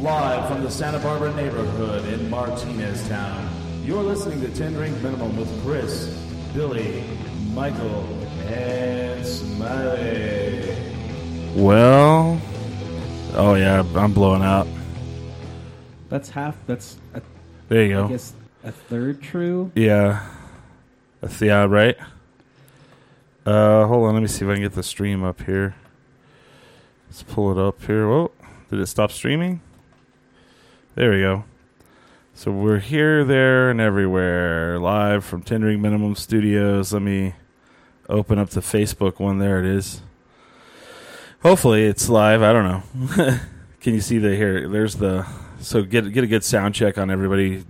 Live from the Santa Barbara neighborhood in Martinez Town, you're listening to 10 Drink Minimum with Chris, Billy, Michael, and Smiley. Well, oh yeah, I'm blowing out. That's half. That's a, There you I go. guess a third true. Yeah. That's the odd, right? Uh, hold on. Let me see if I can get the stream up here. Let's pull it up here. Whoa. Did it stop streaming? There we go. So we're here, there, and everywhere. Live from Tendering Minimum Studios. Let me open up the Facebook one. There it is. Hopefully it's live. I don't know. Can you see the here? There's the. So get get a good sound check on everybody.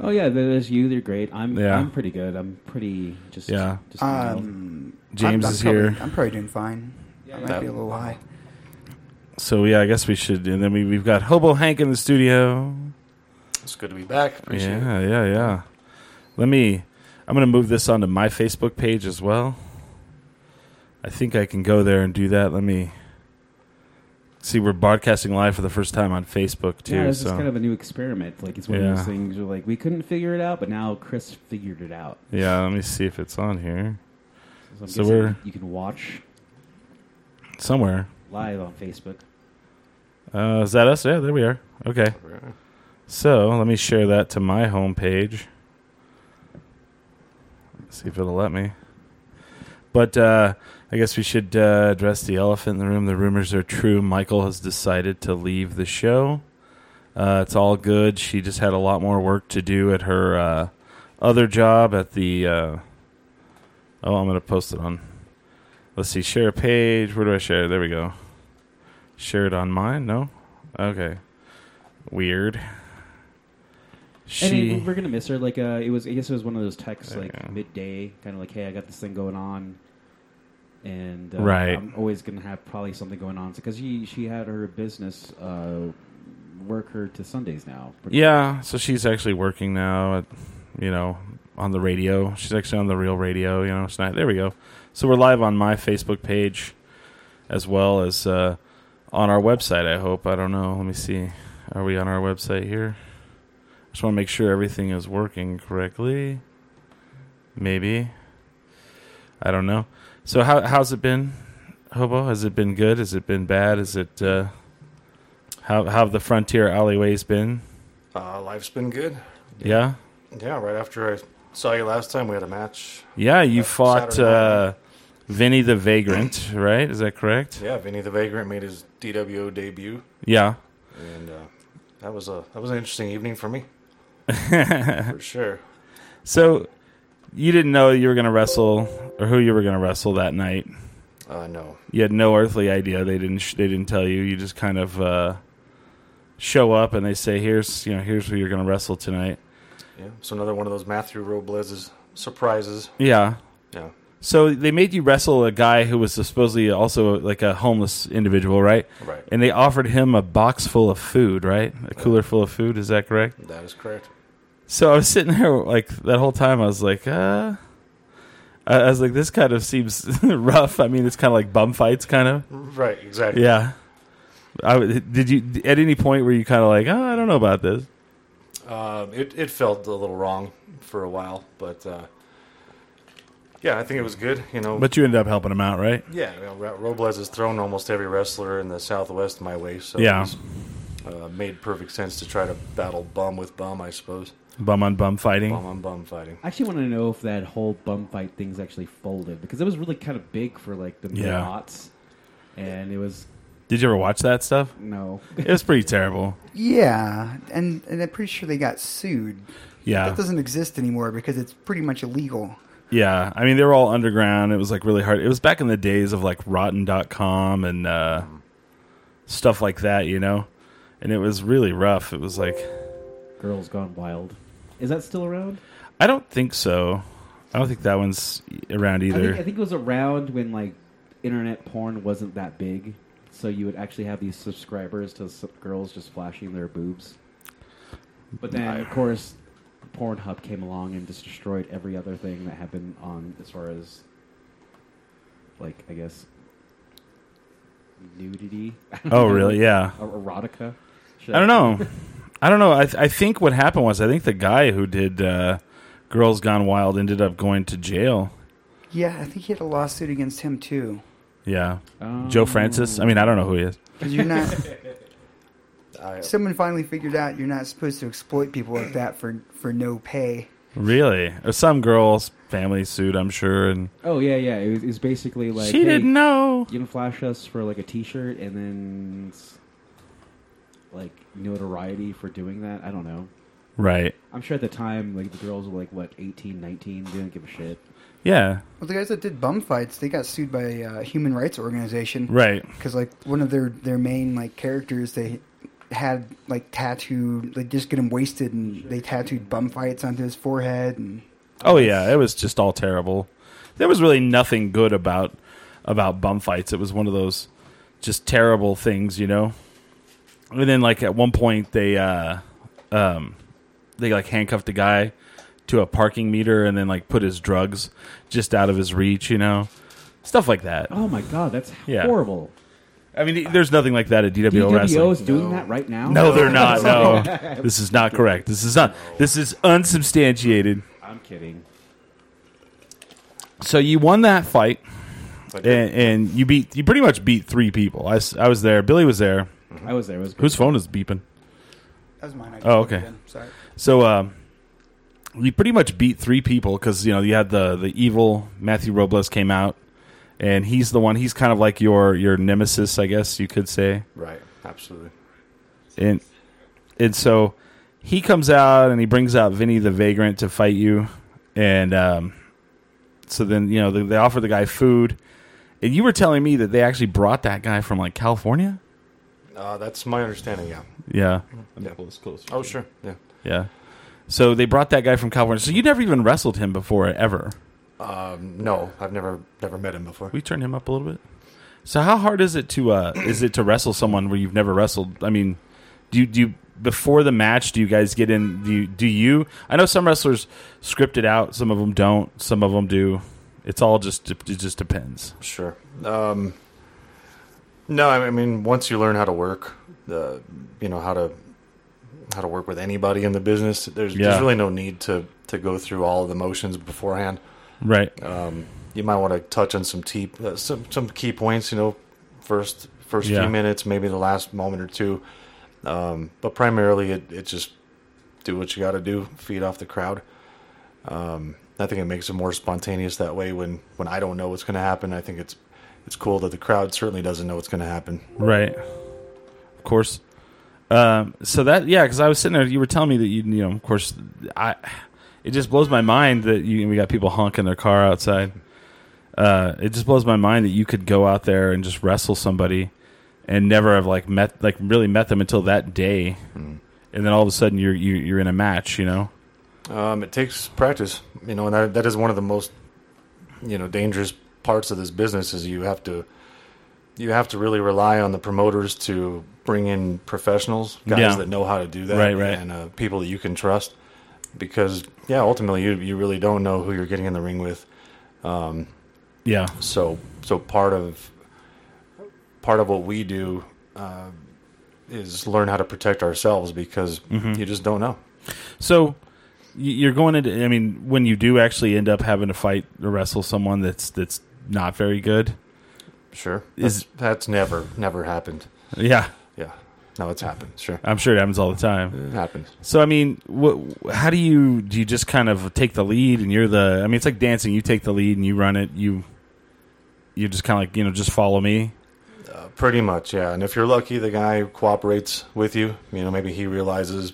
Oh yeah, there's you. You're great. I'm. Yeah. I'm pretty good. I'm pretty just. Yeah. Just Um, James I'm, I'm is probably- here. I'm probably doing fine. I might Yeah. be a little high. So yeah, I guess we should. And then we, we've got Hobo Hank in the studio. It's good to be back. Appreciate it. yeah, yeah, yeah. Let me. I'm gonna move this onto my Facebook page as well. I think I can go there and do that. Let me see. We're broadcasting live for the first time on Facebook too. yeah, this so is kind of a new experiment. Like it's one Yeah. of those things where like we couldn't figure it out, but now Chris figured it out. yeah, let me see if it's on here So, I'm So guessing we're- you can watch somewhere. live on Facebook. Uh, is that us? Yeah, there we are. Okay. Yeah. So let me share that to my homepage. See if it'll let me. But uh, I guess we should uh, address the elephant in the room. The rumors are true. Michael has decided to leave the show. Uh, it's all good. She just had a lot more work to do at her uh, other job at the. Uh, oh, I'm going to post it on. Let's see. Share a page. Where do I share? There we go. Share it on mine? No? Okay. Weird. And She. it- we're gonna miss her. Like uh, it was. I guess it was one of those texts There like you go. midday, kind of like, hey, I got this thing going on, and uh, Right. I'm always gonna have probably something going on because she she had her business uh, work her to Sundays now. pretty Yeah, so she's actually working now at you know, on the radio. She's actually on the real radio, you know, it's not there we go. So we're live on my Facebook page as well as uh on our website, I hope. I don't know. Let me see. Are we on our website here? Just want to make sure everything is working correctly. Maybe. I don't know. So how how's it been, Hobo? Has it been good? Has it been bad? Is it uh how how have the frontier alleyways been? Uh, life's been good. Yeah. Yeah, right after I saw you last time, we had a match. Yeah, you Uh, fought Saturday night. uh, Vinny the Vagrant, right? Is that correct? Yeah, Vinny the Vagrant made his DWO debut, Yeah. and uh, that was a that was an interesting evening for me, for sure. So you didn't know you were going to wrestle or who you were going to wrestle that night. Uh, no, You had no earthly idea. They didn't. Sh- they didn't tell you. You just kind of uh, show up and they say, "Here's you know, here's who you're going to wrestle tonight." yeah, so another one of those Matthew Robles's surprises. Yeah. Yeah, So they made you wrestle a guy who was supposedly also like a homeless individual, right? Right. And they offered him a box full of food, right? A cooler full of food. Is that correct? that is correct. So I was sitting there like that whole time. I was like, uh, I, I was like, this kind of seems rough. I mean, it's kind of like bum fights, kind of. Right, exactly. Yeah. I w did you at any point were you kind of like, oh, I don't know about this? Um, it, it felt a little wrong for a while, but uh, yeah, I think it was good. You know, But you ended up helping him out, right? Yeah, you know, Ro- Robles has thrown almost every wrestler in the Southwest my way, so Yeah. it was, uh, made perfect sense to try to battle bum with bum, I suppose. Bum on bum fighting. Bum on bum fighting. I actually want to know if that whole bum fight thing's actually folded because it was really kind of big for like the Yeah. knots, and it was Did you ever watch that stuff? no. It was pretty terrible. Yeah, and, and I'm pretty sure they got sued. Yeah. That doesn't exist anymore because it's pretty much illegal. Yeah, I mean they were all underground. It was like really hard. It was back in the days of like rotten.com and uh Mm. stuff like that, you know. And it was really rough. It was like Girls Gone Wild, is that still around? I don't think so. I don't think that one's around I think, either. I think it was around when like internet porn wasn't that big, so you would actually have these subscribers to s girls just flashing their boobs. But then, of course, Pornhub came along and just destroyed every other thing that had been on as far as like I guess nudity. oh, really? Yeah. Or Er, erotica. Should I don't know. I don't know. I, th- I think what happened was I think the guy who did uh, Girls Gone Wild ended up going to jail. Yeah, I think he had a lawsuit against him too. Yeah, Um, Joe Francis. I mean, I don't know who he is. 'Cause you're not. I, someone finally figured out you're not supposed to exploit people like that for for no pay. Really? Or some girl's family sued, I'm sure, and Oh yeah, yeah. It was, it was basically like she hey, didn't know. You can flash us for like a T-shirt and then s- like notoriety for doing that. I don't know. Right. I'm sure at the time, like the girls were like what 18, 19, they didn't give a shit. Yeah. Well, the guys that did bum fights, they got sued by a uh, human rights organization Right. because like one of their their main like characters they had like tattooed like just get him wasted and they tattooed bum fights onto his forehead and Oh yeah, it was just all terrible. There was really nothing good about about bum fights. It was one of those just terrible things, you know. And then like at one point they uh um they like handcuffed a guy to a parking meter and then like put his drugs just out of his reach, you know. Stuff like that. Oh my god, that's Yeah. horrible. I mean, there's nothing like that at DWO, DWO wrestling. is doing that right now. No, they're not. No, this is not correct. This is not. This is unsubstantiated. I'm kidding. So you won that fight, I did. and, and you beat. You pretty much beat three people. I, s- I was there. Billy was there. I was there. It was good. Whose phone is beeping? that was mine. I just Oh, looked okay. at him. Sorry. So um, you pretty much beat three people because you know you had the the evil Matthew Robles came out, and he's the one. He's kind of like your your nemesis, I guess you could say. right, absolutely. and and so he comes out and he brings out Vinny the vagrant to fight you, and um, so then you know they, they offer the guy food, and you were telling me that they actually brought that guy from like California. Uh, that's my understanding. Yeah. Yeah, Yeah. Oh sure. Yeah. yeah. So they brought that guy from California. So you never even wrestled him before ever. Um, no, I've never never met him before. We turned him up a little bit. So how hard is it to uh, is it to wrestle someone where you've never wrestled? I mean, do you, do you before the match? Do you guys get in? Do you, do you? I know some wrestlers script it out. Some of them don't. Some of them do. It's all just it just depends. Sure. Um, no, I mean once you learn how to work, the you know how to how to work with anybody in the business. There's, Yeah. there's really no need to to go through all of the motions beforehand. Right. Um, you might want to touch on some key uh, some some key points. You know, first first Yeah. few minutes, maybe the last moment or two. Um, but primarily, it it just do what you got to do. Feed off the crowd. Um, I think it makes it more spontaneous that way. When when I don't know what's going to happen, I think it's it's cool that the crowd certainly doesn't know what's going to happen. Right. Of course. Um, so that yeah, because I was sitting there, you were telling me that you you know, of course, I. It just blows my mind that you we got people honking their car outside. Uh, it just blows my mind that you could go out there and just wrestle somebody and never have like met like really met them until that day, and then all of a sudden you're you, you're in a match, you know. Um, it takes practice, you know, and that, that is one of the most, you know, dangerous parts of this business is you have to, you have to really rely on the promoters to bring in professionals, guys Yeah. that know how to do that, Right, right. and uh, people that you can trust, because yeah, ultimately you you really don't know who you're getting in the ring with. Yeah. So so part of part of what we do uh, is learn how to protect ourselves because Mm-hmm. you just don't know. So y- you're going into. I mean, when you do actually end up having to fight or wrestle someone that's that's not very good. Sure, Is- that's, that's never never happened. Yeah, Yeah. No, it's happened. Sure. I'm sure it happens all the time. It happens. So I mean, what? How do you do? You just kind of take the lead, and you're the. I mean, it's like dancing. You take the lead, and you run it. You, you just kind of like you know, just follow me. Uh, pretty much, yeah. And if you're lucky, the guy cooperates with you. You know, maybe he realizes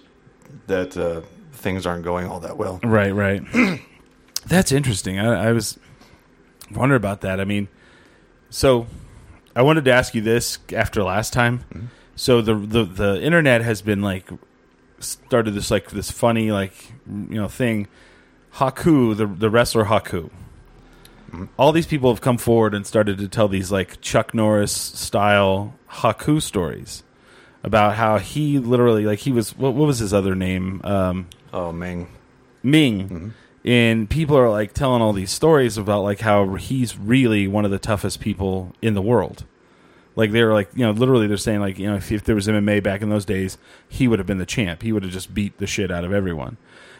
that uh, things aren't going all that well. Right, right. That's interesting. I, I was wondering about that. I mean, so I wanted to ask you this after last time. So the, the the internet has been like started this like this funny like you know thing. Haku, the the wrestler Haku. All these people have come forward and started to tell these like Chuck Norris style Haku stories about how he literally like he was what, what was his other name um, Oh, Ming. Ming. And people are like telling all these stories about like how he's really one of the toughest people in the world. Like they were like, you know, literally they're saying like, you know, if, if there was MMA back in those days, he would have been the champ. He would have just beat the shit out of everyone.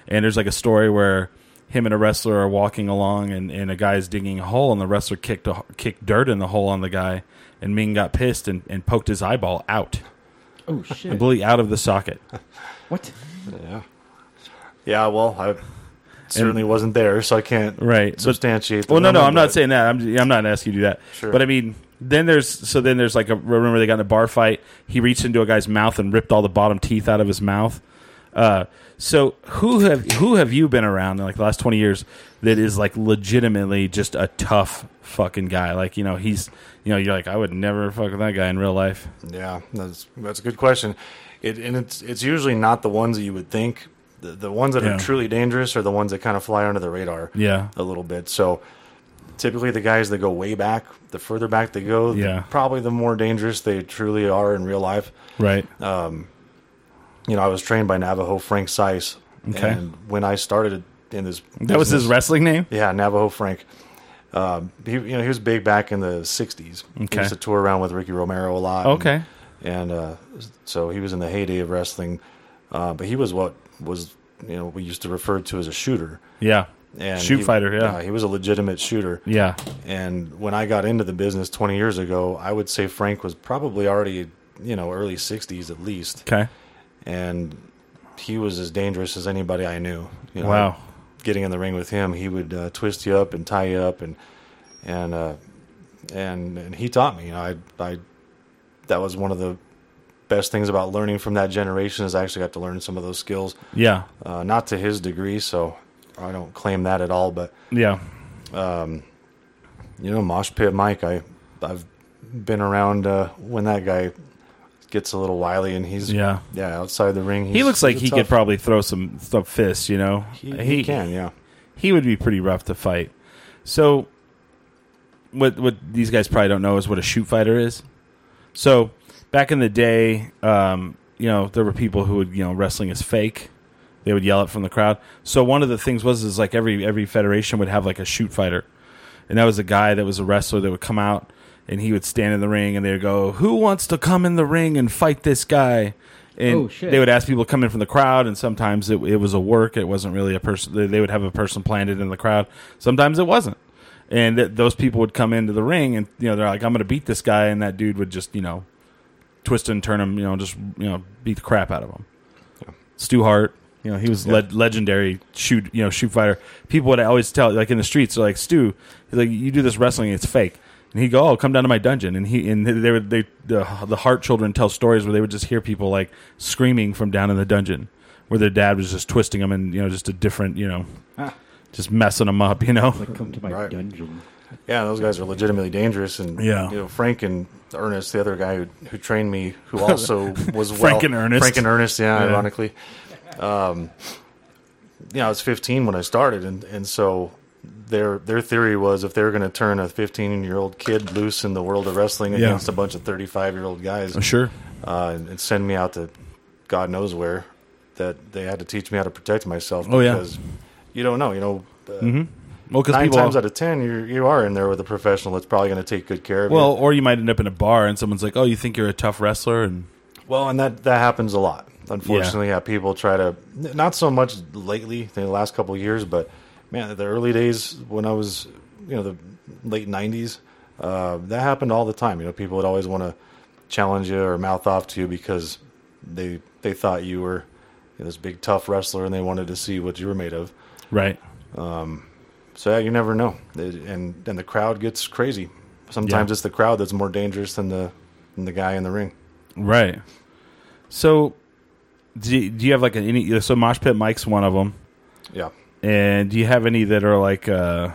And there's like a story where him and a wrestler are walking along, and, and a guy's digging a hole, and the wrestler kicked a, kicked dirt in the hole on the guy, and Ming got pissed and, and poked his eyeball out, Oh shit! completely out of the socket. What? Yeah. Yeah, well, I certainly wasn't there, so I can't Right, but- substantiate. the Well, no, no, number, I'm not but- saying that. I'm, I'm not asking you to do that. Sure. But I mean, then there's so then there's like a remember they got in a bar fight. He reached into a guy's mouth and ripped all the bottom teeth out of his mouth. Uh, so who have who have you been around in like the last twenty years that is like legitimately just a tough fucking guy? Like you know he's you know you're like I would never fuck with that guy in real life. Yeah, that's that's a good question. It and it's it's usually not the ones that you would think. The, the ones that Yeah. are truly dangerous are the ones that kind of fly under the radar Yeah, a little bit. So typically the guys that go way back, the further back they go, the- Yeah. probably the more dangerous they truly are in real life. right. You know, I was trained by Navajo Frank Sice. Okay. And when I started in this that was his business- wrestling name. Yeah, Navajo Frank. Um, he you know he was big back in the '60s. He Okay. used to tour around with Ricky Romero a lot. and- Okay. and uh, so he was in the heyday of wrestling. Uh, but he was what was you know we used to refer to as a shooter. Yeah. And Shoot he- fighter. Yeah. uh, he was a legitimate shooter. yeah. And when I got into the business 20 years ago, I would say Frank was probably already you know early 60s at least, Okay. and he was as dangerous as anybody I knew. You know, Wow. getting in the ring with him, he would uh, twist you up and tie you up, and and uh, and and he taught me. You know, I I that was one of the best things about learning from that generation is I actually got to learn some of those skills, Yeah. uh, not to his degree, so I don't claim that at all. But Yeah. you know, mosh pit Mike, I I've been around uh, when that guy gets a little wily and he's Yeah. yeah outside the ring. He he's- looks like he's a he tough- could probably throw some some fists, you know. he, he can yeah. He would be pretty rough to fight. So, what what these guys probably don't know is what a shoot fighter is. So, back in the day, um, you know, there were people who would you know wrestling is fake. They would yell it from the crowd. So one of the things was is like every every federation would have like a shoot fighter, and that was a guy that was a wrestler that would come out and he would stand in the ring and they would go, "Who wants to come in the ring and fight this guy?" And Oh, shit. they would ask people to come in from the crowd, and sometimes it, it was a work. It wasn't really a person. They, they would have a person planted in the crowd. Sometimes it wasn't, and th- those people would come into the ring, and you know they're like, "I'm going to beat this guy," and that dude would just you know twist and turn him, you know, just you know beat the crap out of him. Stu Hart. You know, he was le- legendary shoot, you know, shoot fighter. People would always tell, like in the streets, they're like Stu, he's like you do this wrestling, it's fake. And he'd go, "Oh, come down to my dungeon." And he and they were they the the Hart children tell stories where they would just hear people like screaming from down in the dungeon, where their dad was just twisting them and you know just a different you know, Ah. just messing them up, you know. Like come to my Right. dungeon. Yeah, those guys are legitimately dangerous, and Yeah. you know Frank and Ernest, the other guy who, who trained me, who also was well, Frank and Ernest. Frank and Ernest, yeah, Yeah. ironically. Um, yeah, I was 15 when I started, and and so their their theory was if they were going to turn a 15 year old kid loose in the world of wrestling Yeah. against a bunch of 35 year old guys, Sure. uh, and, and send me out to God knows where, that they had to teach me how to protect myself. Oh, yeah. Mm-hmm. because you don't know, you know. Uh, Well, because nine people times out of ten, you you are in there with a professional that's probably going to take good care of well, you. or you might end up in a bar and someone's like, "Oh, you think you're a tough wrestler?" And Well, and that that happens a lot. Unfortunately, yeah, people try to not so much lately in the last couple of years, but man, the early days when I was, you know, the late '90s, uh, that happened all the time. You know, people would always want to challenge you or mouth off to you because they they thought you were you know, this big tough wrestler and they wanted to see what you were made of. right, So yeah, you never know, It- and and the crowd gets crazy. Sometimes Yeah. it's the crowd that's more dangerous than the than the guy in the ring. Right. So, do you, do you have like an, any? So mosh pit Mike's one of them, Yeah, and do you have any that are like uh,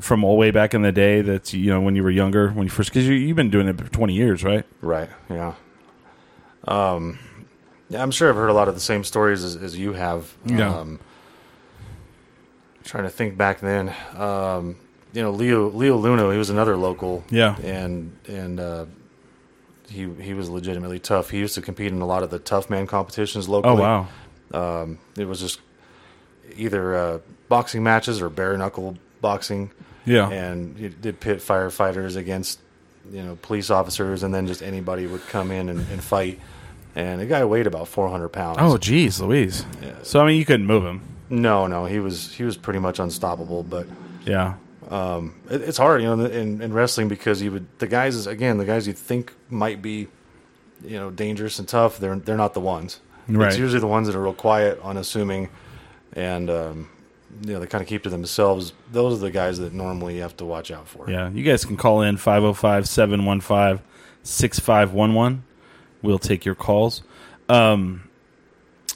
from all way back in the day? That's you know when you were younger, when you first because you, you've been doing it for twenty years, right? right. Yeah, um, yeah. I'm sure I've heard a lot of the same stories as, as you have. Yeah. Um, trying to think back then, um, you know, Leo Leo Luno, he was another local. Yeah. and and uh, he he was legitimately tough. He used to compete in a lot of the tough man competitions locally. Oh wow, um, it was just either uh, boxing matches or bare knuckle boxing, yeah, and it did pit firefighters against you know police officers and then just anybody would come in and, and fight. And the guy weighed about 400 pounds. Oh, geez, Louise. Yeah. So I mean, you couldn't move him. no, no, he was he was pretty much unstoppable. But Yeah. it, it's hard, you know, in, in wrestling because you would the guys is again the guys you think might be, you know, dangerous and tough. They're they're not the ones. Right. It's usually the ones that are real quiet, unassuming, and um, you know they kind of keep to themselves. Those are the guys that normally you have to watch out for. Yeah, you guys can call in 505 715 6511. We'll take your calls. Um,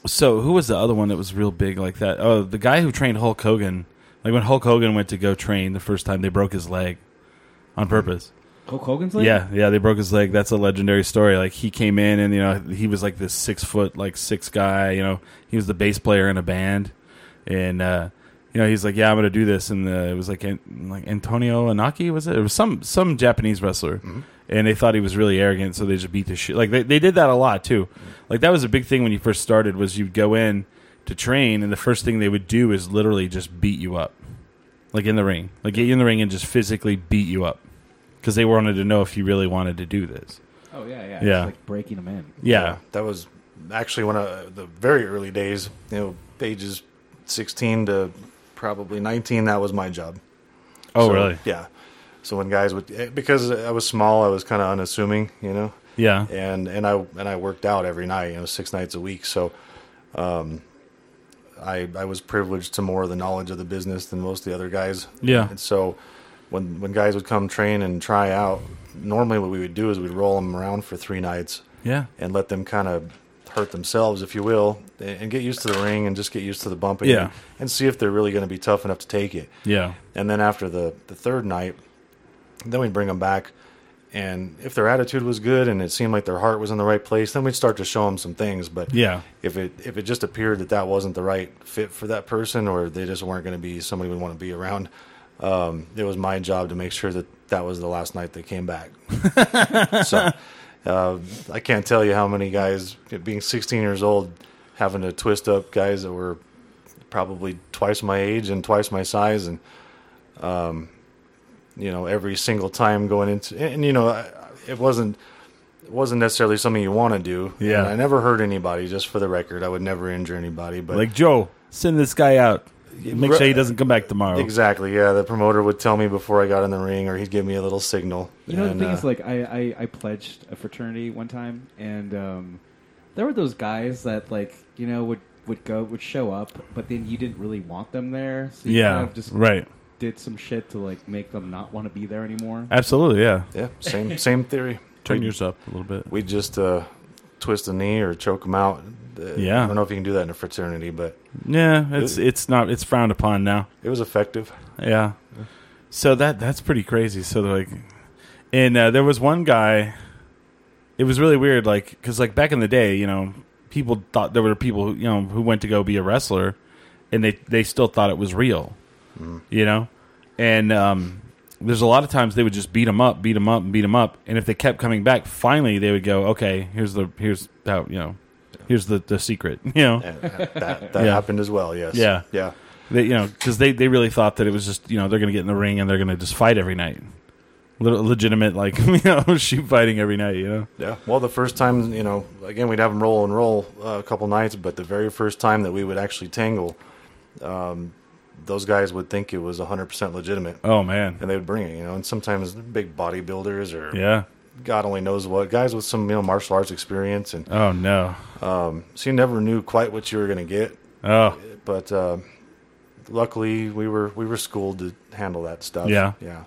so, who was the other one that was real big like that? Oh, the guy who trained Hulk Hogan. Like when Hulk Hogan went to go train the first time, they broke his leg on purpose. Hulk Hogan's leg? Yeah, yeah, they broke his leg. That's a legendary story. Like he came in and you know he was like this six foot like six guy. You know he was the bass player in a band, and uh, you know he's like, yeah, I'm gonna do this. And uh, it was like an, like Antonio Anaki was it? It was some some Japanese wrestler, Mm-hmm. and they thought he was really arrogant, so they just beat the shit. Like they they did that a lot too. Like that was a big thing when you first started was you'd go in to train, and the first thing they would do is literally just beat you up, like in the ring, like get you in the ring and just physically beat you up because they wanted to know if you really wanted to do this. Oh, yeah, yeah. Yeah. It's like breaking him in. Yeah, that was actually one of uh, the very early days. You know, ages sixteen to probably nineteen. That was my job. Oh, So, really? Yeah. So when guys would, eh, because I was small, I was kind of unassuming, you know, yeah, and and I and I worked out every night, you know, six nights a week. So, um, I I was privileged to more of the knowledge of the business than most of the other guys. Yeah. And so, when when guys would come train and try out, normally what we would do is we'd roll them around for three nights yeah, and let them kind of hurt themselves, if you will, and, and get used to the ring and just get used to the bumping. Yeah. And see if they're really going to be tough enough to take it. yeah, And then after the, the third night, then we'd bring them back. And if their attitude was good and it seemed like their heart was in the right place, then we'd start to show them some things. But yeah, if it if it just appeared that that wasn't the right fit for that person, or they just weren't going to be somebody we want to be around, um, it was my job to make sure that that was the last night they came back. so uh, I can't tell you how many guys, being 16 years old, having to twist up guys that were probably twice my age and twice my size, and um, you know every single time going into and, and, you know I- I- it wasn't it wasn't necessarily something you want to do. Yeah. And I never hurt anybody. Just for the record, I would never injure anybody. But Like Joe, send this guy out. Make sure he doesn't come back tomorrow. exactly, yeah, the promoter would tell me before I got in the ring, or he'd give me a little signal. You know, And, the thing uh, is, like, I, I, I pledged a fraternity one time, and um, there were those guys that, like, you know, would, would go, would show up, but then you didn't really want them there. So you kind Yeah, of just right. did some shit to, like, make them not want to be there anymore. Absolutely, yeah. yeah, same same theory. Turn yours up a little bit. we just uh, twist a knee or choke them out. Uh, Yeah. I don't know if you can do that in a fraternity, but Yeah, it's it's not it's frowned upon now. it was effective. Yeah. So that that's pretty crazy. So they're like, and uh, there was one guy. It was really weird, like because like back in the day, you know, people thought there were people who you know who went to go be a wrestler, and they they still thought it was real, you know, and um, there's a lot of times they would just beat them up, beat them up, and beat them up, and if they kept coming back, finally they would go, okay, here's the here's how you know, here's the the secret, you know, And and that that Yeah. happened as well. Yes. Yeah. Yeah. They, you know, because they, they really thought that it was just you know they're going to get in the ring and they're going to just fight every night, Lit- legitimate like you know shoot fighting every night. You know, Yeah. Well, the first time, you know, again, we'd have them roll and roll uh, a couple nights, but the very first time that we would actually tangle, um, those guys would think it was 100% legitimate. oh man, And they would bring it, you know, and sometimes they're big bodybuilders or yeah, God only knows what guys with some, you know, martial arts experience. And oh no, so you never knew quite what you were going to get. oh But uh, luckily, we were we were schooled to handle that stuff. Yeah. Yeah.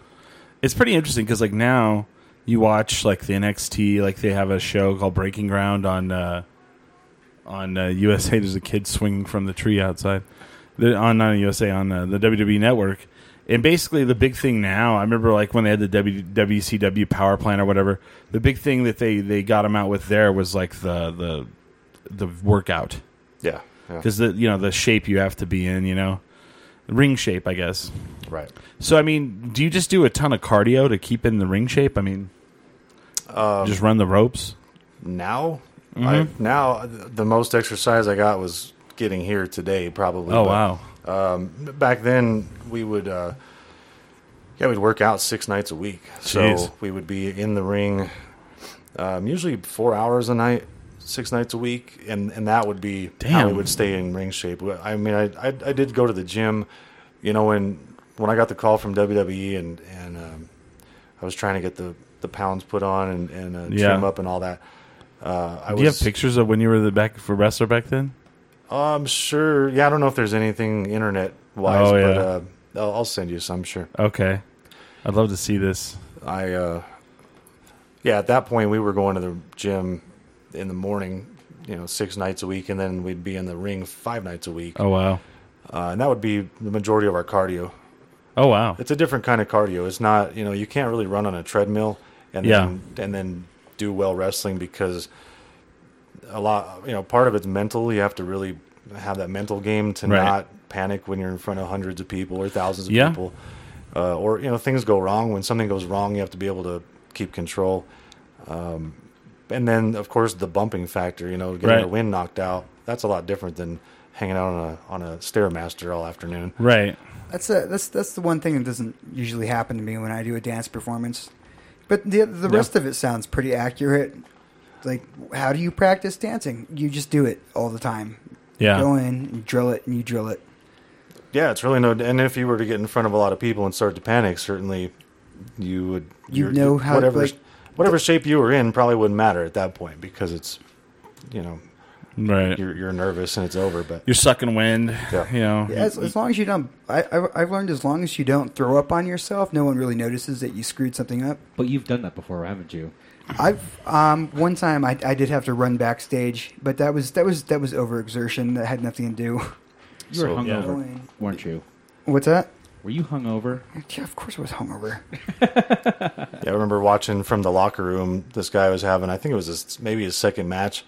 it's pretty interesting because like now you watch like the NXT, like they have a show called Breaking Ground on uh, on uh, USA. There's a kid swinging from the tree outside. They're on not on USA on uh, the WWE Network. And basically, the big thing now, I remember like when they had the w- WCW Power Plant or whatever. The big thing that they they got him out with there was like the the the workout Yeah. Yeah. because the you know the shape you have to be in, you know, ring shape, I guess. Right. So I mean, do you just do a ton of cardio to keep in the ring shape? I mean, Um, just run the ropes. now I, Mm-hmm. now th- the most exercise i got was getting here today probably Oh but wow, back then we would uh Yeah, we'd work out six nights a week. Jeez. So we would be in the ring, um, usually four hours a night, six nights a week, and and that would be how we Damn. would stay in ring shape. Well, I mean, I I, I did go to the gym, you know, when when I got the call from WWE and and um, I was trying to get the the pounds put on and and uh, Yeah. trim up and all that. Uh, I Do was, you have pictures of when you were the back for wrestler back then? I'm Um, sure. Yeah, I don't know if there's anything internet wise, Oh, but yeah. uh, I'll, I'll send you some. Sure. Okay, I'd love to see this. I uh yeah, at that point we were going to the gym in the morning, you know, six nights a week and then we'd be in the ring five nights a week. Oh wow! Uh, and that would be the majority of our cardio. Oh wow! It's a different kind of cardio. It's not, you know, you can't really run on a treadmill and then and then do well wrestling because a lot, you know, part of it's mental. You have to really have that mental game to Right. not panic when you're in front of hundreds of people or thousands of Yeah. people. Uh, or you know, things go wrong. When something goes wrong, you have to be able to keep control. Um, and then, of course, the bumping factor. You know, getting Right. the wind knocked out. That's a lot different than hanging out on a on a stairmaster all afternoon. Right. That's a, that's that's the one thing that doesn't usually happen to me when I do a dance performance. But the the Yeah. rest of it sounds pretty accurate. Like, how do you practice dancing? You just do it all the time. Yeah. Go in, you drill it, and you drill it. Yeah, it's really no. And if you were to get in front of a lot of people and start to panic, certainly you would. You your- know how- whatever like- whatever shape you were in probably wouldn't matter at that point because it's you know Right. You're, you're you're nervous and it's over. But sucking wind. Yeah. You know. As, as long as you don't, I, I, I've learned as long as you don't throw up on yourself, no one really notices that you screwed something up. But you've done that before, haven't you? I've um, one time I, I did have to run backstage, but that was that was that was overexertion that had nothing to do. You were So, yeah. hungover, Going. weren't you? What's that? Were you hungover? Yeah, of course I was hungover. yeah, I remember watching from the locker room. This guy was having I think it was his, maybe his second match,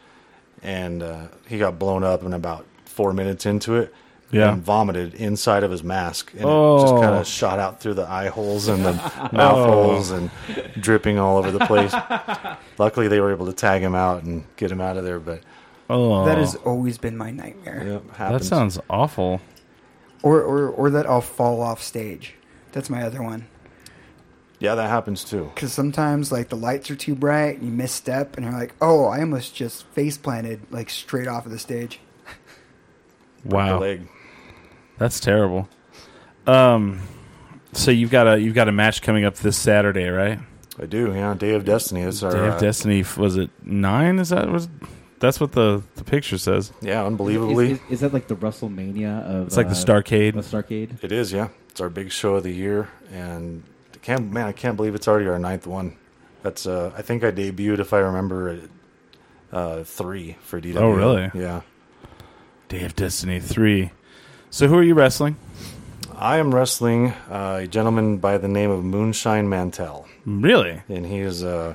and uh, he got blown up in about four minutes into it. Yeah. and vomited inside of his mask and it Oh. just kind of shot out through the eye holes and the mouth holes and dripping all over the place. Luckily, they were able to tag him out and get him out of there, but Oh. That has always been my nightmare. yeah, That happens. sounds awful. Or, or or that I'll fall off stage. That's my other one. yeah, that happens too. Because sometimes like the lights are too bright, and you misstep, and you're like, oh, I almost just face planted like straight off of the stage. The Wow. leg. That's terrible. Um. So you've got a you've got a match coming up this Saturday, right? I do. Yeah, Day of Destiny. It's our Day uh, of Destiny f- was it nine? Is that was that's what the the picture says? Yeah, Is, unbelievably, is- is that like the WrestleMania of? It's like the uh, The Starcade. Starcade. it is. Yeah, it's our big show of the year, and I can't man, I can't believe it's already our ninth one. That's uh, I think I debuted, if I remember, at, uh, three for DW. Oh, really? Yeah. Day of Destiny three. So who are you wrestling? I am wrestling uh, a gentleman by the name of Moonshine Mantell, Really? and he is, uh,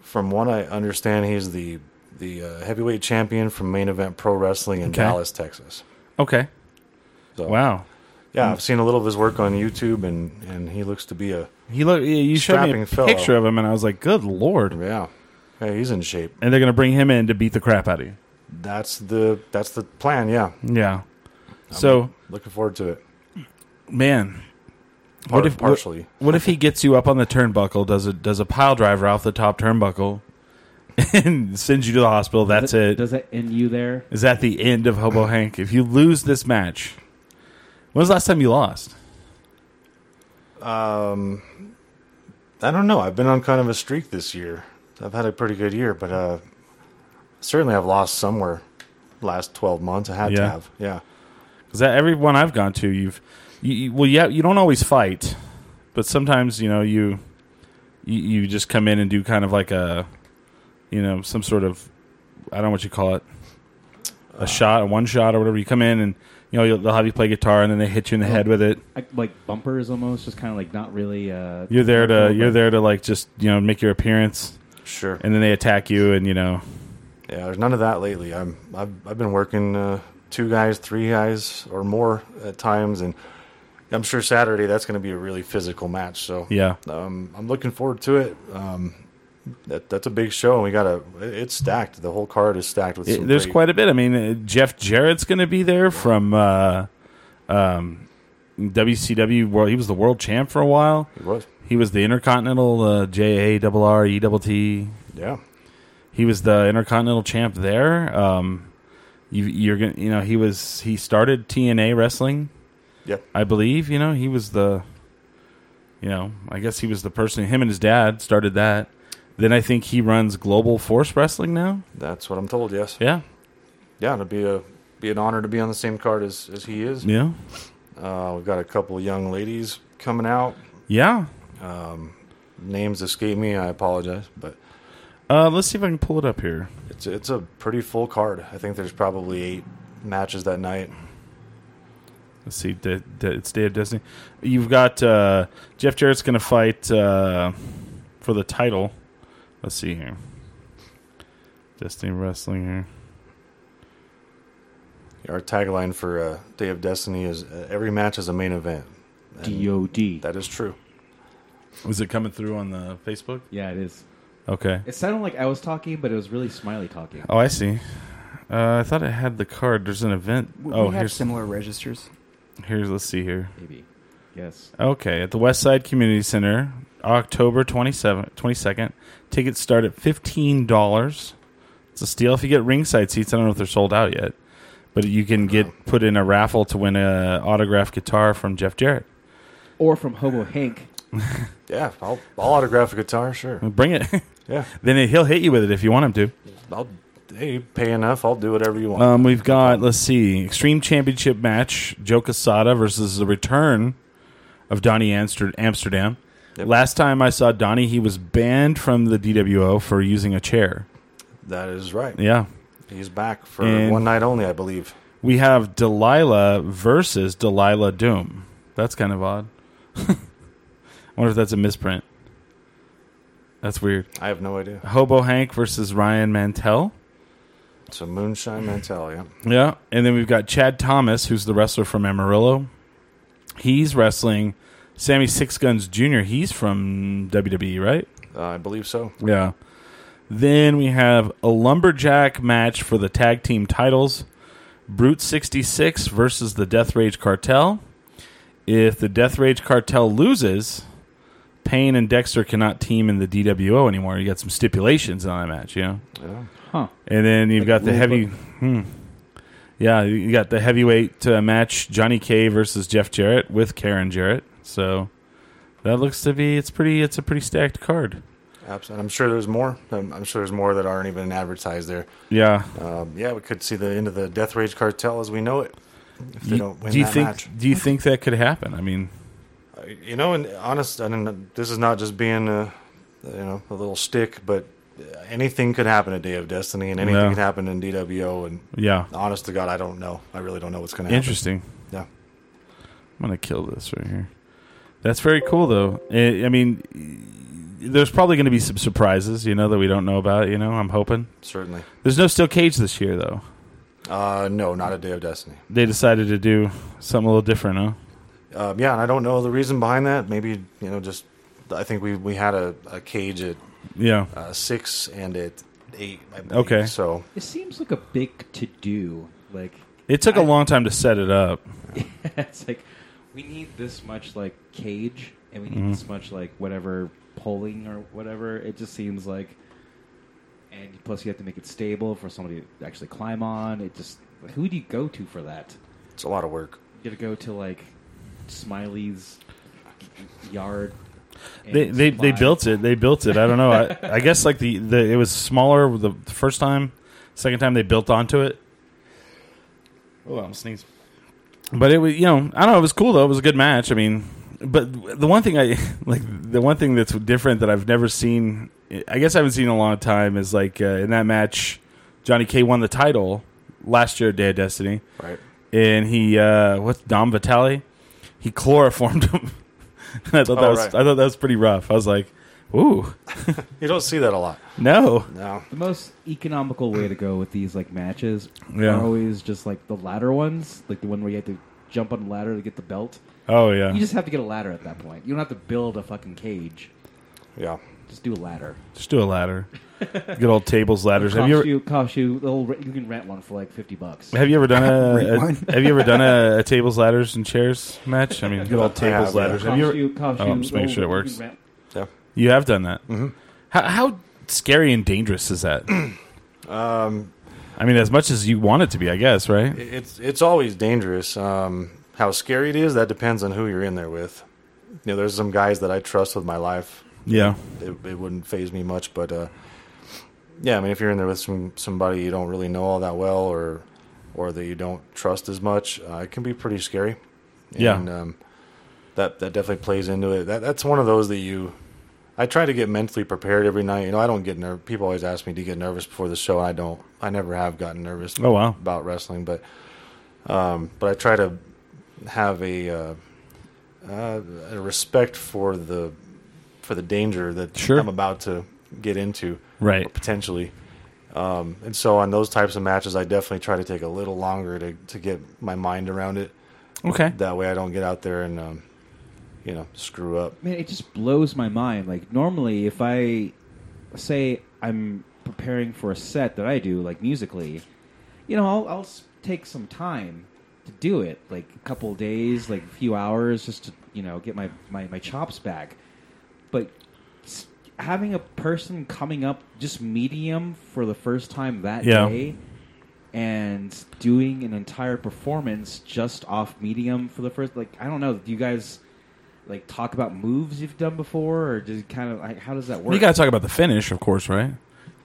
from what I understand, he's the the uh, heavyweight champion from Main Event Pro Wrestling in Okay. Dallas, Texas. Okay. So, Wow. Yeah, I've seen a little of his work on YouTube, and and he looks to be a He look. You showed me a Strapping fellow. picture of him, and I was like, "Good lord!" yeah, yeah, he's in shape. And they're gonna bring him in to beat the crap out of you. That's the that's the plan. Yeah, Yeah. So, looking forward to it. man, Part, if- what- partially? what if he gets you up on the turnbuckle? Does a does a pile driver off the top turnbuckle, and sends you to the hospital? That's Does it. Does it end you there? Is that the end of Hobo Hank? If you lose this match, when's the last time you lost? I don't know. I've been on kind of a streak this year. I've had a pretty good year, but uh, certainly I've lost somewhere last 12 months. I had Yeah. to have. Yeah. Because every one I've gone to, you've you, you, well, yeah, you don't always fight, but sometimes you know you, you you just come in and do kind of like a, you know, some sort of I don't know what you call it, a shot, a one shot or whatever. You come in and you know you'll- they'll have you play guitar and then they hit you in the head with it. I, like bumpers, almost just kind of like not really. Uh, You're there Oh, to controlled, you're but- there to like just you know make your appearance Sure. and then they attack you and you know yeah, there's none of that lately. I'm I've I've been working uh, two guys, three guys or more at times and I'm sure Saturday that's going to be a really physical match. So yeah um, I'm looking forward to it. Um, that, that's a big show, and we got a. It's stacked. The whole card is stacked with. It- some there's great- quite a bit. I mean, uh, Jeff Jarrett's going to be there from uh, um, WCW world. He was the world champ for a while. He was. He was the Intercontinental uh, J A double R E double T. Yeah. He was the Intercontinental champ there. Um, you, you're gonna, you know, he was he started TNA wrestling. Yep. I believe. You know, he was the, you know, I guess he was the person. Him and his dad started that. Then I think he runs Global Force Wrestling now. That's what I'm told. Yes. Yeah, Yeah. It'd be a be an honor to be on the same card as as he is. yeah, Uh, we've got a couple of young ladies coming out. yeah. Names escape me. I apologize, but Uh, let's see if I can pull it up here. it's it's a pretty full card. I think there's probably eight matches that night. Let's see. De- de- it's Day of Destiny. You've got uh, Jeff Jarrett's going to fight uh, for the title. Let's see here. Destiny Wrestling here. Our tagline for uh, Day of Destiny is uh, "Every match is a main event." And DOD. That is true. Is it coming through on the Facebook? yeah, it is. Okay. It sounded like I was talking, but it was really Smiley talking. Oh, I see. Uh, I thought it had the card. There's an event. We, oh, we have here's similar registers. here's. Let's see here. Maybe. Yes. Okay, at the West Side Community Center, October 27th, 22nd. Tickets start at $15. It's a steal if you get ringside seats. I don't know if they're sold out yet, but you can get put in a raffle to win a autographed guitar from Jeff Jarrett. Or from Hobo Hank. Yeah, I'll, I'll autograph a guitar. Sure. Bring it. Yeah, then he'll hit you with it if you want him to. I'll. Hey, you pay enough. I'll do whatever you want. Um, we've got let's see, Extreme Championship match: Joe Casada versus the return of Donnie Amster- Amsterdam. Yep. Last time I saw Donnie, he was banned from the DWO for using a chair. that is right. Yeah, He's back for And- one night only, I believe. we have Delilah versus Delilah Doom. That's kind of odd. I wonder if that's a misprint. That's weird. I have no idea. Hobo Hank versus Ryan Mantell. It's a moonshine mentality. yeah. Yeah, and then we've got Chad Thomas, who's the wrestler from Amarillo. He's wrestling Sammy Six Guns Jr. He's from WWE, right? Uh, I believe so. Yeah. Then we have a lumberjack match for the tag team titles. Brute 66 versus the Death Rage Cartel. If the Death Rage Cartel loses, Payne and Dexter cannot team in the DWO anymore. You got some stipulations on that match, you know? Yeah. Huh. And then you've got the Rule heavy. Hmm. Yeah, you got the heavyweight uh, match Johnny K versus Jeff Jarrett with Karen Jarrett. So that looks to be it's pretty it's a pretty stacked card. Abs- and I'm sure there's more. Um, I'm, I'm sure there's more that aren't even advertised there. Yeah. Um, yeah, we could see the end of the Death Rage Cartel as we know it. If they You, don't win do you that think match, do you think that could happen? I mean, Uh, you know, and honest, I mean, this is not just being a, you know, a little stick, but anything could happen at Day of Destiny, and anything Yeah. could happen in DWO. And yeah. honest to God, I don't know. I really don't know what's going to happen. Interesting. Yeah. I'm gonna kill this right here. That's very cool, though. I I mean, there's probably going to be some surprises, you know, that we don't know about. You know, I'm hoping. Certainly. There's no steel cage this year, though. Uh, no, not a Day of Destiny. They decided to do something a little different, huh? Um, yeah, and I don't know the reason behind that. Maybe you know, just I think we we had a, a cage at Yeah. uh, six and at eight. I believe. Okay. so It seems like a big to do. Like, It took a I- long time to set it up. it's like, we need this much, like, cage, and we need Mm-hmm. this much, like, whatever polling or whatever. It just seems like. And plus, you have to make it stable for somebody to actually climb on. It just. Who do you go to for that? it's a lot of work. You gotta go to, like, Smiley's yard. and They they, they supply. built it. They built it. I don't know. I, I guess like the, the it was smaller the first time, second time they built onto it. Oh, I'm sneeze. But it was you know I don't know. It was cool though. It was a good match. I mean, but the one thing I like the one thing that's different that I've never seen. I guess I haven't seen in a long time is like uh, in that match, Johnny K won the title last year at Day of Destiny. Right. and he uh what's Dom Vitale? He chloroformed him. And I thought that Oh, was right. I thought that was pretty rough. I was like, ooh, You don't see that a lot. no. No. The most economical way to go with these like matches Yeah. are always just like the ladder ones, like the one where you have to jump on a ladder to get the belt. Oh yeah. You just have to get a ladder at that point. You don't have to build a fucking cage. yeah. Just do a ladder. Just do a ladder. Good old tables, ladders. Cost Have you ever, you cost you they'll re- you can rent one for like fifty bucks. have you ever done Rent a, a one. have you ever done a, a tables, ladders, and chairs match? I mean, good old I have, tables, yeah. ladders. Have Cost you ever, you, cost Oh, you I'm just making they'll- sure it you works. can rent- Yeah. you have done that. Mm-hmm. How, how scary and dangerous is that? um, I mean, as much as you want it to be, I guess, right? It's it's always dangerous. Um, how scary it is that depends on who you're in there with. You know, there's some guys that I trust with my life. Yeah. It, it wouldn't phase me much, but uh, yeah, I mean, if you're in there with some somebody you don't really know all that well, or or that you don't trust as much, uh, it can be pretty scary. Yeah. and, um, that that definitely plays into it. That that's one of those that you. I try to get mentally prepared every night. You know, I don't get nervous. People always ask me to get nervous before the show. I don't. I never have gotten nervous Oh wow. about wrestling, but um, but I try to have a, uh, uh, a respect for the for the danger that Sure. I'm about to get into, Right. or potentially. Um, and so on those types of matches, I definitely try to take a little longer to to get my mind around it. Okay. That way, I don't get out there and um, you know screw up. Man, it just blows my mind. Like normally, if I say I'm preparing for a set that I do, like musically, you know, I'll, I'll s- take some time to do it, like a couple of days, like a few hours, just to you know get my my, my chops back. But s- having a person coming up just medium for the first time that Yeah. day. And doing an entire performance just off medium for the first, like I don't know. Do you guys like talk about moves you've done before, or just kind of like how does that work? You got to talk about the finish, of course, right?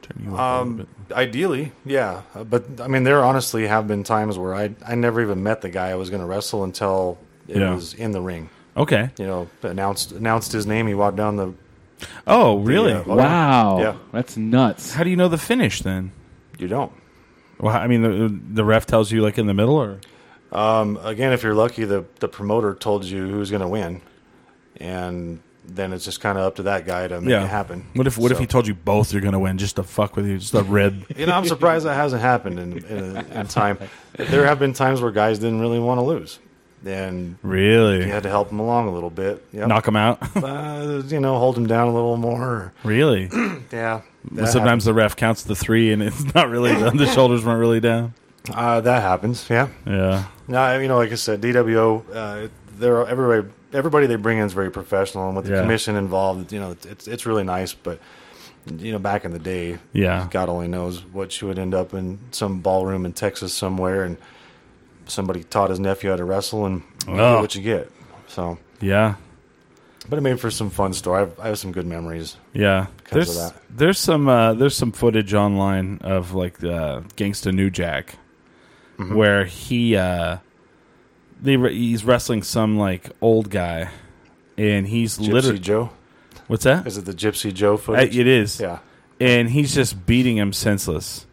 Turn you off a little Um, bit. ideally, yeah. Uh, But I mean, there honestly have been times where I I never even met the guy I was going to wrestle until it Yeah. was in the ring. Okay. You know, announced announced his name. He walked down the. Oh, really? uh, wow, Yeah. that's nuts. How do you know the finish then? You don't. Well, I mean, the, the ref tells you like in the middle, or Um, again, if you're lucky, the the promoter told you who's going to win, and then it's just kind of up to that guy to make yeah, it happen. What if what if So- he told you both you're going to win just to fuck with you, just a rib? You know, I'm surprised that hasn't happened in, in, in time. There have been times where guys didn't really want to lose, and really? you had to help them along a little bit. Yep. Knock him out? uh, you know, hold him down a little more. really? Yeah. Well, that sometimes the ref counts the three, and it's not really done. the shoulders weren't really down. happens. Uh, that happens. Yeah. Yeah. No, you know, like I said, DWO, uh, they're everybody. Everybody they bring in is very professional, and with the Yeah. commission involved, you know, it's it's really nice. But you know, back in the day, Yeah. God only knows what she would end up in some ballroom in Texas somewhere, and somebody taught his nephew how to wrestle, and you Oh. get what you get. So, Yeah. but it made for some fun story. I've, I have some good memories. Yeah, because there's of that. there's some uh, there's some footage online of like uh, Gangsta New Jack, where he uh, they re- he's wrestling some like old guy, and he's Gypsy literally Joe, what's that? is it the Gypsy Joe Uh, footage? it is, yeah, and he's just beating him senseless.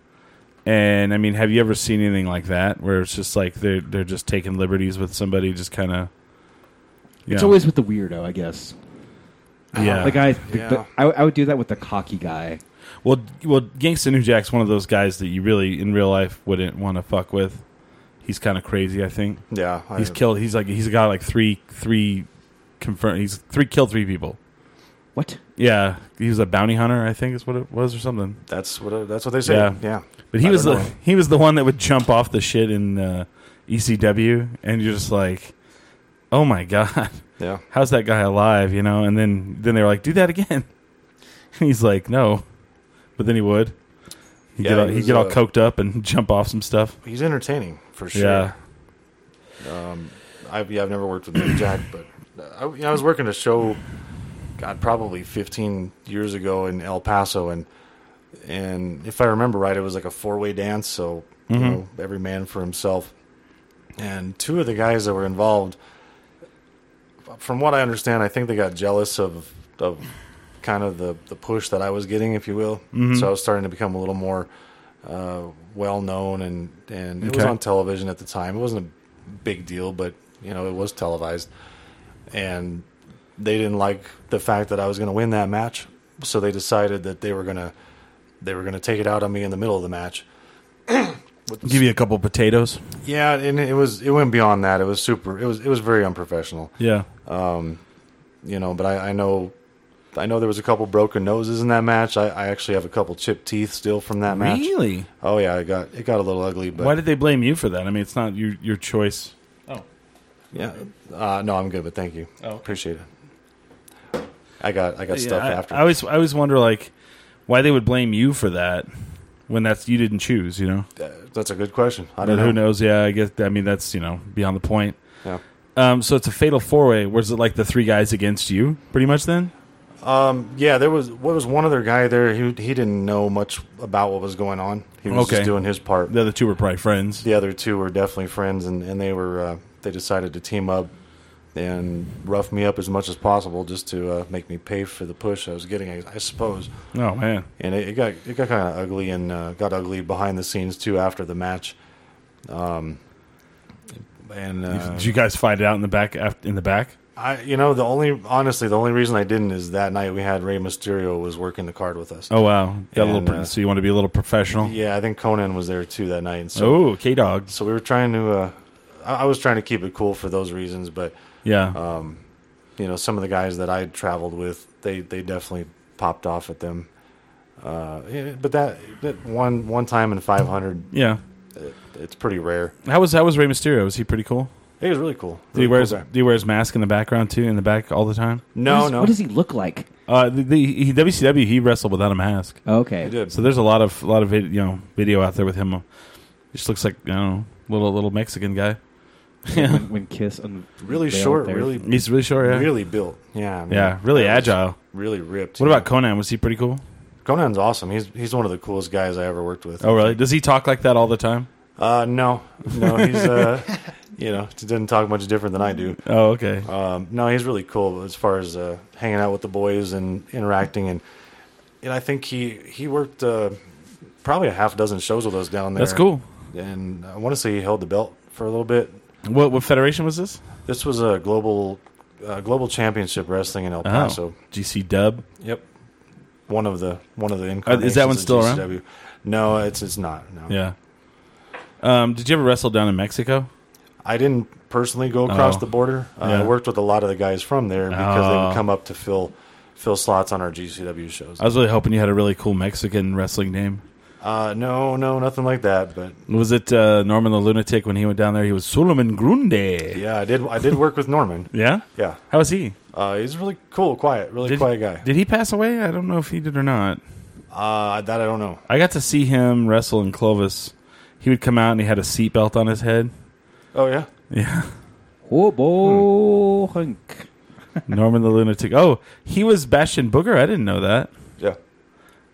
And I mean, have you ever seen anything like that where it's just like they're they're just taking liberties with somebody, just kind of. It's always with the weirdo, I guess. yeah. The guy, the- Yeah. the- I, I would do that with the cocky guy. Well, d- well, Gangsta New Jack's one of those guys that you really in real life wouldn't want to fuck with. He's kind of crazy, I think. yeah. I- He's killed. He's like he's got like three three confirmed. He's three killed three people. What? Yeah, he was a bounty hunter, I think is what it was or something. That's what that's what they say. Yeah. Yeah, But he I was don't the know. he was the one that would jump off the shit in uh, ECW, and you're just like, oh my god, yeah. how's that guy alive? You know? And then then they were like, do that again. And he's like, no, but then he would. He'd Yeah, get all, he he'd was, get all uh, coked up and jump off some stuff. He's entertaining for sure. Yeah. Um, I've yeah, I've never worked with Nick Jack, but uh, I, you know, I was working a show, God, probably 15 years ago in El Paso, and and if I remember right, it was like a four way dance, so you know, every man for himself. And two of the guys that were involved, from what I understand, I think they got jealous of of kind of the the push that I was getting, if you will. So I was starting to become a little more uh, well known, and and it was Okay. on television at the time. It wasn't a big deal, but you know it was televised, and they didn't like the fact that I was going to win that match, so they decided that they were gonna they were gonna take it out on me in the middle of the match. Give you a couple potatoes. Yeah, and it was it went beyond that. It was super. It was it was very unprofessional. Yeah. you know, but I, I know I know there was a couple broken noses in that match. I, I actually have a couple chipped teeth still from that match. Really? Oh yeah, it got it got a little ugly, but Why did they blame you for that? I mean, it's not your your choice. Oh, yeah. Uh, no, I'm good, but thank you. Oh, okay. appreciate it. I got I got stuff I, after. I always I always wonder like why they would blame you for that when that's you didn't choose. You know, Uh, That's a good question. I but don't know. who knows? Yeah, I guess. I mean, that's you know beyond the point. Yeah. Um, so it's a fatal four way. Was it like the three guys against you, pretty much? Then Yeah, there was what was one other guy there. He he didn't know much about what was going on. He was Okay. just doing his part. the other two were probably friends. The other two were definitely friends, and and they were uh, they decided to team up and rough me up as much as possible just to uh, make me pay for the push I was getting, I, I suppose. Oh man, And it, it got it got kind of ugly and uh, got ugly behind the scenes too after the match. Um, and uh, did you guys fight it out in the back? af- In the back? I you know the only honestly the only reason I didn't is that night we had Rey Mysterio was working the card with us. Oh wow, got a little. And, pro- uh, so you want to be a little professional? Yeah, I think Conan was there too that night. And so Oh, K Dog. so we were trying to. Uh, I I was trying to keep it cool for those reasons, but Yeah. Uh, you know, some of the guys that I had traveled with, they they definitely popped off at them. Uh, yeah, but that, that one one time in 500, yeah. it, it's pretty rare. How was how was Rey Mysterio? Was he pretty cool? It was really cool. Did he Really wear cool his, guy. do you wear his mask in the background too? In the back all the time? what No, does, no, What does he look like? Oh, Uh, the, the he, WCW he wrestled without a mask, Okay. he did. so there's a lot of a lot of vid, you know video out there with him. He just looks like I don't know little little Mexican guy. Yeah, When, when Kiss and really short, really he's really short. Yeah, really built. Yeah, I mean, yeah, really that was agile. really ripped. What yeah. about Conan? Was he pretty cool? Conan's awesome. He's he's one of the coolest guys I ever worked with. Oh really? Does he talk like that all the time? Uh, no, no, he's uh, you know, doesn't talk much different than I do. Oh okay. Um, no, he's really cool as far as uh, hanging out with the boys and interacting, and and I think he he worked uh, probably a half dozen shows with us down there. That's cool. And I want to say he held the belt for a little bit. What what federation was this? This was a global uh, global championship wrestling in El Oh, Paso. GC Dub. Yep, one of the one of the Uh, is that one incarnations of still around? GCW. No, it's it's not. No, Yeah. Um, did you ever wrestle down in Mexico? I didn't personally go across Oh. the border. Uh, Yeah. I worked with a lot of the guys from there because they Oh. would come up to fill fill slots on our GCW shows. I was really hoping you had a really cool Mexican wrestling name. Uh, no, no, nothing like that. But Was it uh, Norman the Lunatic when he went down there? He was Suleiman Grunde. yeah, I did. I did work with Norman. Yeah? Yeah, How was he? uh, he's really cool, quiet, really Did, quiet guy. did he pass away? I don't know if he did or not. Uh, that I don't know. I got to see him wrestle in Clovis. He would come out and he had a seatbelt on his head. Oh yeah, Yeah. Oh, Hobo hunk. Norman the Lunatic. Oh, he was Bastion Booger? I didn't know that. yeah.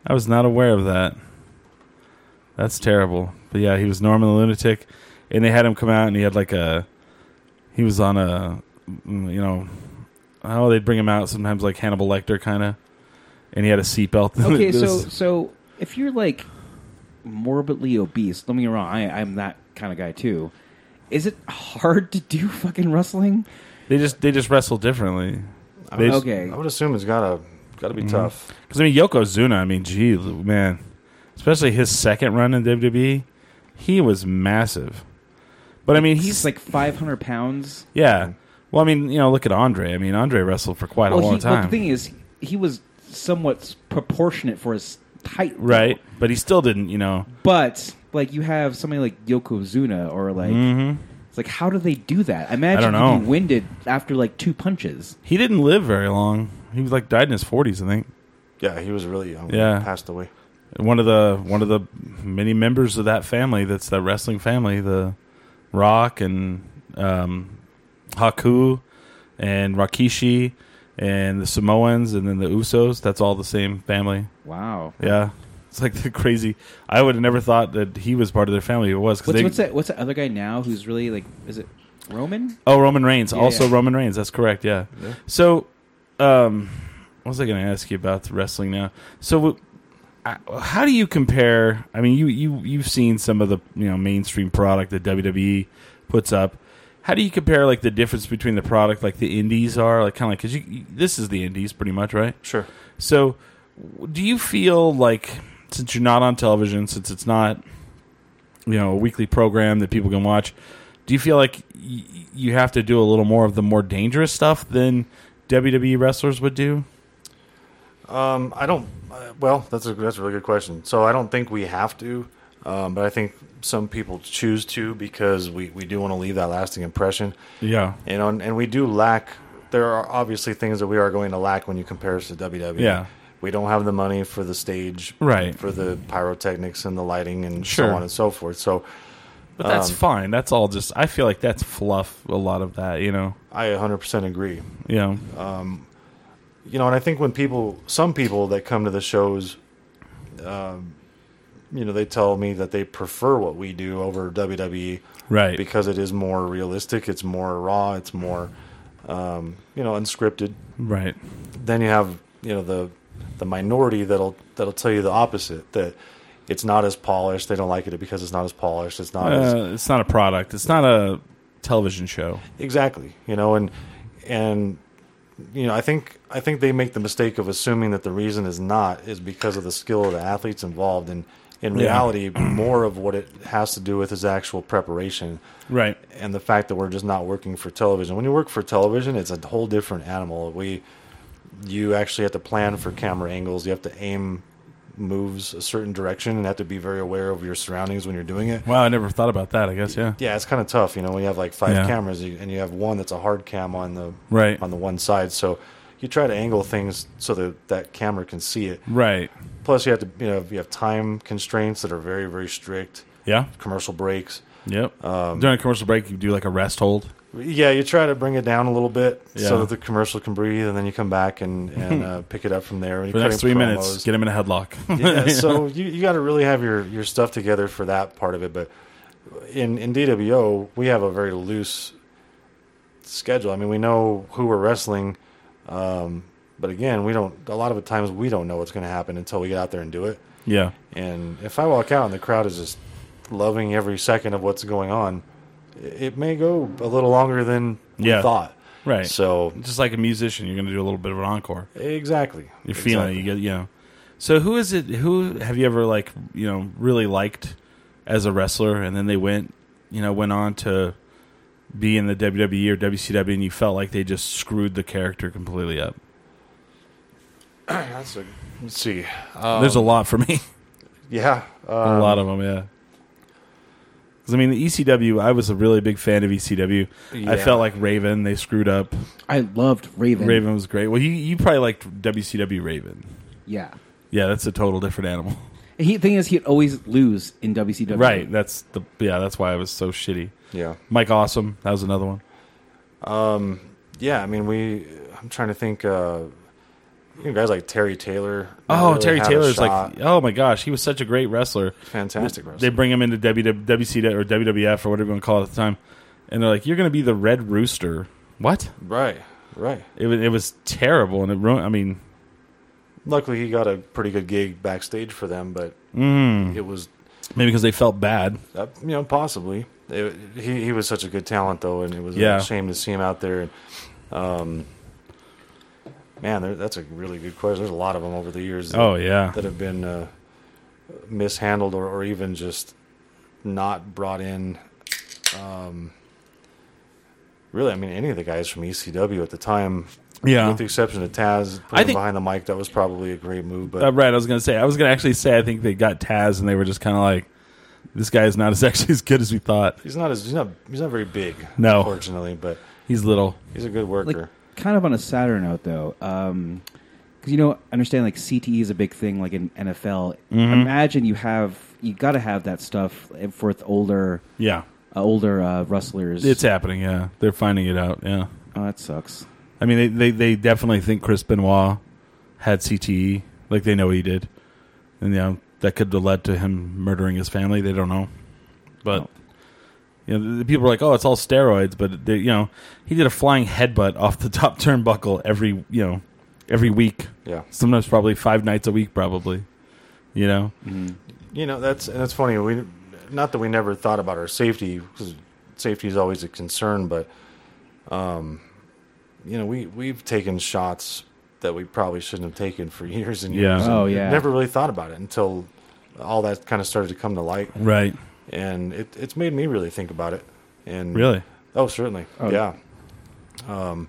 I was not aware of that. That's terrible. But yeah, he was Norman the Lunatic, and they had him come out, and he had like a, he was on a, mm, you know, oh they'd bring him out sometimes like Hannibal Lecter kind of, and he had a seatbelt. Okay, It so was- so if you're like morbidly obese, don't get me wrong, I, I'm that kind of guy too. Is it hard to do fucking wrestling? they just they just wrestle differently. They just- Uh, Okay, I would assume it's gotta gotta be Mm-hmm. tough. Because I mean, Yokozuna. I mean, gee, man, especially his second run in WWE, he was massive. But I mean, he's he's like 500 pounds. yeah. Well, I mean, you know, look at Andre. I mean, Andre wrestled for quite a long he, time. the thing is, he was somewhat s- proportionate for his height, though. Right, but he still didn't, you know. But like you have somebody like Yokozuna, or like Mm-hmm. it's like how do they do that? I imagine Mm. I don't he'd be know. winded after like two punches. He didn't live very long. He was like died in his forties, I think. Yeah, he was really young. Yeah. passed away. One of the one of the many members of that family, that's that wrestling family, the Rock and um, Haku and Rakishi and the Samoans and then the Usos. That's all the same family. Wow. Yeah, it's like the crazy. I would have never thought that he was part of their family. It was 'cause What's, they- what's that? What's that other guy now who's really like? Is it Roman? Oh, Roman Reigns. Yeah, also yeah. Roman Reigns. That's correct. Yeah. So, um, what was I going to ask you about the wrestling now? So, w- I- how do you compare? I mean, you you you've seen some of the you know mainstream product that WWE puts up. How do you compare like the difference between the product like the indies are like kind of like because you, you this is the indies pretty much right? Sure. So, w- do you feel like since you're not on television, since it's not you know a weekly program that people can watch, do you feel like y- you have to E do a little more of the more dangerous stuff than WWE wrestlers would do? Um, I don't. Uh, well, that's a that's a really good question. So I don't think we have to, um, but I think some people choose to because we, we do want to leave that lasting impression. Yeah. You know, and, and we do lack. There are obviously things that we are going to lack when you compare us to WWE. Yeah. We don't have the money for the stage, Right. For the pyrotechnics and the lighting and Sure. so on and so forth. So But that's Um, fine. That's all just. I feel like that's fluff. A lot of that, you know. I 100% agree. Yeah. you know, and I think when people, some people that come to the shows, um, you know, they tell me that they prefer what we do over WWE right. because it is more realistic, it's more raw, it's more, um, you know, unscripted. right. Then you have, you know, the the minority that'll that'll tell you the opposite that it's not as polished. They don't like it because it's not as polished. It's not as Uh, it's not a product. It's not a television show. Exactly. You know, and and you know, I think I think they make the mistake of assuming that the reason is not is because of the skill of the athletes involved and in Yeah. reality more of what it has to do with is actual preparation Right. and the fact that we're just not working for television. When you work for television, it's a whole different animal. We you actually have to plan for camera angles, you have to aim moves a certain direction and have to be very aware of your surroundings when you're doing it. Wow. I never thought about that. I guess. Yeah. Yeah, it's kind of tough, you know, when you have like five Yeah. cameras you- and you have one that's a hard cam on the Right. on the one side. So you try to angle things so that that camera can see it. Right. Plus, you have to you know you have time constraints that are very very strict. Yeah. Commercial breaks. Yep. Um, During a commercial break, you do like a rest hold. Yeah, you try to bring it down a little bit Yeah. so that the commercial can breathe, and then you come back and and uh, pick it up from there. And you For the cut next in three minutes, promos. get him in a headlock. yeah, so you, you got to really have your, your stuff together for that part of it. But in, in DWO, we have a very loose schedule. I mean, we know who we're wrestling, um, but again, we don't. A lot of the times, we don't know what's going to happen until we get out there and do it. yeah. And if I walk out and the crowd is just loving every second of what's going on, it it may go a little longer than we Yeah. thought. Right. So Just like a musician, you're going to do a little bit of an encore. exactly, You're feeling it. You Exactly. get, you know. So who is it? Who have you ever like, you know, really liked as a wrestler, and then they went, you know, went on to be in the WWE or WCW, and you felt like they just screwed the character completely up. That's a- let's see. There's a Um, lot for me. Yeah, uh, a lot of them, yeah. 'Cause, I mean, the ECW. I was a really big fan of ECW. I Yeah. felt like Raven. They screwed up. I loved Raven. Raven was great. Well, you you probably liked WCW Raven. Yeah. Yeah, that's a total different animal. And He thing is he'd always lose in WCW. Right. That's the yeah. That's why I was so shitty. yeah. Mike Awesome. That was another one. yeah, I mean, we. I'm trying to think. Uh, you know, guys like Terry Taylor. Oh, really Terry had a Taylor's shot. like oh my gosh, he was such a great wrestler. fantastic wrestler. They bring him into WW WCW or WWF or whatever you want to call it at the time, and they're like, "You're going to be the Red Rooster." What? right, right. It was it was terrible, and it ruined. I mean, Luckily, he got a pretty good gig backstage for them, but Mm. it was, maybe because they felt bad. uh, you know, possibly. It, he he was such a good talent though, and it was Yeah. a shame to see him out there. And, um, man, there, that's a really good question. There's a lot of them over the years. that- Oh yeah, that have been uh, mishandled or, or even just not brought in. Um, really, I mean, any of the guys from ECW at the time, yeah. with the exception of Taz, put I him think- behind the mic, that was probably a great move. But Uh, right. I was going to say. I was going to actually say. I think they got Taz, and they were just kind of like, "This guy is not as actually as good as we thought. he's not as he's not he's not very big, No. unfortunately, but He's little." he's a good worker. Like kind of on a sadder note though, because you know, I understand like CTE is a big thing like in NFL. Mm-hmm. Imagine you have you got to have that stuff for th- older Yeah, uh, older uh, wrestlers. it's happening. Yeah, they're finding it out. Yeah. oh, that sucks. I mean, they, they, they definitely think Chris Benoit had CTE. Like, they know he did. And, you know, that could have led to him murdering his family. They don't know. But, you know, the- the people are like, oh, it's all steroids. But, they, you know, he did a flying headbutt off the top turnbuckle every, you know, every week. yeah, Sometimes probably five nights a week, probably. You know? you know that's and that's funny. We not that we never thought about our safety because safety is always a concern, but um, you know we we've taken shots that we probably shouldn't have taken for years and years. Yeah. and Oh, yeah. never really thought about it until all that kind of started to come to light, Right. and it it's made me really think about it. And Really? oh, certainly, Oh. yeah. Um,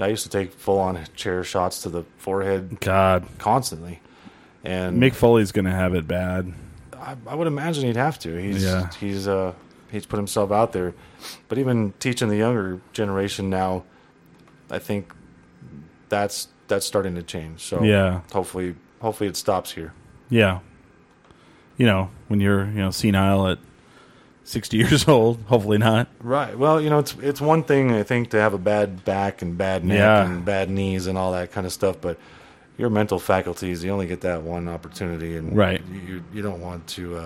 I used to take full on chair shots to the forehead God, constantly. And Mick Foley's gonna have it bad. I, I would imagine he'd have to. He's Yeah. he's uh he's put himself out there, but even teaching the younger generation now, I think that's that's starting to change. So Yeah. hopefully hopefully it stops here. Yeah. You know, when you're you know senile at sixty years old, hopefully not. Right. Well, you know, it's it's one thing I think to have a bad back and bad neck Yeah. and bad knees and all that kind of stuff, but your mental faculties you only get that one opportunity, and Right. you you, you don't want to uh,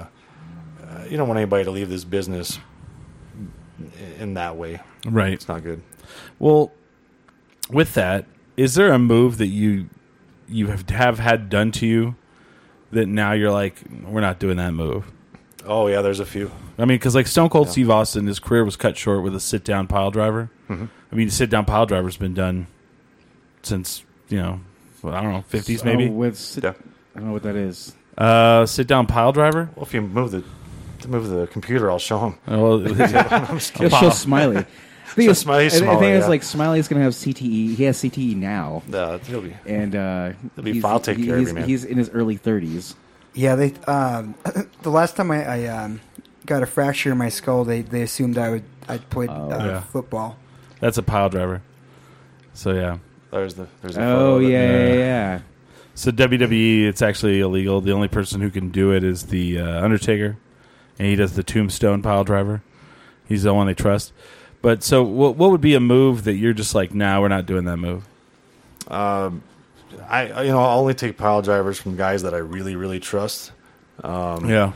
uh, you don't want anybody to leave this business i- in that way. Right. It's not good. Well, with that, is there a move that you you have have had done to you that now you're like, we're not doing that move? Oh yeah, there's a few. I mean, because like Stone Cold Yeah. Steve Austin, his career was cut short with a sit down pile driver. I mean, sit down pile driver's been done since you know, well, I don't know, fifties So maybe. Oh, with sit- Yeah. I don't know what that is. Uh, sit down pile driver. Well, if you move the to move the computer, I'll show them. Oh, well, I'm just kidding. It's just Smiley. I think it's, Smiley, I think Smiley, it's yeah. like Smiley's gonna have CTE. He has CTE now, No, it'll be- and uh, He'll be he's- file take he- care of he's, you, man. he's in his early thirties. Yeah, they. Um, the last time I, I um, got a fracture in my skull, they, they assumed I would I played Oh. uh, Yeah. football. that's a pile driver. So yeah. there's the there's the photo Oh of it. yeah, Yeah. yeah, yeah. So WWE, it's actually illegal. The only person who can do it is the uh, Undertaker, and he does the Tombstone pile driver. He's the one they trust. But so, what what would be a move that you're just like, nah, we're not doing that move? I I- you know I only take pile drivers from guys that I really really trust. yeah,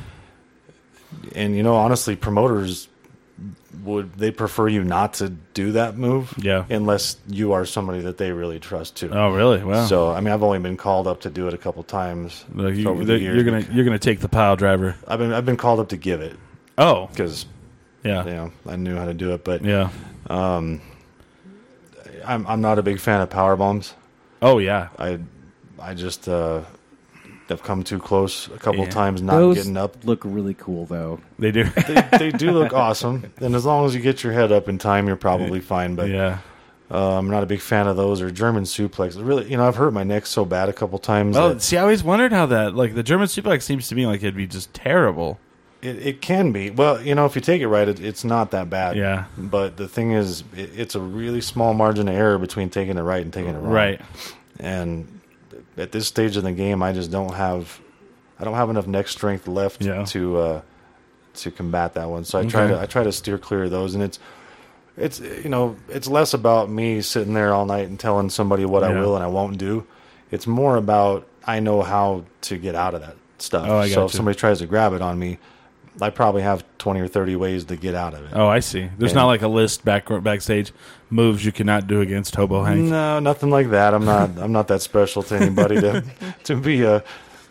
and you know honestly promoters would they prefer you not to do that move Yeah. unless you are somebody that they really trust too Oh, really? Wow. so i mean i've only been called up to do it a couple times Like, you, over the you're years. gonna you're gonna take the pile driver. i've been i've been called up to give it Oh, because you yeah, know i knew how to do it but yeah. i'm i'm not a big fan of power bombs Oh, yeah. i i just uh have come too close a couple Yeah. times not Those getting up look really cool though. They do. they, they do look awesome and as long as you get your head up in time you're probably fine but yeah. Uh, I'm not a big fan of those or German suplexes. Really, you know, I've hurt my neck so bad a couple times. Oh, that see, I always wondered how that like the German suplex seems to me like it'd be just terrible. it, it can be. Well, you know, if you take it right, it, it's not that bad. Yeah. But the thing is, it, it's a really small margin of error between taking it right and taking it wrong. Right. And at this stage in the game, I just don't have, I don't have enough neck strength left Yeah. to uh, to combat that one. So I try Okay. to I try to steer clear of those. And it's it's you know it's less about me sitting there all night and telling somebody what I Yeah. will and I won't do. It's more about I know how to get out of that stuff. Oh, I so if gotcha. somebody tries to grab it on me, I probably have twenty or thirty ways to get out of it. Oh, I see. There's Yeah. not like a list back backstage moves you cannot do against Hobo Hank. No, nothing like that. I'm not. I'm not that special to anybody to to be uh,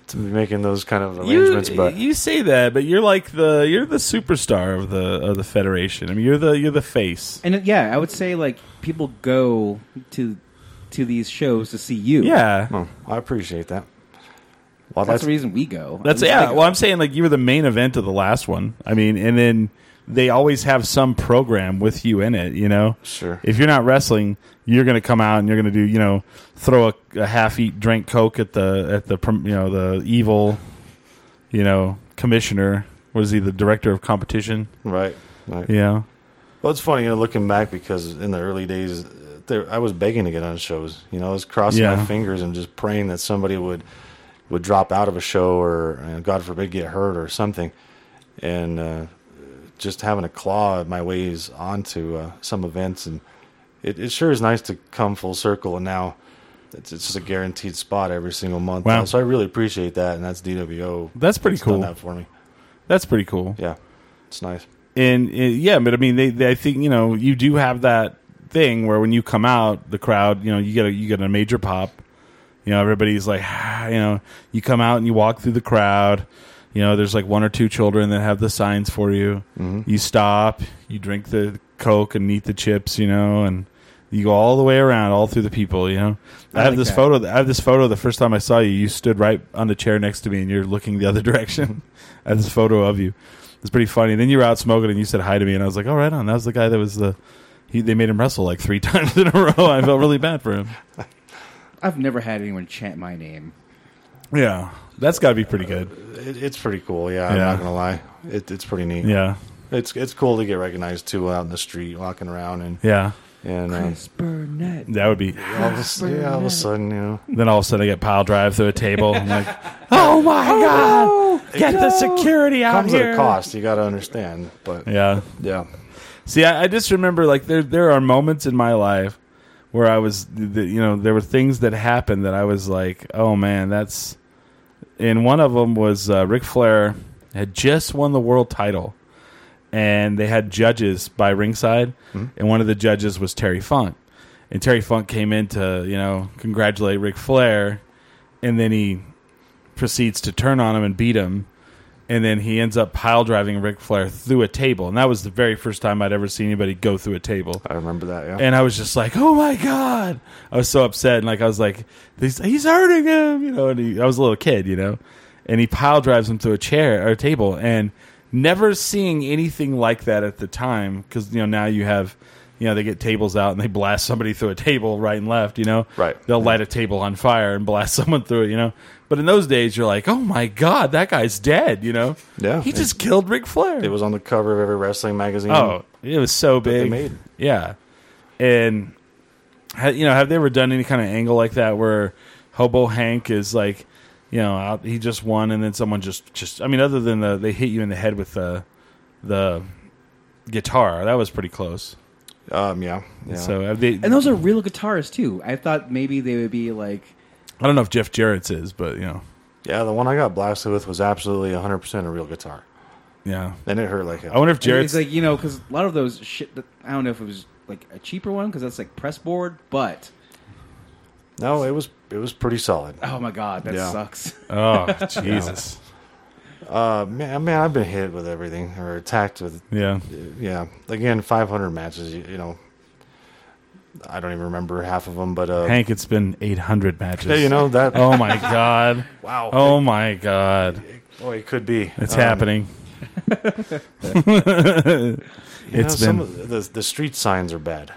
to be making those kind of arrangements. You, but you say that, but you're like the you're the superstar of the of the federation. I mean, you're the you're the face. And uh, yeah, I would say like people go to to these shows to see you. Yeah, oh, I appreciate that. Well, that's that's the reason we go. that's At least I yeah. go. Well, I'm saying like you were the main event of the last one. I mean, and then they always have some program with you in it. You know, sure. if you're not wrestling, you're going to come out and you're going to do you know throw a, a half eat drink coke at the at the prom- you know the evil you know commissioner. Was he the director of competition? Right. Right. You know. Well, it's funny, you know, looking back because in the early days, uh, there I was begging to get on shows. You know, I was crossing Yeah. my fingers and just praying that somebody would would drop out of a show or, uh, God forbid, get hurt or something. And uh, just having to claw my ways onto uh, some events, and it, it sure is nice to come full circle. And now it's, it's just a guaranteed spot every single month. Wow. So I really appreciate that, and that's DWO. That's pretty done cool. that for me. That's pretty cool. Yeah, it's nice. and uh, yeah, but I mean, they, they, I think you know you do have that thing where when you come out, the crowd, you know, you get a you get a major pop. You know, everybody's like, ah, you know, you come out and you walk through the crowd. You know, there's like one or two children that have the signs for you. Mm-hmm. You stop, you drink the coke and eat the chips. You know, and you go all the way around, all through the people. You know, I, I have like this that. photo. I have this photo. The first time I saw you, you stood right on the chair next to me, and you're looking the other direction. I have this "Oh, photo of you. It's pretty funny. Then you were out smoking, and you said hi to me, and I was like, "All right, on." That was the guy that was the He, they made him wrestle like three times in a row. I felt really bad for him. I've never had anyone chant my name. Yeah, that's got to be pretty good. It, it's pretty cool. Yeah, I'm Yeah. not gonna lie. It, it's pretty neat. Yeah, It's it's cool to get recognized too out in the street, walking around, and yeah, and um, Chris Burnett. that would be. all of a, s- yeah, all of a sudden, you know, Then all of a sudden, I get pile drive through a table. I'm like, oh my god, get the security out comes here. at a cost. You got to understand, but yeah, Yeah. See, I, I just remember like there there are moments in my life where I was, th- you know, there were things that happened that I was like, oh man, that's. And one of them was uh, Ric Flair had just won the world title, and they had judges by ringside, and one of the judges was Terry Funk, and Terry Funk came in to you know congratulate Ric Flair, and then he proceeds to turn on him and beat him and then he ends up pile driving Ric Flair through a table, and that was the very first time I'd ever seen anybody go through a table. I remember that. Yeah, And I was just like, "Oh my god!" I was so upset, and like I was like, "He's he's hurting him," you know. And he, I was a little kid, you know, and he pile drives him through a chair or a table, and never seeing anything like that at the time because you know now you have. You know, they get tables out and they blast somebody through a table right and left, you know? Right. They'll light a table on fire and blast someone through it, you know? But in those days, you're like, oh my God, that guy's dead, you know? Yeah. He just killed Ric Flair. it was on the cover of every wrestling magazine. Oh, it was so they big. made. Yeah, and ha- you know, have they ever done any kind of angle like that where Hobo Hank is like, you know, out, he just won, and then someone just, just, I mean, other than the they hit you in the head with the the guitar, that was pretty close. um, yeah, yeah. So have they, And those are real guitarists too. I thought maybe they would be like I don't know if Jeff Jarrett's is, but you know, yeah, the one I got blasted with was absolutely 100 percent a real guitar, yeah. and it hurt like hell. I wonder if Jarrett's. it's like you know because a lot of those shit. That, I don't know if it was like a cheaper one because that's like press board, but no, it was it was pretty solid. oh my god, that Yeah. sucks. oh Jesus, Uh, man, man, I've been hit with everything or attacked with yeah. yeah. Again, 500 matches. You, you know, I don't even remember half of them, but uh, Hank, it's been eight hundred matches. yeah, you know that. Oh my God! wow. Oh my God! Boy, it could be. It's Um, happening. you know, It's some been- of the the street signs are bad.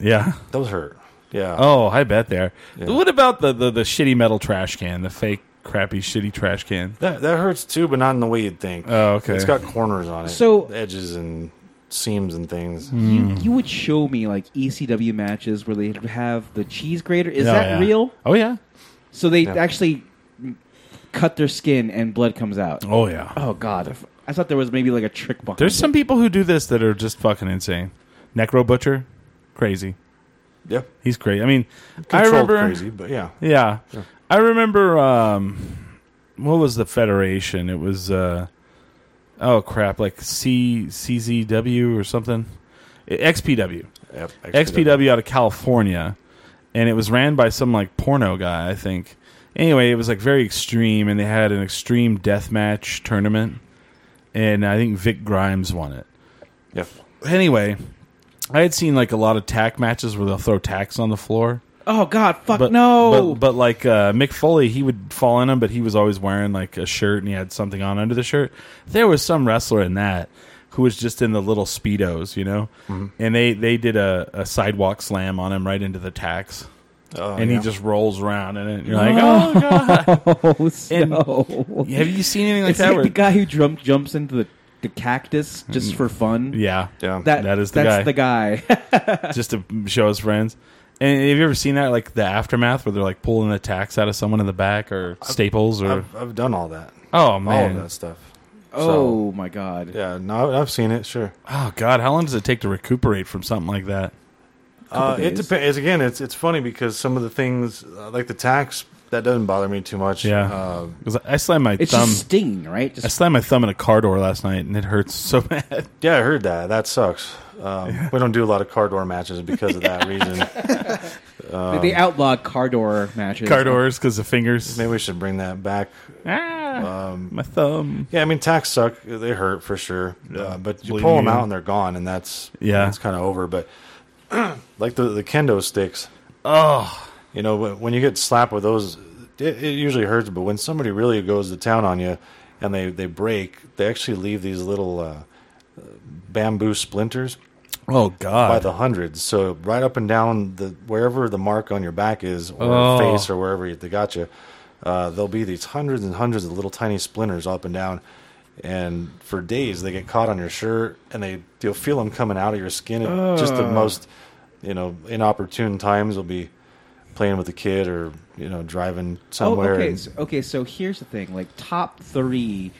Yeah. Those hurt. Yeah. Oh, I bet there. Yeah. What about the, the the shitty metal trash can, the fake crappy shitty trash can? That that hurts too, but not in the way you'd think. Oh, okay. It's got corners on it, So- edges and seams and things. Hmm. You you would show me like ECW matches where they have the cheese grater. Is Oh, that yeah. real? Oh yeah. So they Yeah. actually cut their skin and blood comes out. Oh yeah. Oh god, if- I thought there was maybe like a trick behind. There's it. some people who do this that are just fucking insane. Necro Butcher, crazy. Yeah, He's crazy. I mean, I Controlled remember. crazy, but yeah, Yeah. I remember. Um, what was the federation? It was. Uh, oh crap! Like C CZW or something. XPW. Yep, XPW out of California, and it was ran by some like porno guy, I think. Anyway, it was like very extreme, and they had an extreme death match tournament, and I think Vic Grimes won it. Yep. Anyway, I had seen like a lot of tack matches where they'll throw tacks on the floor, Oh god, fuck but no. but, but like uh, Mick Foley, he would fall in them, but he was always wearing like a shirt and he had something on under the shirt. There was some wrestler in that who was just in the little speedos, you know, Mm-hmm. and they they did a, a sidewalk slam on him right into the tacks, Oh, and yeah. he just rolls around in it. And you're like, oh god, oh, and- so. have you seen anything like It's that? like where- the guy who jump, jumps into the, the cactus Mm. just for fun. yeah, yeah. That, That is the that's guy. the guy. just to show his friends. And have you ever seen that, like the aftermath, where they're like pulling the tacks out of someone in the back, or staples, or I've, I've done all that, oh all of man, that stuff. oh my god. Yeah, no, I've seen it. Sure, oh god, how long does it take to recuperate from something like that? uh, it days. depends. Again, it's it's funny because some of the things uh, like the tax that doesn't bother me too much. Yeah. uh, Because I slammed my It's thumb. just stinging, right? I Just slammed my thumb in a car door last night, and it hurts so bad. yeah, I heard that. That sucks. Um, We don't do a lot of car door matches because of that reason. Uh, they outlawed car door matches. car doors because of fingers. Maybe we should bring that back. Ah, my thumb. Yeah, I mean, tacks suck. They hurt for sure. Uh, but you Bleeding pull them you. out and they're gone, and that's Yeah. that's kind of over. But like the the kendo sticks, Oh, you know, when when you get slapped with those, it, it usually hurts. But when somebody really goes to town on you and they they break, they actually leave these little uh, bamboo splinters. Oh God! by the hundreds. So right up and down the wherever the mark on your back is, or Oh. face, or wherever they got you, uh, there'll be these hundreds and hundreds of little tiny splinters up and down. And for days, they get caught on your shirt, and they you'll feel them coming out of your skin at just Ah. the most, you know, inopportune times. Will be playing with a kid or you know driving somewhere. Oh, okay. and- So, okay, so here's the thing: like top three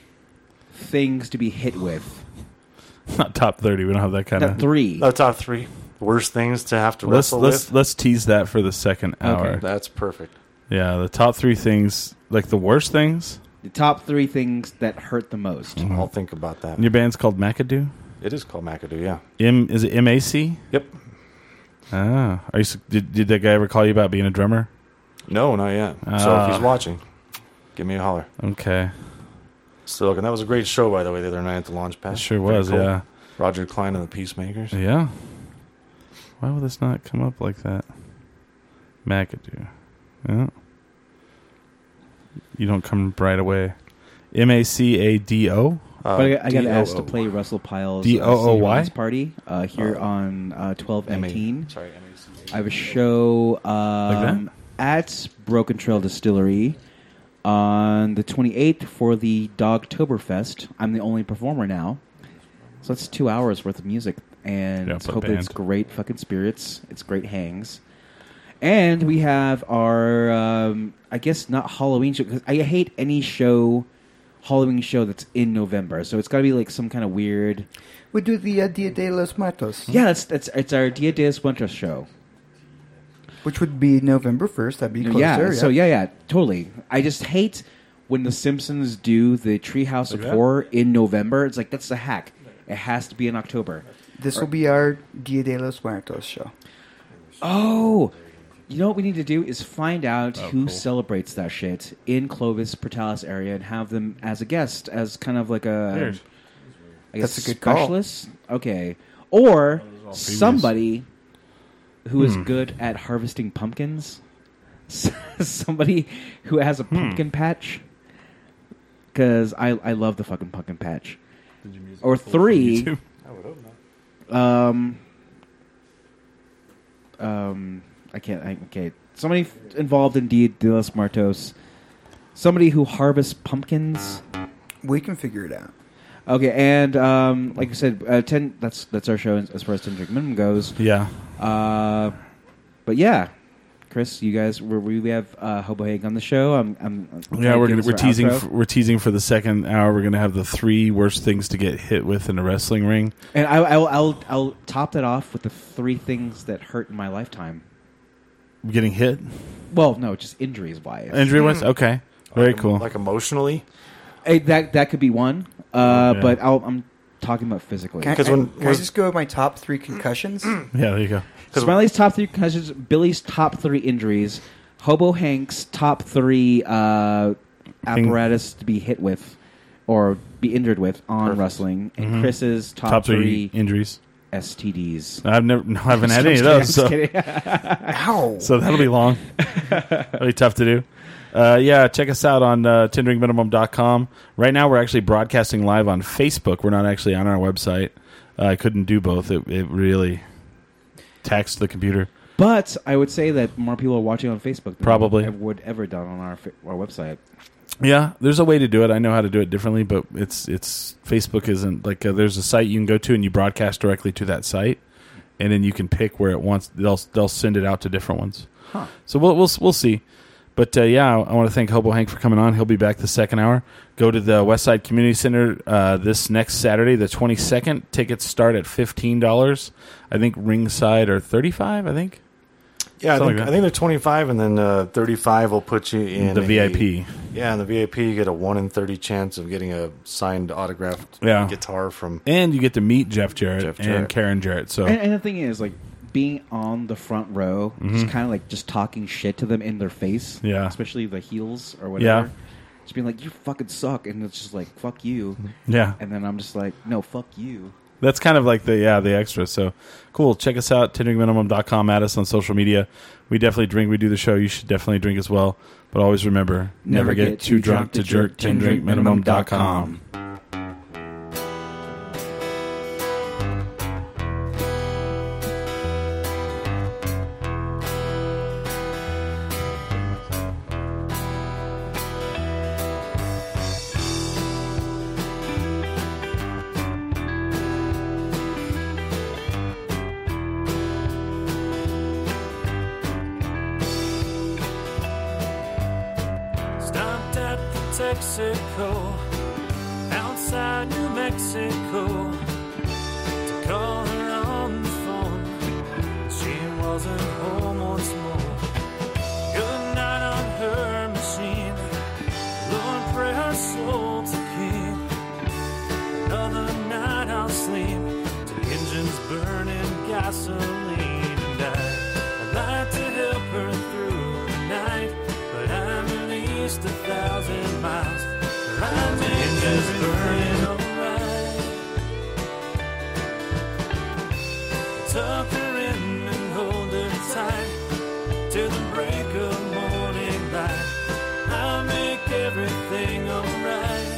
things to be hit with. Not top thirty. We don't have that kind Top of. three. Uh, top three worst things to have to Let's wrestle let's with. let's tease that for the second hour. That's perfect. Yeah, the top three things, like the worst things. The top three things that hurt the most. Mm-hmm. I'll think about that. Your band's called McAdoo. It is called McAdoo. Yeah. M is it M A C? Yep. Ah, are you, s- did did that guy ever call you about being a drummer? No, not yet. so if Ah. he's watching, give me a holler. Okay, Still looking. That was a great show, by the way, the other night at the launch pad. that sure Very was. cool. Yeah, Roger Klein and the Peacemakers. yeah. Why would this not come up like that? McAdoo. Yeah. You don't come right away. M A C A D O. Uh, But I, I got DOO. asked to play Russell Pyle's uh, DOOY? City Runs party uh, here Oh. on uh, twelve M A- eighteen. Sorry, M-A-C-A. I have a show um, that? at Broken Trail Distillery on the 28th for the Dogtoberfest. I'm the only performer now. So that's two hours worth of music. And Yeah, it's- but hopefully it's band. great fucking spirits. It's great hangs. And we have our, um, I guess not Halloween show, because I hate any show, Halloween show that's in November. So it's got to be like some kind of weird. We do the uh, Dia de los Muertos, Yeah, that's, that's it's our Dia de los Muertos show. which would be November first. That'd be closer. yeah, So yeah, yeah, totally. I just hate when the Simpsons do the Treehouse of that? Horror in November. It's like that's the hack. It has to be in October. This will be our Dia de los Muertos show. Oh, you know what we need to do is find out Oh, who celebrates that shit in Clovis, Portales area, and have them as a guest, as kind of like a. Weird. I guess That's a good call. specialist. Okay, or somebody who Hmm. is good at harvesting pumpkins. somebody who has a Hmm. pumpkin patch. Because I I love the fucking pumpkin patch. Or three. YouTube? Um, um, I can't. I, okay, somebody f- involved in Dia de los Muertos. Somebody who harvests pumpkins. We can figure it out. Okay, and um, like I said, uh, ten. That's that's our show as as far as ten drink minimum goes. Yeah. Uh, but yeah, Chris, you guys, we we we have uh, Hobo Hague on the show. I'm, I'm I'm Yeah, trying we're to gonna, give we're us our teasing outro. f we're teasing for the second hour. We're gonna have the three worst things to get hit with in a wrestling ring. and I, I will, I'll I'll top that off with the three things that hurt in my lifetime. Getting hit, Well, no, just injuries wise. injury wise. Okay, very Like- cool. Um, Like emotionally, Hey, that that could be one, uh, Oh, Yeah. but I'll, I'm talking about physically. Can, I, 'Cause when- can I when- just go with my top three concussions? Yeah, there you go. Smiley's top three concussions, Billy's top three injuries, Hobo Hank's top three uh, apparatus to be hit with or be injured with on wrestling, and Chris's top, Mm-hmm. Top three, three injuries. STDs. I've never, no, I haven't had I'm any just of kidding, I'm those. just So, kidding. Ow! so that'll be long. that'll be tough to do. Uh, yeah, check us out on uh, tinderingminimum.com. Right now, we're actually broadcasting live on Facebook. We're not actually on our website. Uh, I couldn't do both. It, it really taxed the computer. but I would say that more people are watching on Facebook than Probably. I would ever done on our fa- our website. Yeah, there's a way to do it. I know how to do it differently, but it's it's Facebook isn't like uh, there's a site you can go to and you broadcast directly to that site, and then you can pick where it wants. They'll they'll send it out to different ones. Huh. So we'll we'll we'll see. But uh, yeah, I, I want to thank Hobo Hank for coming on. He'll be back the second hour. Go to the West Side Community Center uh, this next Saturday, the 22nd. Tickets start at fifteen dollars. I think ringside are thirty five. I think yeah. I Something think, like that. I think they're twenty five, and then uh, thirty five will put you in the a- VIP. Yeah, and the VIP you get a one in thirty chance of getting a signed autographed Yeah. guitar from. And you get to meet Jeff Jarrett, Jeff and Jarrett. Karen Jarrett. So And, and the thing is, like being on the front row, just kind of like just talking shit to them in their face. Mm-hmm. Yeah. especially the heels or whatever. Yeah. Just being like, "You fucking suck," and it's just like, "Fuck you," yeah, and then I'm just like, "No, fuck you." That's kind of like the yeah the extra. So cool. Check us out tinderingminimum.com at us on social media. We definitely drink. We do the show. You should definitely drink as well. But always remember, never, get, too drunk, to jerk. tinderingminimum.com. Texaco, outside New Mexico, to call her on the phone. She wasn't home once more. Good night on her machine. Lord, pray her soul to keep. Another night I'll sleep. The engine's burning gasoline, and I, I'd like to help her through the night, but I'm at least a thousand miles. Right, the engine's burning alright. Tuck her in and hold her tight till the break of morning light. I'll make everything alright.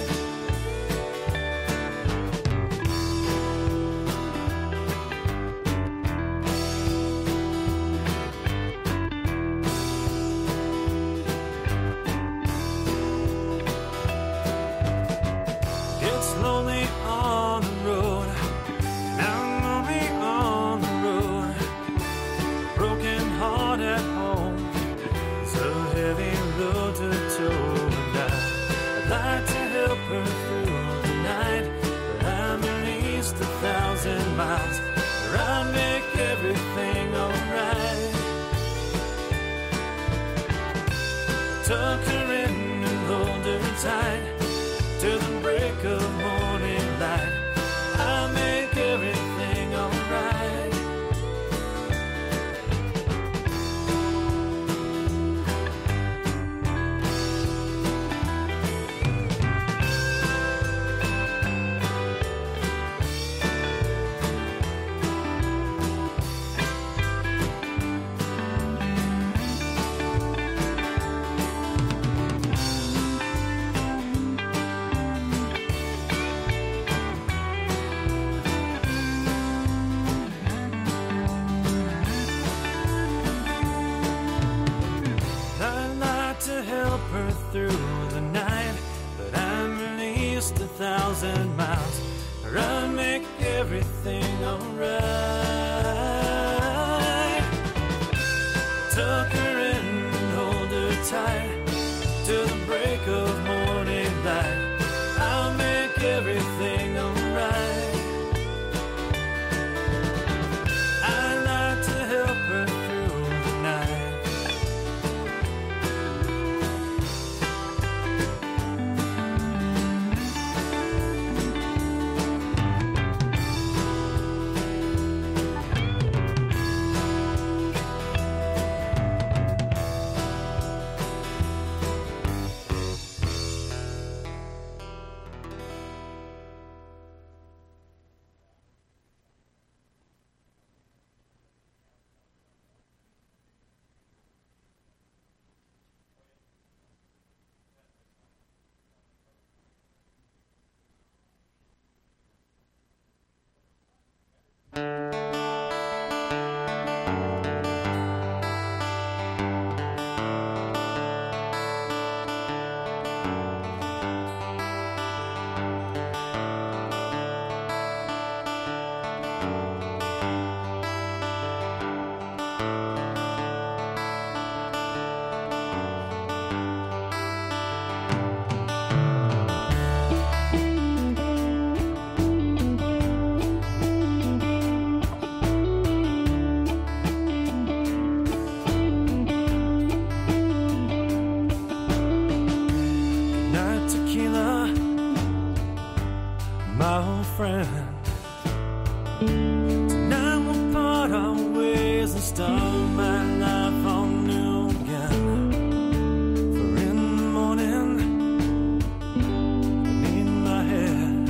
It's lonely on the road. And I'm lonely on the road. Broken heart at home. It's a heavy load to tow. And I, I'd like to help her through the night. But I'm at least a thousand miles. Where I make everything alright. Tuck her in and hold her tight till the break of morning light. I make everything alright. I'd like to help her through the night, but I'm at least a thousand miles. Or I'd make everything alright. Tuck her in and hold her tight till the break of morning light. I'll make everything alright. I'd like to help her through the night. night tequila, my old friend. Tonight we'll part our ways and start my life all new again. For in the morning, beneath my head,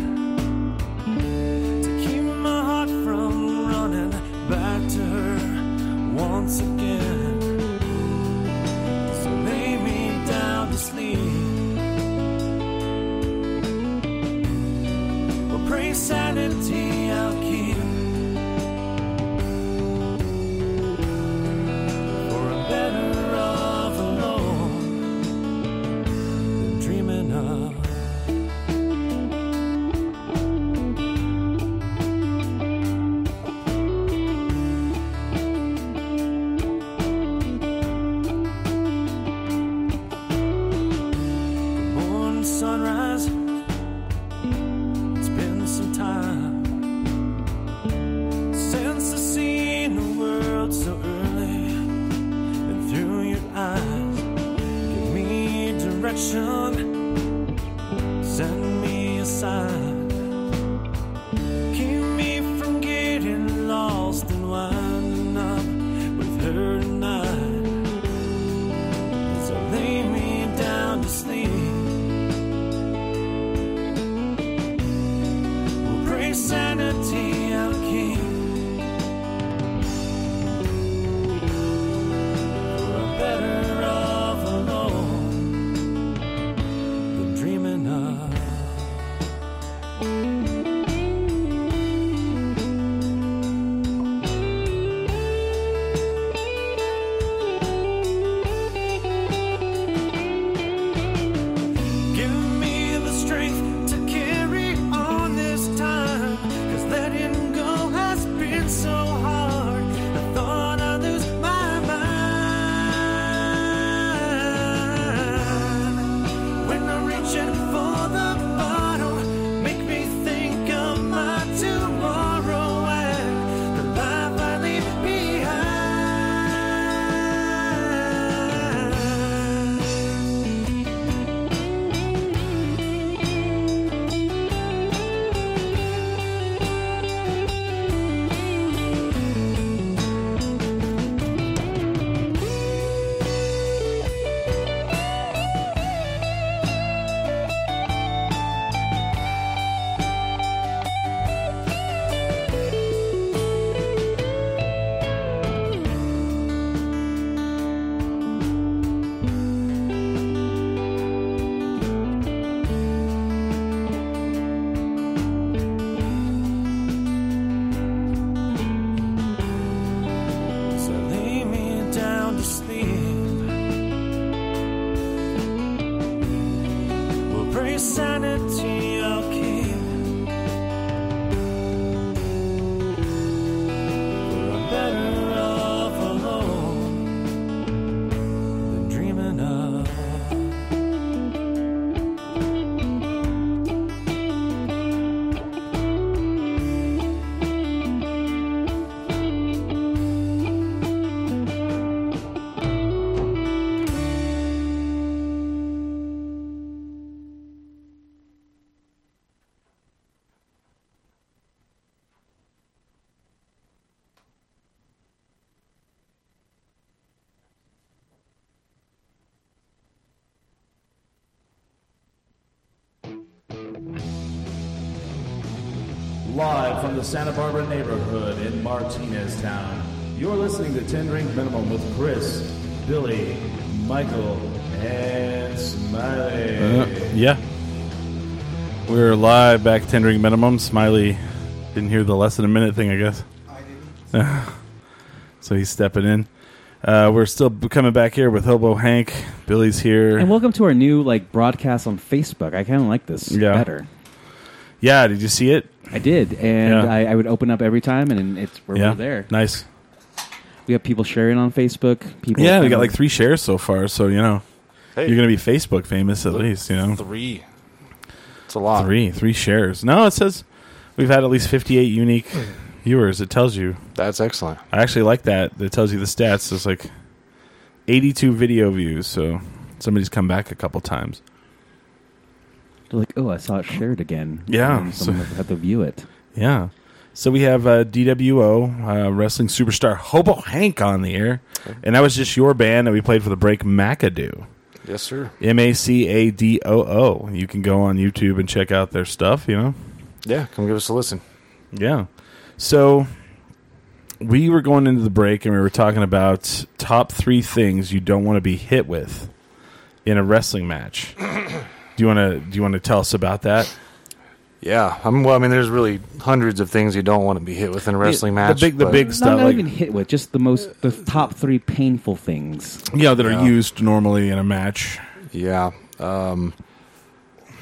to keep my heart from running back to her once again. So lay me down to sleep. Well, pray sanity I'll keep For a better off alone Than dreaming of Morning attention. Send me a sign. Keep me from getting lost and winding up with her tonight. So lay me down to sleep. We'll bring sanity out, keep. I'm better off alone than dreaming of. Give me the strength to carry on this time. Cause letting go has been so hard. I thought I'd lose my mind. When I'm reaching for the bottom, make me think of my tomorrow and the life I leave behind. So lay me down to sleep. We'll pray sanity, I'll keep. But I'm better off alone than dreaming of. Live from the Santa Barbara neighborhood in Martinez Town, you're listening to 10 Drink Minimum with Chris, Billy, Michael, and Smiley. Uh, yeah. We were live back tendering minimum. Smiley didn't hear the less than a minute thing, I guess. so he's stepping in. Uh, we're still b- coming back here with Hobo Hank. Billy's here. And welcome to our new like broadcast on Facebook. I kind of like this Yeah. better. yeah, did you see it? I did, and Yeah. I, I would open up every time, and it's we're yeah, there. Nice. We got people sharing on Facebook. People, Yeah, we got like three shares so far. So you know, Hey, you're gonna be Facebook famous at least. You know, three. It's a lot. three, three shares. No, it says we've had at least 58 unique viewers. It tells you. That's excellent. I actually like that. It tells you the stats. It's like 82 video views, so somebody's come back a couple times. They're like, oh, I saw it shared again. Yeah, And so- someone had to view it. Yeah. So we have uh, DWO, uh, wrestling superstar Hobo Hank on the air. And that was just your band that we played for the break, McAdoo. Yes, sir. M A C A D O O. You can go on YouTube and check out their stuff, you know? Yeah, come give us a listen. Yeah. So we were going into the break and we were talking about top three things you don't want to be hit with in a wrestling match. do you want to do you want to tell us about that? Yeah, i mean, Well, I mean, there's really hundreds of things you don't want to be hit with in a wrestling the match. big- the but- big- Not, Stuff not like- even hit with just the most the top three painful things. Yeah, that are used normally in a match. Yeah. Um,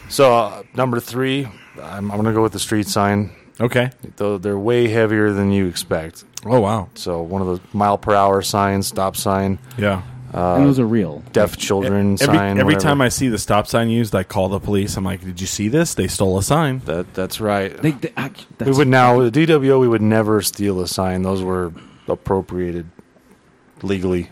so uh, number three, I'm, I'm gonna go with the street sign. Okay. Though they're way heavier than you expect. Oh wow. So one of those mile per hour signs, stop sign, Yeah. and those are real. deaf children E-, every sign. every whatever. time I see the stop sign used, I call the police. I'm like, "Did you see this? They stole a sign." that that's right. They, they, I, we that's, would now with the DWO we would never steal a sign. Those were appropriated legally.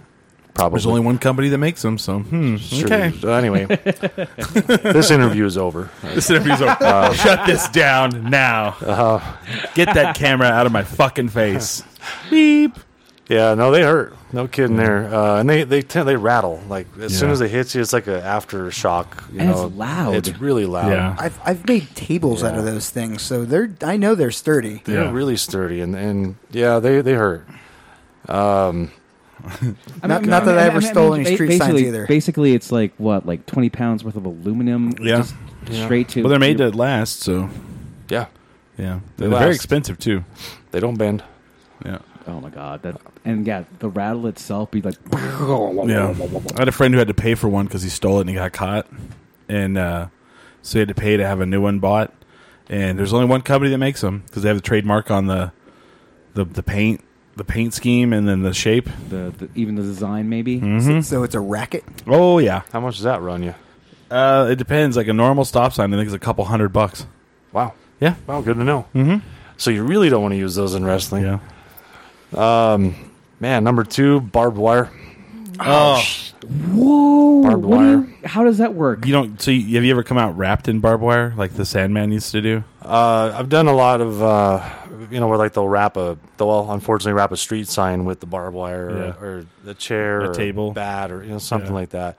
Probably. There's only one company that makes them, so hmm. Sure. Okay. So Anyway, this interview is over. This interview's over. Shut this down now. Uh-huh. Get that camera out of my fucking face. Beep. Yeah, no, they hurt. No kidding there. Uh, and they they tend, they rattle like as soon Yeah. as it hits you, it's like an aftershock. You And it's know, loud. It's really loud. Yeah. I've I've made tables out of those things, so they're I know they're sturdy. They're Yeah. really sturdy, and, and yeah, they they hurt. Not- not that I ever stole any ba- street signs basically, either. Basically, it's like what, like twenty pounds worth of aluminum, Yeah. just straight to. Well, they're made to last, so Yeah, yeah, They they're very last. expensive too. they don't bend. Yeah. Oh my god! That and yeah, the rattle itself be like. Yeah, I had a friend who had to pay for one because he stole it and he got caught, and uh, so he had to pay to have a new one bought. And there's only one company that makes them because they have the trademark on the the the paint, the paint scheme, and then the shape. the, the even the design maybe. So, so it's a racket. Oh yeah, How much does that run you? uh, it depends. Like a normal stop sign, I think is a couple hundred bucks. Wow. Yeah, Wow, good to know. Mm-hmm. So you really don't want to use those in wrestling. yeah. Man, number two, barbed wire. Oh, Whoa! Barbed what do you- wire. how does that work? you don't. So you, have you ever come out wrapped in barbed wire like the Sandman used to do? Uh, I've done a lot of, uh, you know, where like they'll wrap a, they'll unfortunately wrap a street sign with the barbed wire or, Yeah. or the chair A or table. bat or, you know, something Yeah. like that.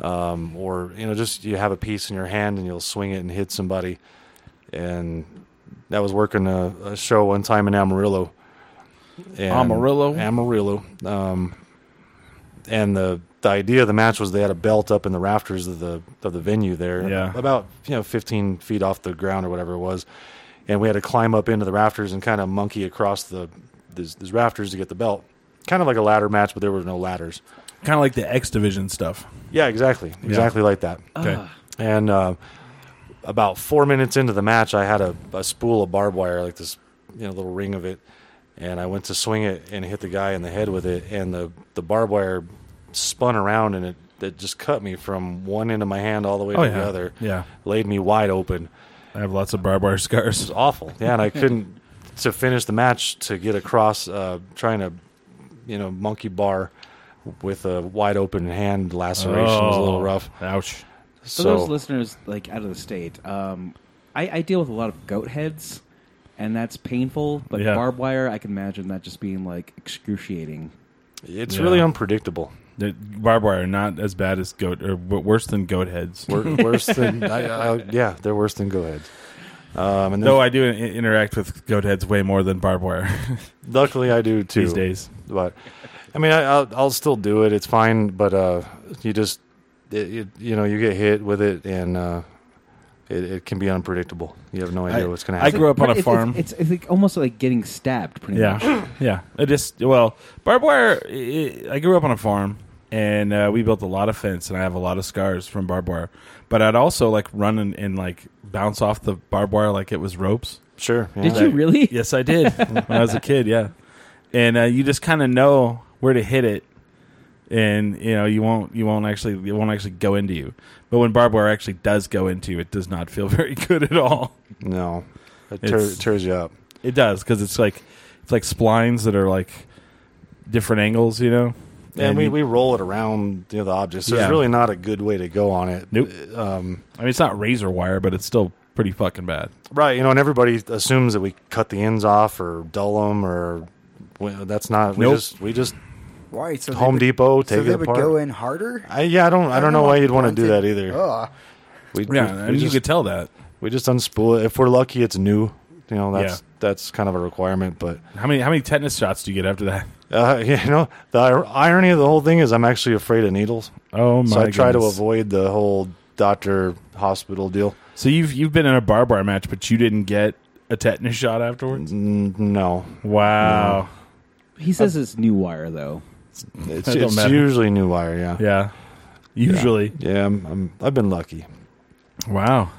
Um, or, you know, just you have a piece in your hand and you'll swing it and hit somebody. And that was working a, a show one time in Amarillo. And Amarillo? Amarillo. Um, and the, the idea of the match was they had a belt up in the rafters of the of the venue there, Yeah. about you know 15 feet off the ground or whatever it was, and we had to climb up into the rafters and kind of monkey across the these, these rafters to get the belt, kind of like a ladder match, but there were no ladders. Kind of like the X Division stuff. Yeah, exactly, exactly like that. Okay. And uh, about four minutes into the match, I had a, a spool of barbed wire, like this, you know, little ring of it, and I went to swing it and hit the guy in the head with it, and the the barbed wire spun around and it it just cut me from one end of my hand all the way Oh to yeah. the other. Yeah. laid me wide open. I have lots of barbed wire scars. It was awful. Yeah, and I couldn't to finish the match to get across uh, trying to, you know, monkey bar with a wide open hand laceration was a Oh. little rough. Ouch. For So those listeners like out of the state, um, I, I deal with a lot of goat heads, and that's painful. But Yeah. barbed wire, I can imagine that just being like excruciating. it's Yeah. really unpredictable. The barbed wire not as bad as goat or w- worse than goat heads. Wor- worse than I, I, yeah, they're worse than go aheads. Um, and then, Though I do in- interact with goat heads way more than barbed wire luckily I do too these days. But I mean, I, I'll, I'll still do it. It's fine. But uh, you just it, you, you know you get hit with it and. Uh, it, it can be unpredictable. You have no idea I- what's going I to happen. grew up on But a it's- farm. It's, it's, like almost like getting stabbed. Pretty much. Yeah, yeah. It just well, barbed wire. i I grew up on a farm, and uh, we built a lot of fence, and I have a lot of scars from barbed wire. But I'd also like run and, and like bounce off the barbed wire like it was ropes. Sure. yeah. Did you really? Yes, I did when I was a kid. Yeah, and uh, you just kind of know where to hit it, and you know you won't you won't actually it won't actually go into you. But when barbed wire actually does go into you, it does not feel very good at all. No, it tear, It's- tears you up. It does because it's like it's like splines that are like different angles, you know. And, we, you- we roll it around you know, the objects. So Yeah. There's really not a good way to go on it. Nope. Um, I mean, it's not razor wire, but it's still pretty fucking bad. right. You know, and everybody assumes that we cut the ends off or dull them or well, that's not. We Nope. just we just Why? So they Home would- So Depot take they it would apart. go in harder. I, yeah, I don't. I don't know why you'd want to do that either. Ugh. We, Yeah, we, and we you just, could tell that. we just unspool it. If we're lucky, it's new. You know, that's Yeah. that's kind of a requirement. But How many how many tetanus shots do you get after that? uh, you know, the ir- irony of the whole thing is, I'm actually afraid of needles, Oh my! so I try to goodness. avoid the whole doctor hospital deal. So you've you've been in a barbed wire match, but you didn't get a tetanus shot afterwards. Mm, no, Wow. He says it's new wire though. it's, That don't it's matter. usually new wire. Yeah, yeah. Yeah. Usually. I'm, I'm, I've been lucky. Wow.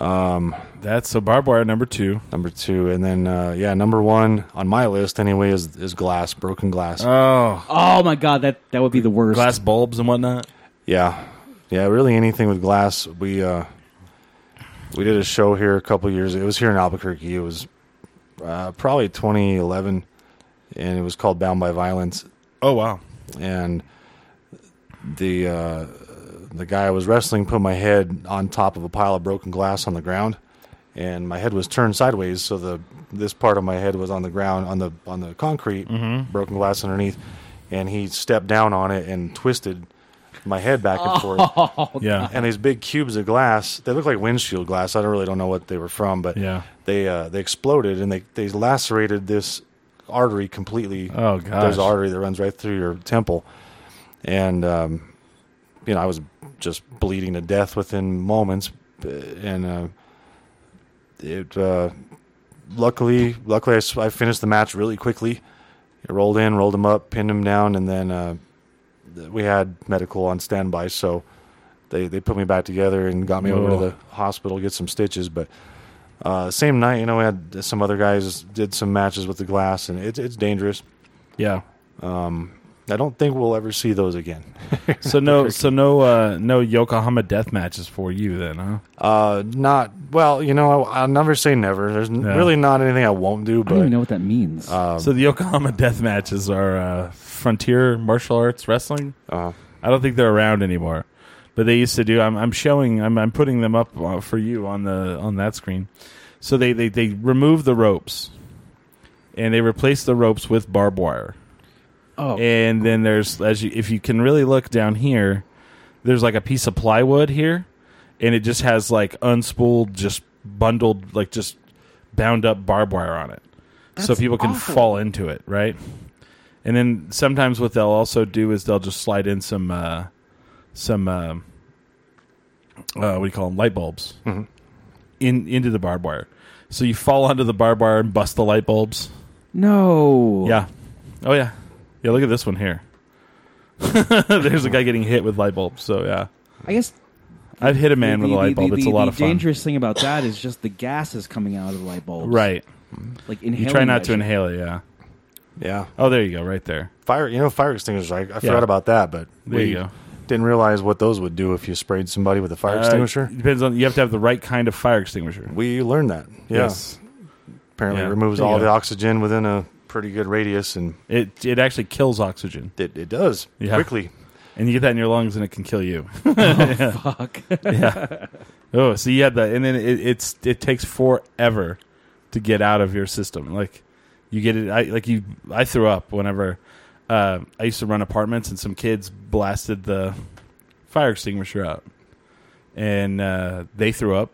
Um that's so barbed wire number 2. Number two, and then uh, yeah, number one on my list anyway is is glass, broken glass. Oh, Oh my god, that that would be the worst. glass bulbs and whatnot. Yeah, yeah. Really, anything with glass. We uh, we did a show here a couple years. It was here in Albuquerque. It was uh, probably 2011, and it was called Bound by Violence. Oh wow. And the uh, the guy I was wrestling put my head on top of a pile of broken glass on the ground, and my head was turned sideways, so the this part of my head was on the ground on the on the concrete, broken glass underneath, and he stepped down on it and twisted my head back and forth yeah. and these big cubes of glass. They look like windshield glass. I don't really don't know what they were from, but Yeah. they uh, they exploded and they they lacerated this artery completely. Oh, gosh. There's an artery that runs right through your temple, and um, you know I was just bleeding to death within moments, uh, and uh, it uh, luckily luckily I s I I finished the match really quickly. I rolled in, rolled him up, pinned him down, and then uh, th- we had medical on standby. So they, they put me back together and got me over to Whoa. the hospital to get some stitches. But uh, same night, you know, we had some other guys did some matches with the glass, and it's it's dangerous. Yeah. I don't think we'll ever see those again. So no, so no, uh, no Yokohama death matches for you then, huh? Uh, not well, you know, I, I'll never say never. There's n Yeah. really not anything I won't do, I don't even but know what that means. so the Yokohama death matches are uh, frontier martial arts wrestling. uh, I don't think they're around anymore, but they used to do. I'm, I'm showing. I'm, I'm putting them up uh, for you on the on that screen. So they they they remove the ropes, and they replace the ropes with barbed wire. oh, and then there's as you if you can really look down here there's like a piece of plywood here and it just has like unspooled just bundled like just bound up barbed wire on it so people can fall into it right and then sometimes what they'll also do is they'll just slide in some uh some um uh, what do you call them light bulbs in into the barbed wire so you fall onto the barbed wire and bust the light bulbs no. yeah. Oh yeah. Yeah, look at this one here. There's a guy getting hit with light bulbs. So yeah. I guess I've hit a man the, with a the- light bulb. the- it's a the- lot the of fun. dangerous thing about that is just the gases coming out of the light bulb. Right. Like You inhaling. try not that to shit. inhale it, yeah. yeah, Oh, there you go, right there. fire. You know, fire extinguishers. I, I forgot about that, but There we you go. didn't realize what those would do if you sprayed somebody with a fire extinguisher. Uh, depends on you have to have the right kind of fire extinguisher. We learned that. Yeah. Yes. Apparently, Yeah. it removes There you all the go. oxygen within a pretty good radius, and It it actually kills oxygen. it, it does Yeah. quickly. And you get that in your lungs and it can kill you. Fuck. Oh, so you had that, and then it, it's it takes forever to get out of your system. Like you get it, I like you. I threw up whenever uh, I used to run apartments, and some kids blasted the fire extinguisher out, and uh, they threw up.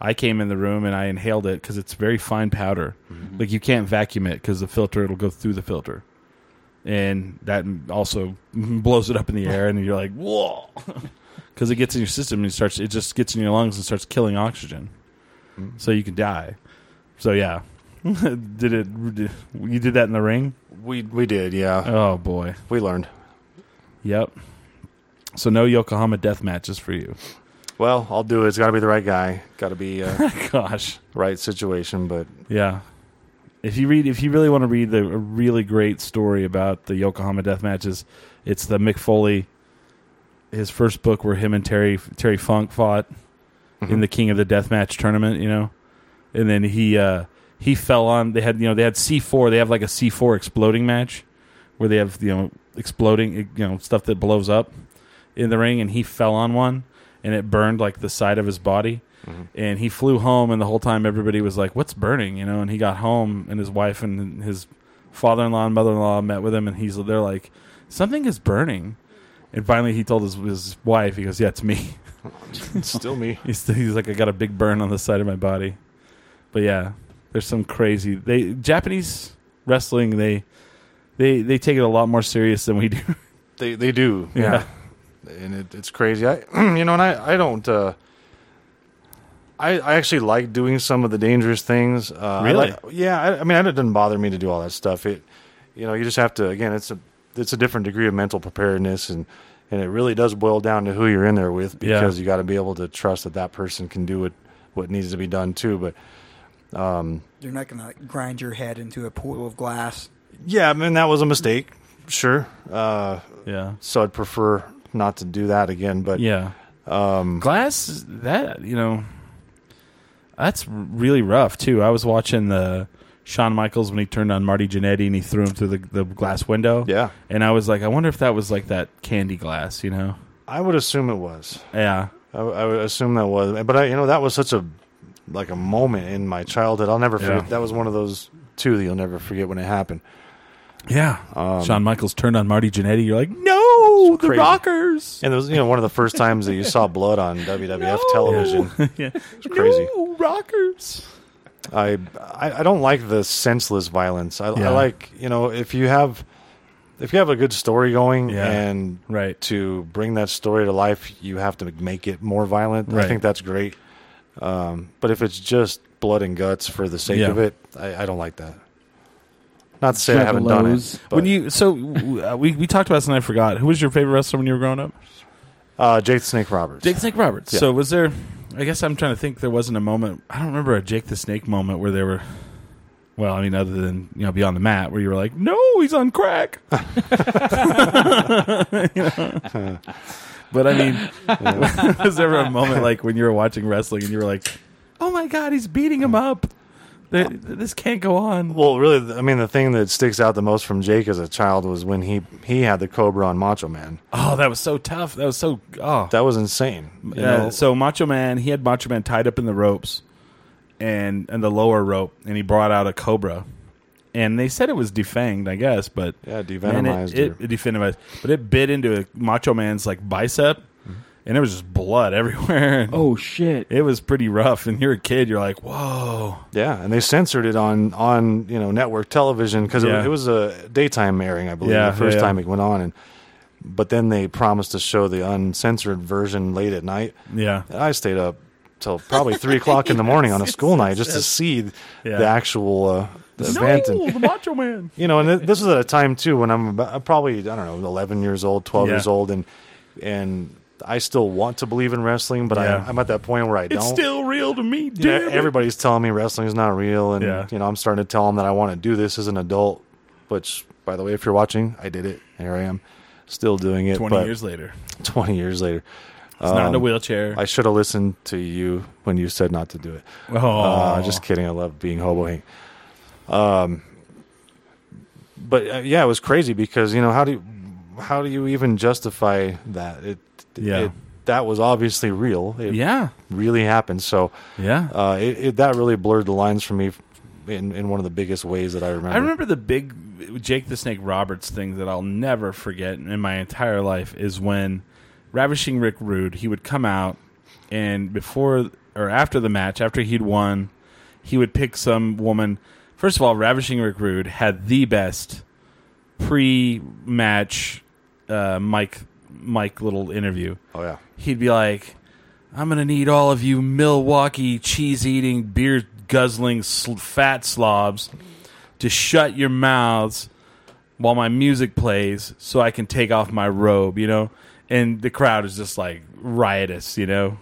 I came in the room and I inhaled it because it's very fine powder. Like you can't vacuum it because the filter it'll go through the filter, and that also blows it up in the air, and you're like, whoa because it gets in your system and it starts it just gets in your lungs and starts killing oxygen so you can die so yeah did it did- you did that in the ring We we did, yeah. oh boy we learned. yep so no yokohama death matches for you Well, I'll do it. It's got to be the right guy. Got to be uh, gosh right situation. But yeah if you read if you really want to read the a really great story about the yokohama death matches it's the mick foley his first book where him and terry terry funk fought in the King of the Deathmatch tournament, you know. And then he uh he fell on they had you know they had C4, they have like a C4 exploding match where they have you know exploding you know stuff that blows up in the ring and he fell on one and it burned like the side of his body. And he flew home and the whole time everybody was like what's burning, you know, and he got home and his wife and his father-in-law and mother-in-law met with him and he's they're like something is burning. And finally he told his, his wife he goes, "Yeah, it's me." it's still me. He's, he's like, I got a big burn on the side of my body. But yeah, there's some crazy. They Japanese wrestling they they they take it a lot more serious than we do. They they do, Yeah. yeah. And it, it's crazy. I you know, and I I don't. Uh, I I actually like doing some of the dangerous things. Uh, I Really? like- yeah. I, I mean, it doesn't bother me to do all that stuff. It, you know, you just have to. Again, it's a it's a different degree of mental preparedness and. And it really does boil down to who you're in there with Yeah. because you got to be able to trust that that person can do what, what needs to be done too. But They're not going to grind your head into a pool of glass. yeah, I mean, that was a mistake. Sure. Uh, Yeah. so I'd prefer not to do that again. But Yeah. Um, Glass that you know, that's really rough too. I was watching the Shawn Michaels when he turned on Marty Jannetty and he threw him through the, the glass window. Yeah. And I was like, I wonder if that was like that candy glass, you know? I would assume it was. Yeah. I, I would assume that was, but I, you know, that was such a like a moment in my childhood. I'll never forget. Yeah. That was one of those two that you'll never forget when it happened. Yeah. Shawn Michaels turned on Marty Jannetty. You're like, no, the Um, crazy. Rockers. And it was, you know, one of the first times that you saw blood on WWF television. yeah. It's crazy. No, rockers. I, I I don't like the senseless violence. I, Yeah. I like you know if you have if you have a good story going Yeah. and Right. to bring that story to life, you have to make it more violent. Right. I think that's great. Um, but if it's just blood and guts for the sake Yeah. of it, I, I don't like that. Not to say I haven't done Juggalos. it. But, when you so w- uh, we we talked about this and I forgot. Who was your favorite wrestler when you were growing up? uh, Jake the Snake Roberts, Jake Snake Roberts. Yeah. So was there? I guess I'm trying to think. There wasn't a moment. I don't remember a Jake the Snake moment where they were. Well, I mean, other than you know, beyond the mat, where you were like, "No, he's on crack." You know? But I mean, was there ever a moment like when you were watching wrestling and you were like, "Oh my god, he's beating him up! Th- This can't go on." Well, really, th- I mean, the thing that sticks out the most from Jake as a child was when he he had the Cobra on Macho Man. Oh, that was so tough. That was so oh. That was insane. you Uh, know? so Macho Man, he had Macho Man tied up in the ropes and and the lower rope, and he brought out a cobra. And they said it was defanged, I guess, but Yeah, man, devenomized it, it, her. it devenomized, but it bit into a Macho Man's like bicep, Mm-hmm. and there was just blood everywhere. And Oh shit! It was pretty rough. And you're a kid, you're like, whoa, Yeah, and they censored it on on you know network television because Yeah. it, it was a daytime airing, I believe, Yeah, the first yeah, yeah. time it went on. And but then they promised to show the uncensored version late at night. yeah, And I stayed up till probably three o'clock in the morning on a school night just to see th- Yeah. the actual uh, event. no, And, the Macho Man. you know, and th- this was at a time too when I'm about, I'm probably I don't know eleven years old, twelve Yeah. years old, and and I still want to believe in wrestling, but Yeah. I, I'm at that point where I It's don't. still real to me, dude. You know, everybody's telling me wrestling's not real, and Yeah. you know I'm starting to tell them that I want to do this as an adult. Which, by the way, if you're watching, I did it. Here I am, still doing it. Twenty but um, years later, Twenty years later. it's not in a wheelchair. I should have listened to you when you said not to do it. oh, Uh, just kidding. I love being hobo Hank. Um, but uh, yeah, it was crazy because you know how do you, how do you even justify that? It Yeah. it, that was obviously real. It yeah, really happened. So yeah. uh, it, it, that really blurred the lines for me in, in one of the biggest ways that I remember. I remember the big Jake the Snake Roberts thing that I'll never forget in my entire life is when Ravishing Rick Rude, he would come out and before or after the match, after he'd won, he would pick some woman. First of all, Ravishing Rick Rude had the best pre-match uh, Mike Mike little interview Oh yeah, he'd be like, "I'm gonna need all of you Milwaukee cheese eating, beer guzzling, sl- fat slobs to shut your mouths while my music plays, so I can take off my robe." You know, and the crowd is just like riotous. You know,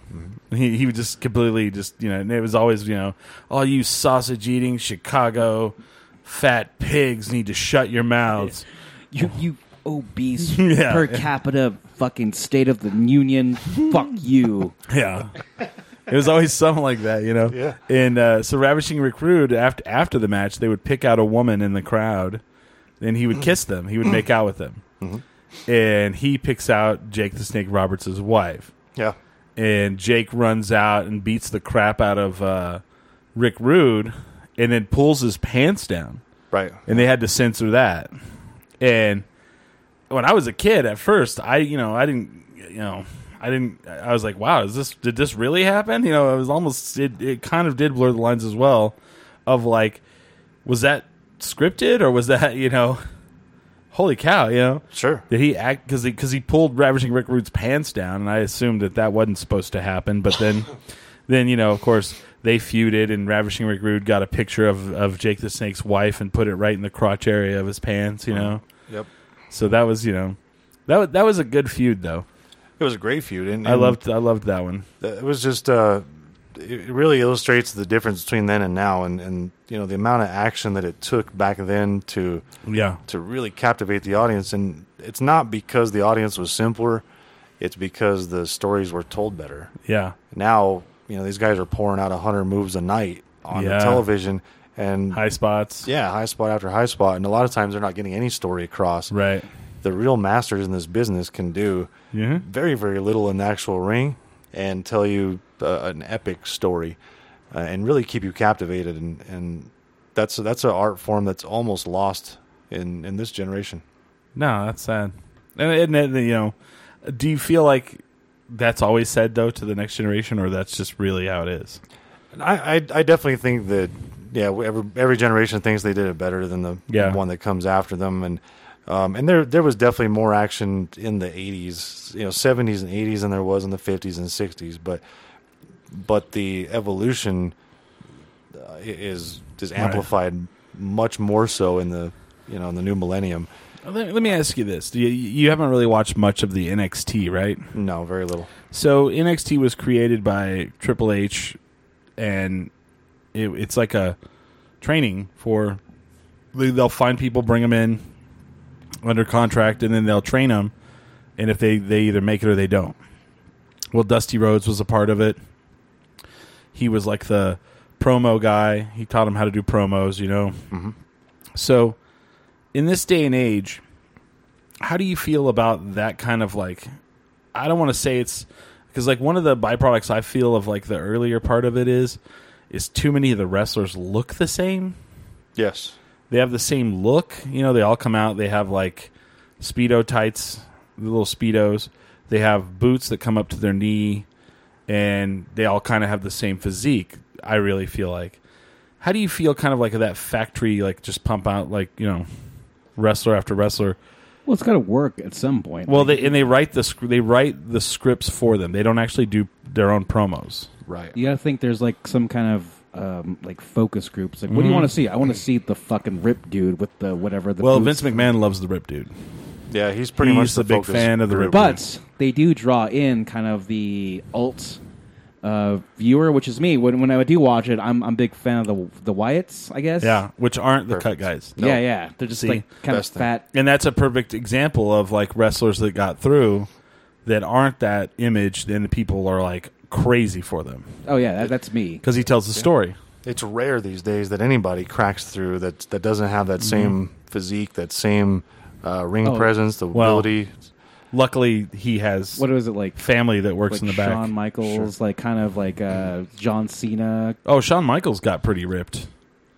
he he would just completely just you know, and it was always you know, all you sausage eating Chicago fat pigs need to shut your mouths. You you obese Yeah. per capita fucking state of the union. Fuck you. Yeah. It was always something like that, you know. Yeah. And uh, so, ravishing recruit after after the match, they would pick out a woman in the crowd, and he would kiss them. He would make out with them, and he picks out Jake the Snake Roberts' wife. yeah. And Jake runs out and beats the crap out of uh, Rick Rude, and then pulls his pants down Right. and they had to censor that. And when I was a kid, at first, I you know I didn't you know I didn't I was like, wow, is this did this really happen? You know, it was almost it, it kind of did blur the lines as well, of like, was that scripted or was that you know, holy cow, you know. Sure. Did he act because he because he pulled Ravishing Rick Rude's pants down, and I assumed that that wasn't supposed to happen. But then, then you know, of course, they feuded, and Ravishing Rick Rude got a picture of of Jake the Snake's wife and put it right in the crotch area of his pants. You know, Yep. so that was you know, that was, that was a good feud though. It was a great feud, and, I and loved I loved that one. it was just uh, it it really illustrates the difference between then and now, and and you know the amount of action that it took back then to Yeah, to really captivate the audience, and it's not because the audience was simpler, it's because the stories were told better. yeah, Now you know these guys are pouring out hundred moves a night on Yeah. the television. and High spots. yeah, high spot after high spot, and a lot of times they're not getting any story across. Right. The real masters in this business can do Yeah. very very little in the actual ring and tell you uh, an epic story uh, and really keep you captivated and and that's that's an art form that's almost lost in in this generation. No, that's sad. And, and, and you know, do you feel like that's always said though to the next generation, or that's just really how it is? And I, I I definitely think that yeah every every generation thinks they did it better than the Yeah. one that comes after them and. Um, and there, there was definitely more action in the '80s, you know, '70s and '80s, than there was in the '50s and '60s. But, but the evolution uh, i- is is amplified much more so in the you know in the new millennium. Let, let me ask you this: Do you, you haven't really watched much of the NXT, right? No, very little. So NXT was created by Triple H, and it, it's like a training for. they- They'll find people, bring them in under contract, and then they'll train them. And if they they either make it or they don't. Well, Dusty Rhodes was a part of it. He was like the promo guy. He taught him how to do promos, you know. So, in this day and age, how do you feel about that kind of like I don't want to say it's because like one of the byproducts I feel of like the earlier part of it is is too many of the wrestlers look the same. Yes, They have the same look. You know, they all come out. They have like speedo tights, the little speedos. They have boots that come up to their knee, and they all kind of have the same physique. I really feel like. How do you feel? Kind of like that factory, like just pump out like you know, wrestler after wrestler. Well, it's got to work at some point. Well, they and they write the sc- they write the scripts for them. They don't actually do their own promos. right. You gotta think there's like some kind of um, like focus groups. Like, what Mm-hmm. do you want to see? I want to see the fucking rip dude with the whatever the. Well, boots. Vince McMahon loves the Rip Dude. Yeah, he's pretty He's much the a big focus fan of the group. But they do draw in kind of the alt uh, viewer, which is me. When when I do watch it, I'm I'm a big fan of the the Wyatts, I guess. Yeah, which aren't the cut Perfect. guys. yeah, yeah. They're just See, like kind best of thing. fat. And that's a perfect example of like wrestlers that got through that aren't that image. Then people are like crazy for them Oh yeah, that, that's me. because he tells the story. it's rare these days that anybody cracks through that that doesn't have that same physique, that same uh, ring Oh, presence, the well, ability. Luckily, he has What was it like? family that works Like in the back. Shawn Michaels, like kind of like uh, John Cena. oh, Shawn Michaels got pretty ripped.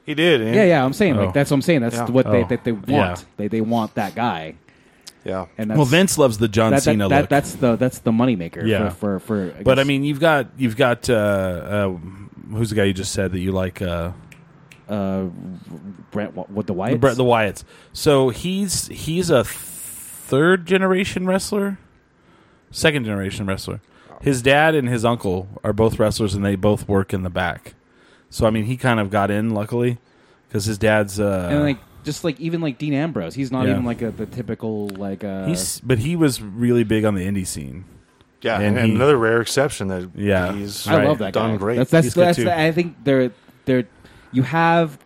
He did. And, Yeah, yeah. I'm saying Oh. like that's what I'm saying. That's Yeah. what they Oh. that they want. Yeah. They they want that guy. yeah. And that's, Well, Vince loves the John that, that, Cena that- look. that's the that's the moneymaker. Yeah. For for, for But I guess, mean, you've got you've got uh, uh, who's the guy you just said that you like? Uh, uh, Brent what, what the Wyatt? Brett the Wyatts. So he's he's a third generation wrestler, second generation wrestler. His dad and his uncle are both wrestlers, and they both work in the back. So I mean, he kind of got in luckily because his dad's. Uh, and like just like even like Dean Ambrose, he's not Yeah. even like a, the typical like uh, he's, but he was really big on the indie scene. Yeah, And and, he- another rare exception that Yeah. he's I love that done guy. great. That's that's, He's good that's too. the, I think they're they're you have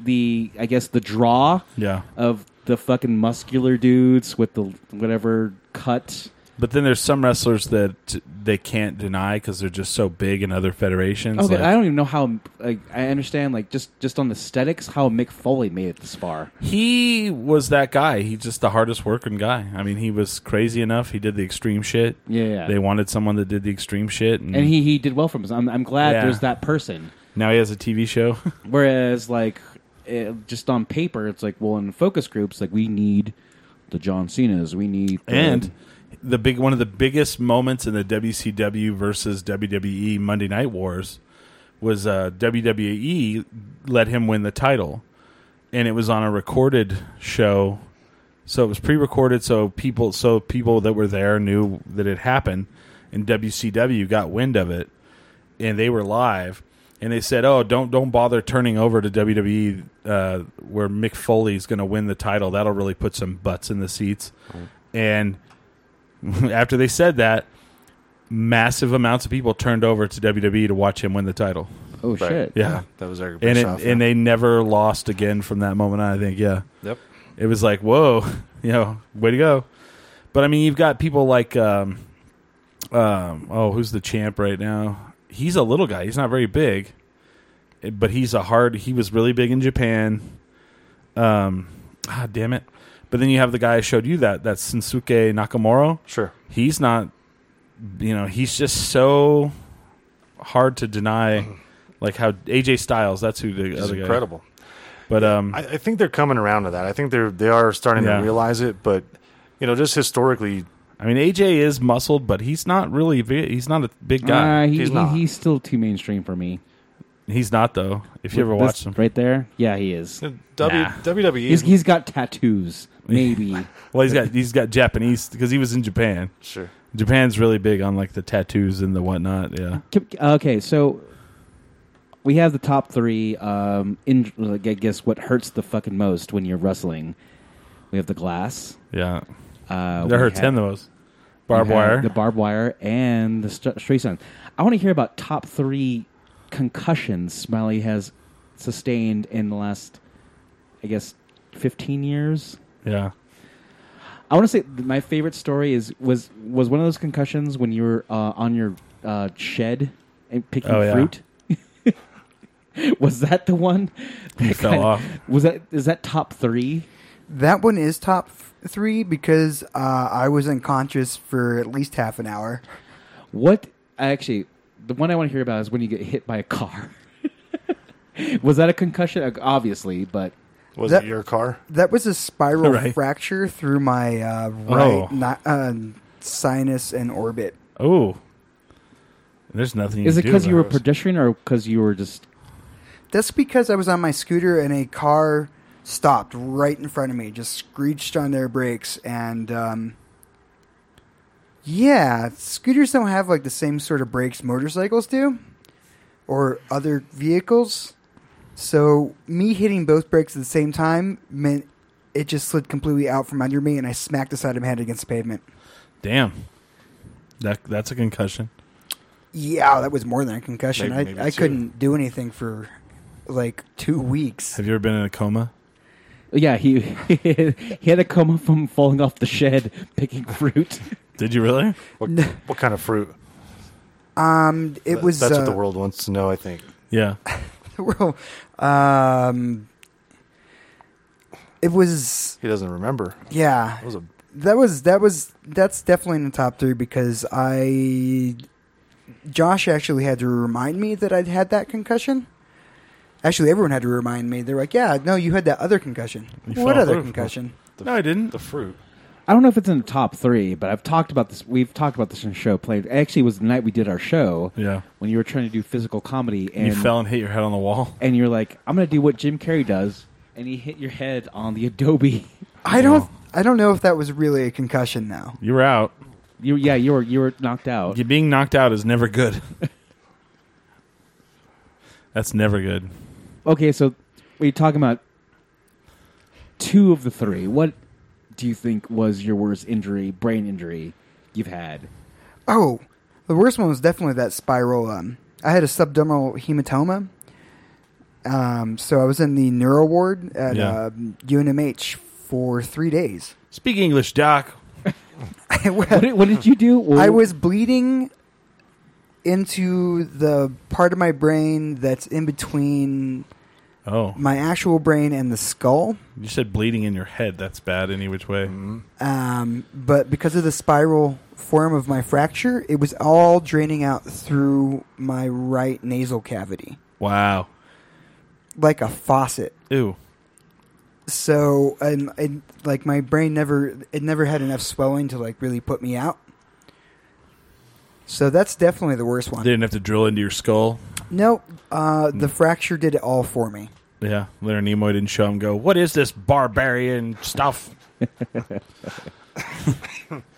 the I guess the draw Yeah, of the fucking muscular dudes with the whatever cut. but then there's some wrestlers that they can't deny because they're just so big in other federations. Okay, like- I don't even know how. Like, I understand, like just just on aesthetics, how Mick Foley made it this far. he was that guy. He's just the hardest working guy. I mean, he was crazy enough. He did the extreme shit. Yeah, yeah. They wanted someone that did the extreme shit, and, and he he did well for himself. I'm, I'm glad Yeah. there's that person. now he has a TV show. Whereas like it, just on paper, it's like well in focus groups, like we need the John Cena's, we need the, and the big one of the biggest moments in the WCW versus WWE Monday Night Wars was uh, WWE let him win the title, and it was on a recorded show, so it was pre-recorded. So people, so people that were there knew that it happened, and WCW got wind of it, and they were live. And they said, "Oh, don't don't bother turning over to WWE, uh, where Mick Foley's going to win the title. That'll really put some butts in the seats." And after they said that, massive amounts of people turned over to WWE to watch him win the title. oh Right. shit, Yeah. that was Eric And it, Bischoff. and yeah. they never lost again from that moment on, I think. Yeah. yep. It was like, whoa, you know, way to go. But I mean, you've got people like, um, um, oh, who's the champ right now? He's a little guy. He's not very big. but he's a hard. He was really big in Japan. Um, ah, damn it! But then you have the guy I showed you that that's Sensuke Nakamura. Sure. He's not. You know, he's just so hard to deny. Like how AJ Styles, that's who the It's other guy. incredible. But um, I, I think they're coming around to that. I think they're they are starting Yeah. to realize it, but you know, just historically, I mean, AJ is muscled, but he's not really. vi- He's not a big guy. Uh, he, he's he- not. he's still too mainstream for me. he's not though. If you ever This watched him, Right there? Yeah, he is. you know, w, E Nah. WWE. He's, he's got tattoos, maybe. well, he's got he's got Japanese because he was in Japan. sure. Japan's really big on like the tattoos and the whatnot. Yeah, Can- Okay, so we have the top three. Um, in, like, I guess what hurts the fucking most when you're wrestling. We have the glass. yeah. That Uh, we hurts have- him the most. Barbed we have wire. the barbed wire, and the st- stray sun. I want to hear about top three concussions Smiley has sustained in the last, I guess, fifteen years. yeah, I want to say th- my favorite story is was was one of those concussions when you were uh, on your uh, shed and picking Oh, yeah. fruit. was that the one? he that fell kinda- off. Was that is that top three? That one is top f- three because uh, I was unconscious for at least half an hour. What actually? The one I want to hear about is when you get hit by a car. was that a concussion? Uh, Obviously, but Was That- it your car? That was a spiral Right. fracture through my uh, Oh. right ni- uh, sinus and orbit. Oh, there's nothing. You is it can do because you were about a pedestrian or because you were just? That's because I was on my scooter and a car stopped right in front of me, just screeched on their brakes, and um, yeah, scooters don't have like the same sort of brakes motorcycles do, or other vehicles. So me hitting both brakes at the same time meant it just slid completely out from under me, and I smacked the side of my head against the pavement. it. Damn, that that's a concussion. Yeah, that was more than a concussion. Maybe- maybe I I two. couldn't do anything for like two weeks. Have you ever been in a coma? Yeah, he he had a coma from falling off the shed picking fruit. Did you really? What, what kind of fruit? Um, it That- was that's uh, what the world wants to know. I think. Yeah. well, um, it was He doesn't remember. yeah. That was a That was that was that's definitely in the top three because I, Josh actually had to remind me that I'd had that concussion. Actually, everyone had to remind me. They're like, "Yeah, no, you had that other concussion. You what fell other through. concussion? the, No, I didn't. The fruit. I don't know if it's in the top three, but I've talked about this. We've talked about this in the show. Played actually it was the night we did our show. Yeah. when you were trying to do physical comedy and you fell and hit your head on the wall. and you're like, I'm gonna do what Jim Carrey does, and he hit your head on the Adobe. I don't. I don't know if that was really a concussion now. You were out. You yeah, you were you were knocked out. You being knocked out is never good. that's never good. Okay, so we're talking about two of the three. What do you think was your worst injury, brain injury you've had? Oh, the worst one was definitely that spiral. Um, I had a subdermal hematoma. Um, so I was in the neuro ward at Yeah. um, UNMH for three days. Speak English, Doc. I What was- did, what did you do? Well, I was bleeding into the part of my brain that's in between Oh, my actual brain and the skull. you said bleeding in your head. That's bad any which way. Um, but because of the spiral form of my fracture, it was all draining out through my right nasal cavity Wow. like a faucet. Ew. so and, and like my brain never it never had enough swelling to like really put me out so that's definitely the worst one They didn't have to drill into your skull. nope uh, the fracture did it all for me Yeah, Leonard Nimoy didn't show him. Go. What is this barbarian stuff?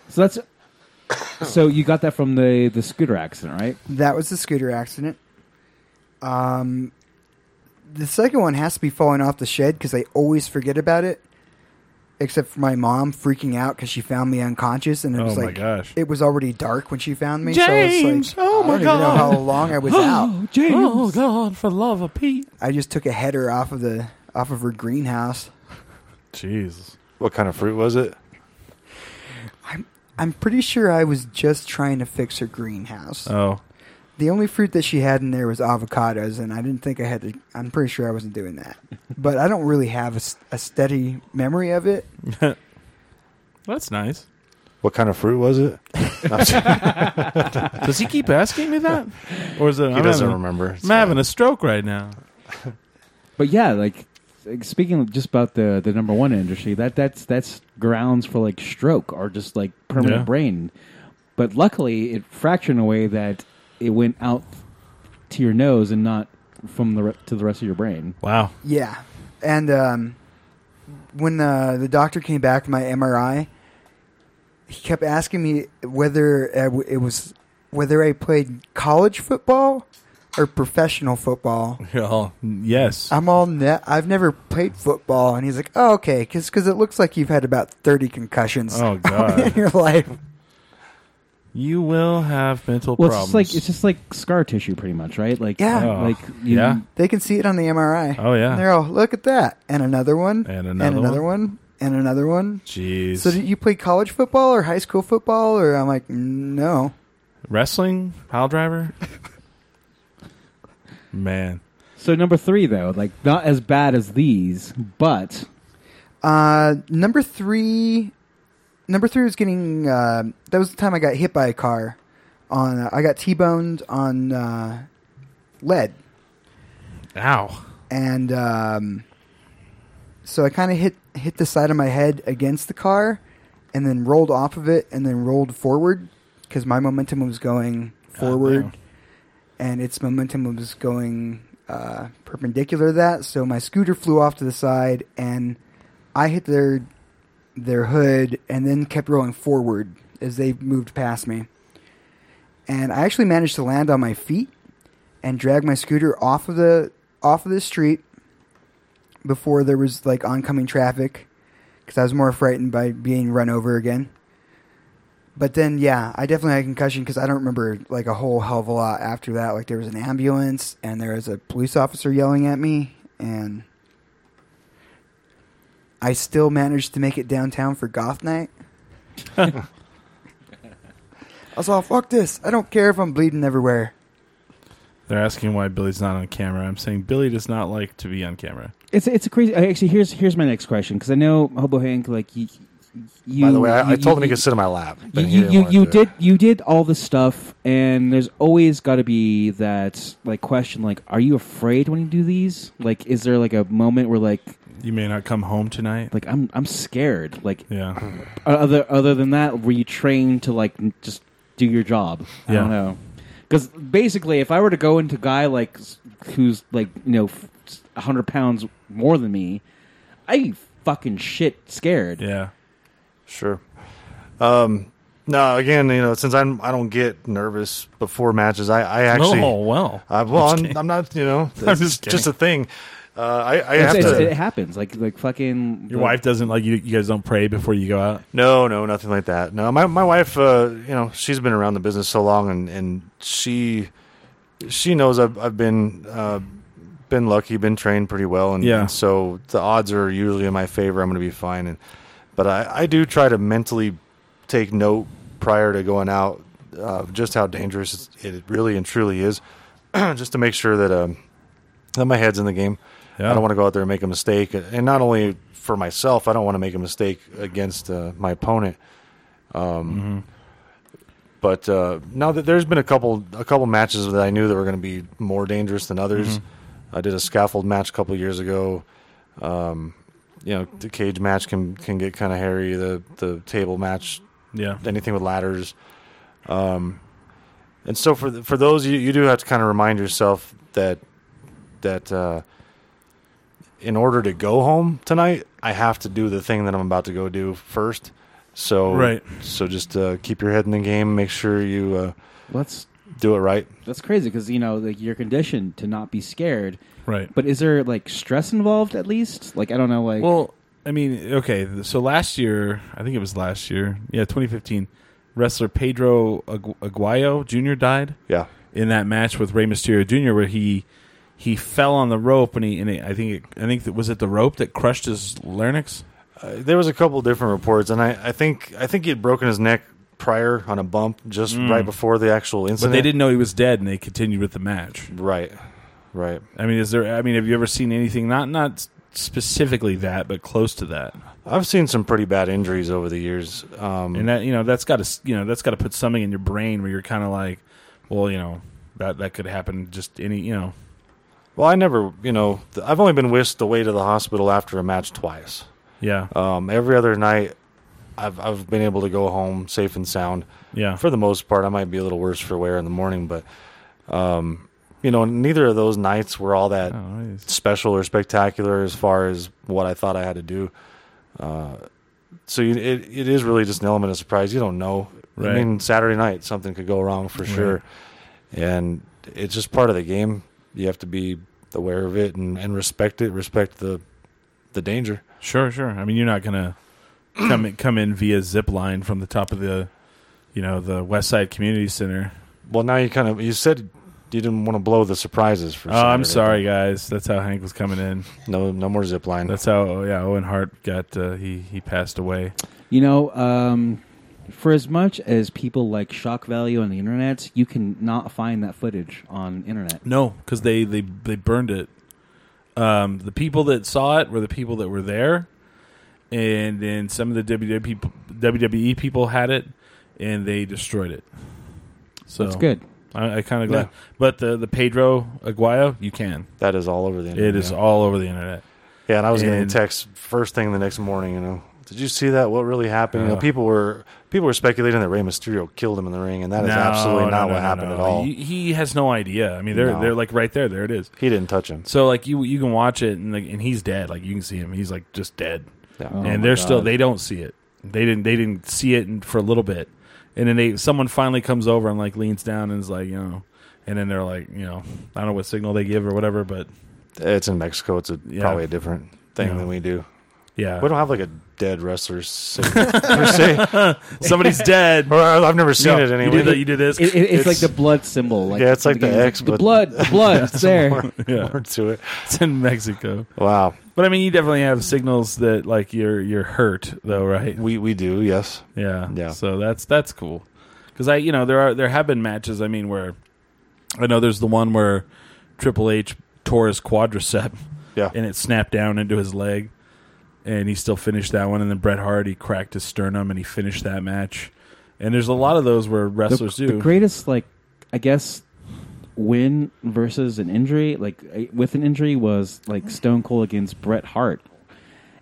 so that's so you got that from the the scooter accident, right? that was the scooter accident um, the second one has to be falling off the shed because i always forget about it except for my mom freaking out because she found me unconscious and it Oh was my like gosh. it was already dark when she found me James! so it's like Oh my i don't even know God. how long i was out James. Oh, God, for the love of Pete! I just took a header off of the off of her greenhouse. Jesus. What kind of fruit was it? I'm pretty sure I was just trying to fix her greenhouse. Oh, The only fruit that she had in there was avocados, and I didn't think I had to. I'm pretty sure I wasn't doing that, but I don't really have a, s- a steady memory of it. That's nice. What kind of fruit was it? No, I'm sorry. Does he keep asking me that, or is it? he I'm doesn't having, remember. It's I'm having fine. a stroke right now. But yeah, like, like speaking of just about the the number one industry, that that's that's grounds for like stroke or just like permanent Yeah. brain. But luckily, it fractured in a way that it went out to your nose and not from the re- to the rest of your brain. Wow. Yeah, and um, when uh, the doctor came back from my MRI, he kept asking me whether uh, w- it was whether I played college football or professional football. Oh, yes. I'm all net. I've never played football, and he's like, "Oh, okay, because it looks like you've had about 30 concussions Oh, God. in your life." you will have mental Well, problems. it's just like it's just like scar tissue, pretty much, right? Like Yeah. Oh, like you, yeah. They can see it on the MRI. Oh, yeah. And they're all, look at that, and another one, And another one, and another one. Jeez. So, did you play college football or high school football? Or I'm like, no. Wrestling pile driver. Man, So number three, though, like not as bad as these, but Uh, number three, number three was getting. Uh, that was the time I got hit by a car. On I got T-boned on uh, lead. ow. and um, so I kind of hit hit the side of my head against the car, and then rolled off of it, and then rolled forward because my momentum was going forward, and its momentum was going uh, perpendicular to that. So my scooter flew off to the side, and I hit their their hood, and then kept rolling forward as they moved past me. And I actually managed to land on my feet and drag my scooter off of the off of the street before there was like oncoming traffic because I was more frightened by being run over again. But then, yeah, I definitely had a concussion because I don't remember like a whole hell of a lot after that. Like there was an ambulance and there was a police officer yelling at me, and I still managed to make it downtown for goth night. I was all, "Fuck this! I don't care if I'm bleeding everywhere." They're asking why Billy's not on camera. I'm saying Billy does not like to be on camera. it's it's a crazy. Actually, here's here's my next question because I know Hobo Hank, like you. you By the way, I, I you- told him he you- could sit in my lap. but you he you, didn't you, wanna you do it. did you did all this stuff and there's always got to be that like question like are you afraid when you do these like is there like a moment where like You may not come home tonight. like i'm i'm scared like Yeah. other other than that were you trained to like n- just do your job i Yeah. don't know because basically if i were to go into a guy like s- who's like you know f- 100 pounds more than me i'd be fucking shit scared Yeah. Sure. Um, no, again, you know, since I'm I don't get nervous before matches. I, I actually, uh, oh well. I, well, I'm, I'm not. You know, it's just just, kidding. a thing. Uh, I, I It's- have it's- to. it happens like like fucking Your wife doesn't like you. You guys don't pray before you go out. No, no, nothing like that. No, my my wife, uh, you know, she's been around the business so long, and and she she knows I've I've been uh, been lucky, been trained pretty well, and, Yeah. and so the odds are usually in my favor. I'm going to be fine, and but I I do try to mentally take note prior to going out uh, just how dangerous it really and truly is, just to make sure that um that my head's in the game. Yeah. I don't want to go out there and make a mistake. And not only for myself, I don't want to make a mistake against uh, my opponent. Um, But uh, now that there's been a couple a couple matches that I knew that were going to be more dangerous than others. I did a scaffold match a couple years ago. Um, you know, the cage match can can get kind of hairy. The the table match Yeah. anything with ladders. Um, and so for for those you you do have to kind of remind yourself that that uh, in order to go home tonight, I have to do the thing that I'm about to go do first. So Right. So just uh, keep your head in the game. Make sure you uh, let's do it right. That's crazy because you know like you're conditioned to not be scared. Right. But is there like stress involved at least? Like I don't know. Like Well, I mean, okay. th- So last year, I think it was last year. Yeah, 2015. Wrestler Pedro Agu- Aguayo Jr. died Yeah. in that match with Rey Mysterio Jr. where he he fell on the rope and he and it, I think it, I think that was it the rope that crushed his larynx. Uh, there was a couple different reports, and I, I think I think he had broken his neck prior on a bump just right before the actual Mm. But incident. they didn't know he was dead, and they continued with the match. Right, right. I mean, is there? I mean, have you ever seen anything not not specifically that, but close to that? I've seen some pretty bad injuries over the years. Um, And that you know that's got to you know that's got to put something in your brain where you're kind of like, well, you know that that could happen just any you know. well, I never, you know, th- I've only been whisked away to the hospital after a match twice. Yeah, Um, every other night, I've I've been able to go home safe and sound. yeah. For the most part, I might be a little worse for wear in the morning, but um, you know, neither of those nights were all that Oh, it's- special or spectacular as far as what I thought I had to do. Uh, so you, it it is really just an element of surprise. You don't know. I Right. mean, Saturday night something could go wrong for sure, and it's just part of the game. You have to be aware of it and, and respect it. Respect the the danger. Sure, sure. I mean, you're not gonna come in, come in via zip line from the top of the, you know, the West Side Community Center. Well, now you kind of you said you didn't want to blow the surprises for. Oh, I'm Saturday. sorry, guys. That's how Hank was coming in. No, no more zip line. That's how yeah Owen Hart got uh, he he passed away. You know, um, for as much as people like shock value on the internet, you can not find that footage on internet. No, because they they they burned it. Um, the people that saw it were the people that were there, and then some of the E, WWE people, WWE people had it, and they destroyed it. So That's good. I, I kind of glad, but the the Pedro Aguayo, you can. that is all over the It is internet. yeah. all over the internet. Yeah, and I was getting and- text first thing the next morning. You know, did you see that? What really happened? you know, Uh. people were people were speculating that Rey Mysterio killed him in the ring, and that is No, absolutely no, not no, no, what happened no. at all. He, He, he has no idea. I mean, they're No. they're like right there. There it is. didn't touch him. So like you you can watch it and like and he's dead. Like you can see him. He's like just dead. Yeah. and they're still they don't see it. They didn't they didn't see it in, for a little bit, and then they someone finally comes over and like leans down and is like you know, and then they're like you know I don't know what signal they give or whatever, but It's in Mexico. It's a, Yeah. probably a different thing Yeah. than we do. yeah, We don't have like a dead wrestler signal per se. somebody's dead. Or I've never seen No, it You anyway. do, the, you do this. It, it, it's, It's- like the blood symbol. Like Yeah, it's like the game. X, The but- blood, the blood, it's there. More, Yeah. more to it. it's in Mexico, Wow. but I mean you definitely have signals that like you're you're hurt though, right? We we do. Yes. Yeah. Yeah. So that's that's cool. Because I, you know, there are there have been matches. I mean, where I know there's the one where Triple H tore his quadricep, Yeah. and it snapped down into his leg, and he still finished that one. And then Bret Hart he cracked his sternum and he finished that match. And there's a lot of those where The, wrestlers the do. greatest, like, I guess, win versus an injury, like uh, with an injury, was like Stone Cold against Bret Hart,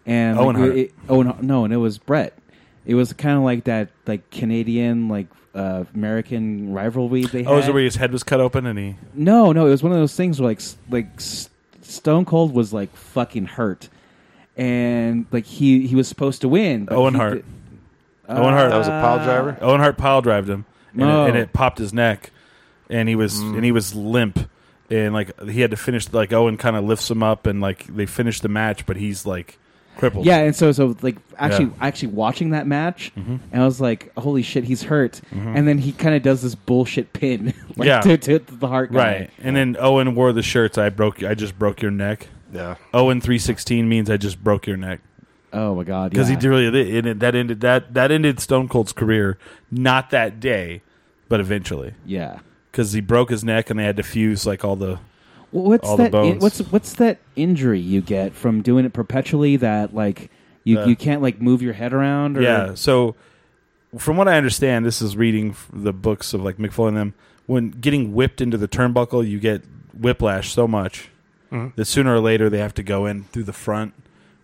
and Owen like, Hart. It, Owen- no, and it was Bret. It was kind of like that, like Canadian, like uh, American rivalry they had. oh, is it where his head was cut open and he? No, no, it was one of those things where like s- like S- Stone Cold was like fucking hurt, and like he he was supposed to win. but Owen he Hart. did- Owen Hart. That was a pile Uh, driver. Owen Hart pile drived him, and, Oh. it, and it popped his neck, and he was and he was limp, and like he had to finish. Like Owen kind of lifts him up, and like they finish the match, but he's like crippled. Yeah, and so so like actually Yeah. Mm-hmm. actually watching that match, and I was like, holy shit, he's hurt. And then he kind of does this bullshit pin, like Yeah. to, to the heart guy. right. And then Owen wore the shirts. I broke. I just broke your neck. Yeah. Owen three sixteen means I just broke your neck Oh my god, because yeah. he did really it, it, that ended that that ended Stone Cold's career. Not that day, but eventually Yeah. because he broke his neck and they had to fuse like all the Well, what's All the that? in- bones. what's what's that injury you get from doing it perpetually? That like you The- you can't like move your head around. Or, Yeah. So, from what I understand, this is reading f- the books of like McFoley and them. When getting whipped into the turnbuckle, you get whiplash so much that sooner or later they have to go in through the front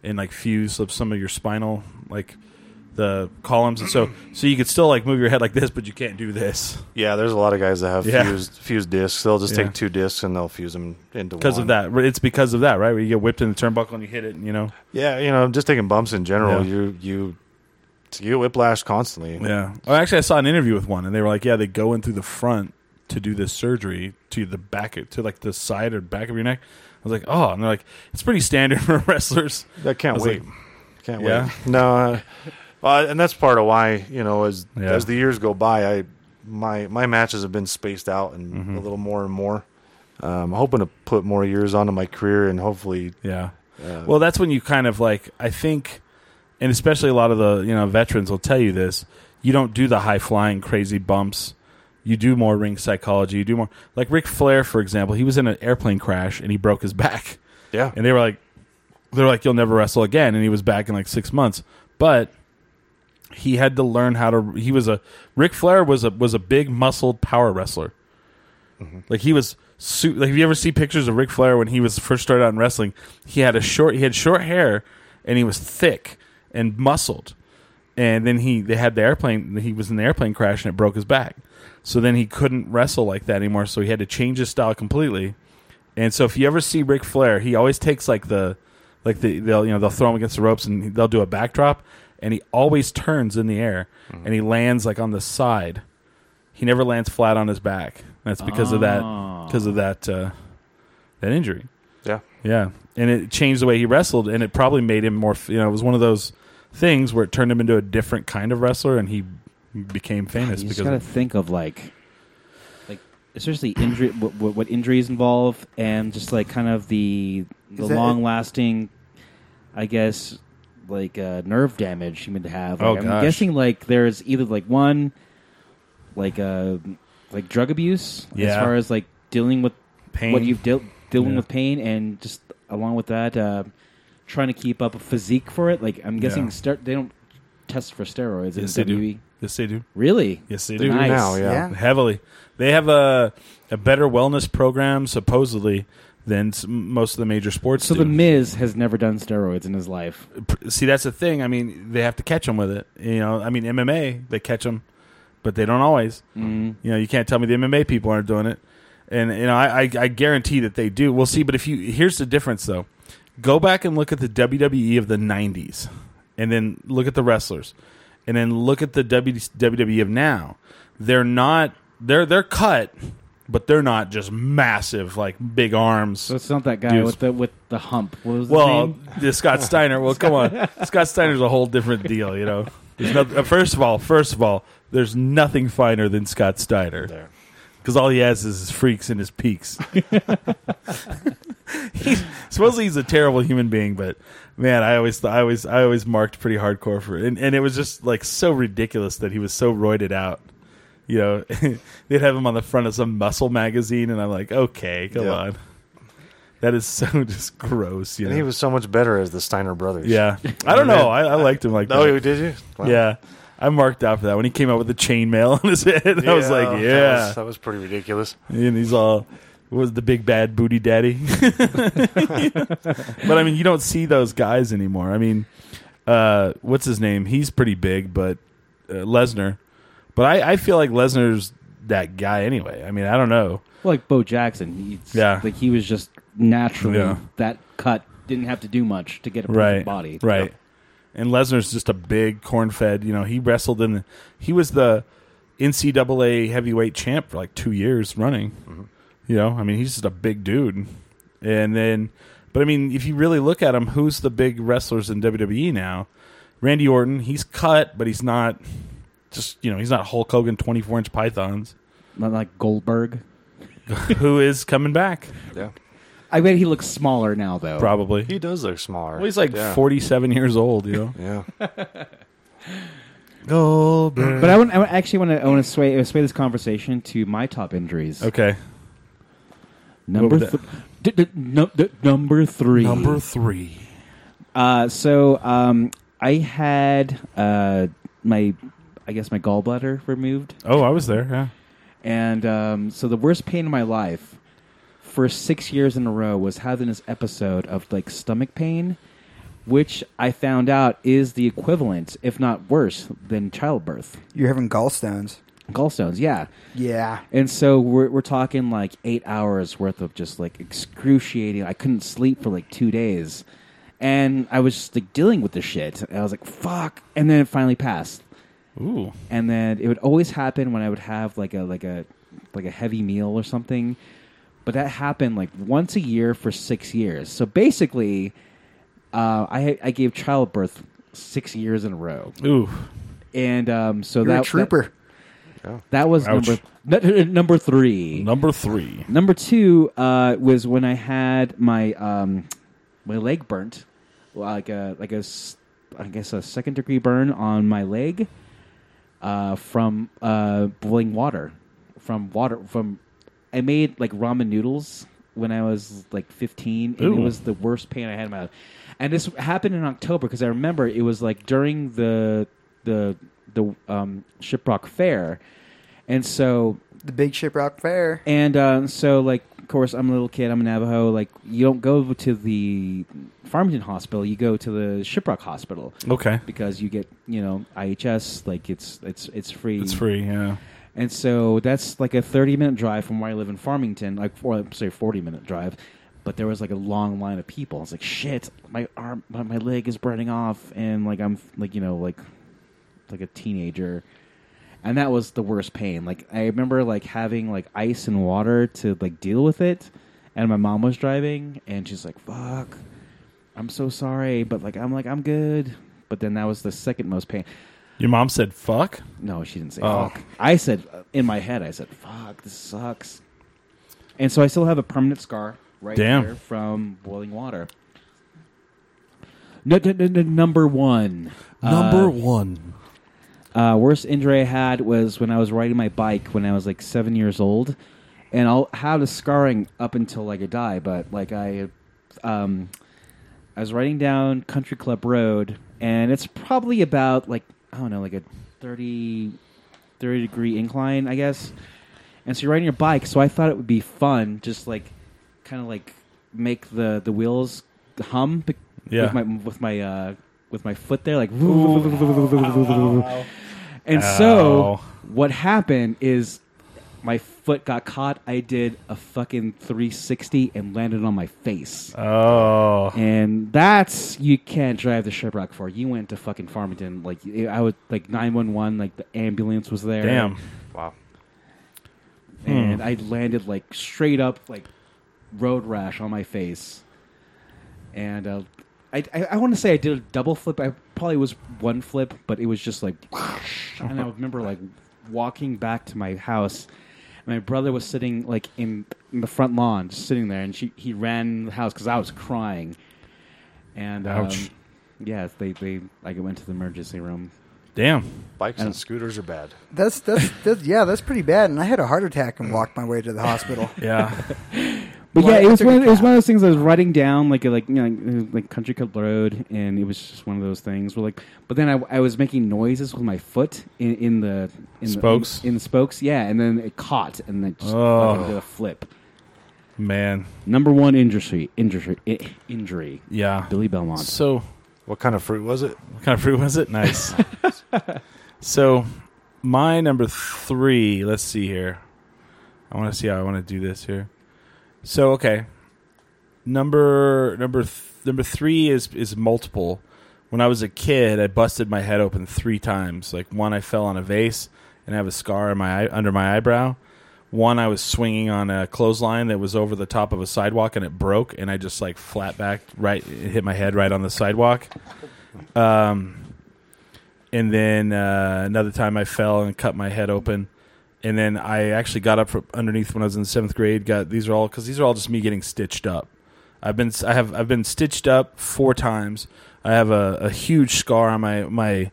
and like fuse up some of your spinal like the columns, and so so you could still like move your head like this, but you can't do this Yeah, there's a lot of guys that have Yeah. fused fused discs. They'll just Yeah. take two discs and they'll fuse them into one. because of that. It's because of that, right? Where you get whipped in the turnbuckle and you hit it, and, you know. Yeah, you know, just taking bumps in general. Yeah. You you you get whiplash constantly. Yeah. Oh, actually, I saw an interview with one, and they were like, "Yeah, they go in through the front to do this surgery to the back, to like the side or back of your neck." I was like, "Oh," and they're like, "It's pretty standard for wrestlers." I can't was wait. like- can't Yeah. wait. No, uh, uh, and that's part of why you know as Yeah. as the years go by, I my my matches have been spaced out and Mm-hmm. a little more and more. Um, I'm hoping to put more years onto my career and hopefully Yeah. uh, Well, that's when you kind of like I think, and especially a lot of the you know veterans will tell you this. you don't do the high flying crazy bumps. You do more ring psychology. You do more like Ric Flair, for example. He was in an airplane crash and he broke his back, Yeah. and they were like, they were like, you'll never wrestle again, and he was back in like six months, but. He had to learn how to. He was a Ric Flair was a was a big muscled power wrestler. Like he was su- like if you ever see pictures of Ric Flair when he was first started out in wrestling, he had a short he had short hair and he was thick and muscled. And then he they had the airplane he was in the airplane crash and it broke his back. So then he couldn't wrestle like that anymore, so he had to change his style completely. And so if you ever see Ric Flair, he always takes like the like the they'll you know they'll throw him against the ropes and they'll do a backdrop and he always turns in the air and he lands like on the side. He never lands flat on his back. That's because of that because of that uh, that injury. Yeah. Yeah, and it changed the way he wrestled, and it probably made him more. You know, it was one of those things where it turned him into a different kind of wrestler, and he became famous You just because gotta of- think of like, like especially injury, what, what, what injuries involve, and just like kind of the the Is that- long lasting, I guess, like uh, nerve damage you mean to have. Like, Oh, I'm gosh. guessing like there's either like one, like uh, like drug abuse as Yeah. far as like dealing with Pain. what you've dealt dealing Yeah. with pain, and just along with that, uh, trying to keep up a physique for it. Like I'm guessing Yeah. ster- they don't test for steroids yes, in they WWE. do. Yes, they do. Really? Yes, they They do. do Nice. now, yeah. Yeah. Heavily, they have a a better wellness program supposedly than s- most of the major sports. So do. the Miz has never done steroids in his life. see that's the thing. I mean, they have to catch him with it. You know, I mean MMA they catch them, but they don't always. Mm. You know, you can't tell me the MMA people aren't doing it, and you know I, I I guarantee that they do. We'll see. But if you here's the difference though, go back and look at the WWE of the '90s, and then look at the wrestlers, and then look at the W- WWE of now. They're not they're they're cut, but they're not just massive like big arms. So it's not that guy Dudes. with the with the hump. What was his Well, name? the Scott Steiner. Well, come on, Scott Steiner's a whole different deal, you know. There's no, uh, first of all, first of all, there's nothing finer than Scott Steiner There. because all he has is his freaks and his peaks. he's, supposedly he's a terrible human being, but man, I always, I always, I always marked pretty hardcore for it, and, and it was just like so ridiculous that he was so roided out. You know, they'd have him on the front of some muscle magazine, and I'm like, okay, come Yeah. on. That is so just gross. You And know? he was so much better as the Steiner brothers. Yeah, I don't know. I, I liked him like that. Oh, you- did you? Wow. yeah, I marked out for that when he came out with the chainmail on his head. I was that like, was- yeah, that was pretty ridiculous. and he's all what was the big bad booty daddy. but I mean, you don't see those guys anymore. I mean, uh, what's his name? He's pretty big, but uh, Lesnar. But I, I feel like Lesnar's that guy anyway. I mean, I don't know. Well, like Bo Jackson. He's, Yeah. Like he was just naturally Yeah. that cut. Didn't have to do much to get a perfect right body. right and lesnar's just a big corn fed you know he wrestled in the, he was the ncaa heavyweight champ for like two years running you know i mean he's just a big dude and then but i mean if you really look at him who's the big wrestlers in wwe now randy orton he's cut but he's not just you know he's not hulk hogan 24 inch pythons Not like Goldberg. who is coming back Yeah. I bet he looks smaller now though. probably He does look smaller. well, he's like yeah. 47 years old you know Yeah. But I, want, I want- actually want to I want to sway uh, sway this conversation to my top injuries. okay Number What th- d- d- num- d- number three. three Uh, so um, I had uh, my, I guess my gallbladder removed, oh i was there yeah and um, so the worst pain in my life for six years in a row was having this episode of like stomach pain, which I found out is the equivalent, if not worse, than childbirth, You're having gallstones. gallstones. Yeah, Yeah. and so we're we're talking like eight hours worth of just like excruciating. I couldn't sleep for like two days, and I was just like dealing with this shit. And I was like, "Fuck!" And then it finally passed. Ooh. And then it would always happen when I would have like a like a like a heavy meal or something. But that happened like once a year for six years. So basically, uh, I I gave childbirth six years in a row, Ooh. and um, so You're that a trooper. That, that was Ouch. number n- number three. Number three. Number two uh, was when I had my um, my leg burnt, like a like a s- I guess a second degree burn on my leg, uh, from uh, boiling water, from water from. I made like ramen noodles when I was like 15, and it Ooh. was the worst pain I had in my life. And this happened in October because I remember it was like during the the the um, Shiprock Fair, and so The Big Shiprock Fair. and um, so, like, of course, I'm a little kid. I'm a Navajo. Like, you don't go to the Farmington Hospital. You go to the Shiprock Hospital Okay. because you get, you know, IHS. Like, it's it's it's free. It's free, yeah. And so that's like a 30 minute drive from where I live in Farmington. Like, or say 40 minute drive. But there was like a long line of people. I was like, shit, my arm, my, my leg is burning off, and like I'm like you know like like a teenager and that was the worst pain like i remember like having like ice and water to like deal with it and my mom was driving and she's like fuck i'm so sorry but like i'm like i'm good but then that was the second most pain Your mom said fuck? no she didn't say Oh. fuck i said uh, in my head i said fuck this sucks and so i still have a permanent scar right Damn. here from boiling water no, no, no, no, number one Number one. uh, worst injury I had was when I was riding my bike when I was like seven years old, and I'll have the scarring up until like I die. But like I, um, I was riding down Country Club Road, and it's probably about like I don't know, like a 30, 30 degree incline, I guess. And so you're riding your bike, so I thought it would be fun, just like kind of like make the the wheels hum be- Yeah. with my with my uh, with my foot there, like. And so Ow. what happened is my foot got caught. I did a fucking 360 and landed on my face. Oh. And that's you can't drive the Shiprock for. You went to fucking Farmington. Like I was like 911. Like the ambulance was there. Damn. Wow. And I landed like straight up like road rash on my face. And uh, I I, I want to say I did a double flip. I probably was one flip, but it was just like. and I remember like walking back to my house. and My brother was sitting like in, in the front lawn, just sitting there, and she, he ran the house because I was crying. And um, Ouch. yeah, they they like I went to the emergency room. Damn. Bikes and scooters are bad. That's, that's that's yeah, that's pretty bad. And I had a heart attack and walked my way to the hospital. Yeah. But Well, yeah, it I was took one. a Of, it was cab. one of those things. I was riding down like a- like you know, like, like country club road, and it was just one of those things. Where like, but then I, I was making noises with my foot in, in the in the- Spokes? in, the spokes. Yeah, and then it caught, and then just Oh. fucking did a flip. Man. Number one injury, injury, i- injury. Yeah. Billy Belmont. So, What kind of fruit was it? what kind of fruit was it? Nice. so, my number three, let's see here. I want to see how I want to do this here. So, okay. Number number th- number 3 is is multiple. When I was a kid, I busted my head open 3 times. Like one I fell on a vase and I have a scar in my eye, under my eyebrow. One I was swinging on a clothesline that was over the top of a sidewalk and it broke and I just like flat back right it hit my head right on the sidewalk. Um and then uh, another time I fell and cut my head open. And then I actually got up from underneath when I was in seventh grade. Got these are all because these are all just me getting stitched up. I've been I have I've been stitched up four times. I have a, a huge scar on my my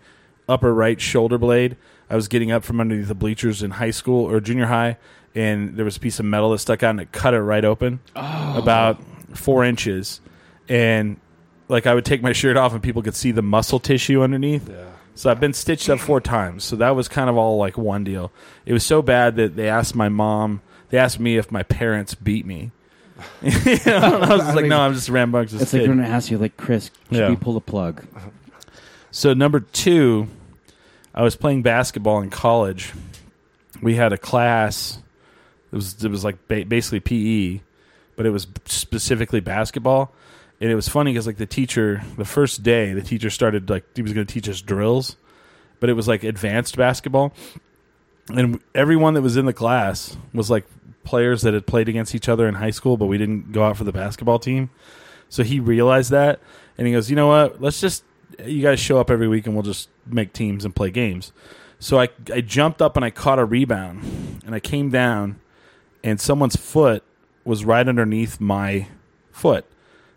upper right shoulder blade. I was getting up from underneath the bleachers in high school or junior high, and there was a piece of metal that stuck out and it cut it right open, about four inches. And like I would take my shirt off and people could see the muscle tissue underneath. So I've been stitched up four times. So that was kind of all like one deal. It was so bad that they asked my mom, they asked me if my parents beat me. You know, and I was just like, no, I'm just a rambunctious It's like kid. they're gonna ask you, like Chris, should Yeah. we pull the plug? So number two, I was playing basketball in college. We had a class. It was it was like ba- basically PE, but it was specifically basketball. And it was funny because like the teacher, the first day, the teacher started like he was going to teach us drills, but it was like advanced basketball, and everyone that was in the class was like players that had played against each other in high school, but we didn't go out for the basketball team. So he realized that, and he goes, "You know what? Let's just you guys show up every week, and we'll just make teams and play games." So I I jumped up and I caught a rebound, and I came down, and someone's foot was right underneath my foot.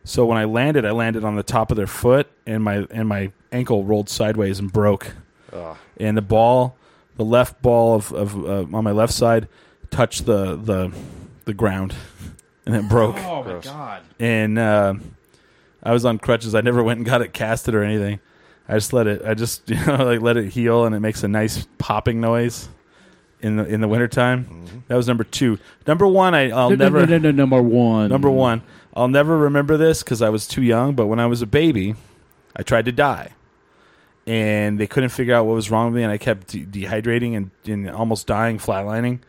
So when I landed, I landed on the top of their foot, and my and my ankle rolled sideways and broke, and the ball the left ball of, of uh, on my left side touched the the the ground, and it broke. Oh Gross. my god. And uh, I was on crutches. I never went and got it casted or anything. I just let it. I just you know like let it heal, and it makes a nice popping noise in the in the wintertime. Mm-hmm. That was number two. Number one, I, I'll No, no, never. no, no, no, number one. Number one, I'll never remember this because I was too young, but when I was a baby, I tried to die. And they couldn't figure out what was wrong with me, and I kept de- dehydrating and, and almost dying, flatlining.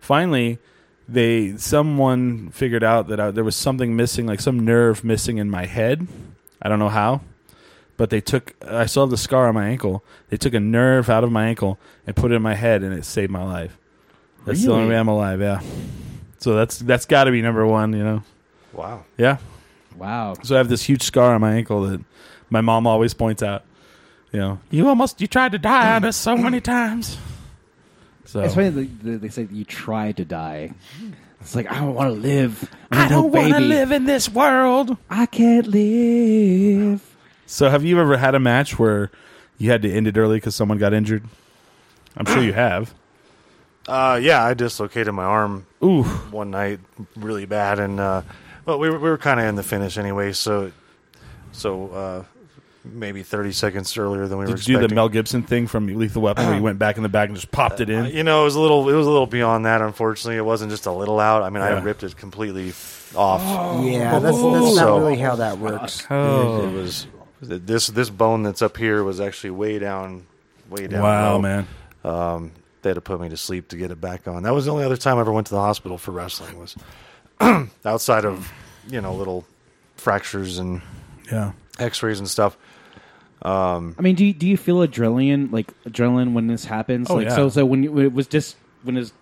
Finally, they someone figured out that I, there was something missing, like some nerve missing in my head. I don't know how, but they took. I still have the scar on my ankle. They took a nerve out of my ankle and put it in my head, and it saved my life. That's the only Really? way I'm alive. Yeah. So that's that's got to be number one. You know. Wow. Yeah. Wow. So I have this huge scar on my ankle that my mom always points out. You know, you almost you tried to die on us so many times. So It's funny that they, they say that you try to die. It's like I don't want to live. I'm I no don't want to baby. live in this world. I can't live. So have you ever had a match where you had to end it early because someone got injured? I'm sure you have. Uh, yeah, I dislocated my arm Ooh, one night really bad, and uh, well, we were, we were kind of in the finish anyway, so so uh, maybe thirty seconds earlier than we were did you do expecting. the Mel Gibson thing from Lethal Weapon where you went back in the back and just popped it in? Uh, you know, it was a little. It was a little beyond that. Unfortunately, it wasn't just a little out. I mean, I Yeah. Oh, ripped it completely off. Yeah, that's, that's So- not really how that works. It was this this bone that's up here was actually way down, way down. wow, low. man. Um, they had to put me to sleep to get it back on. That was the only other time I ever went to the hospital for wrestling was outside of you know little fractures and Yeah. X-rays and stuff. I mean, do you, do you feel adrenaline like adrenaline when this happens? Oh, like yeah. so so when, you, when it was just when his,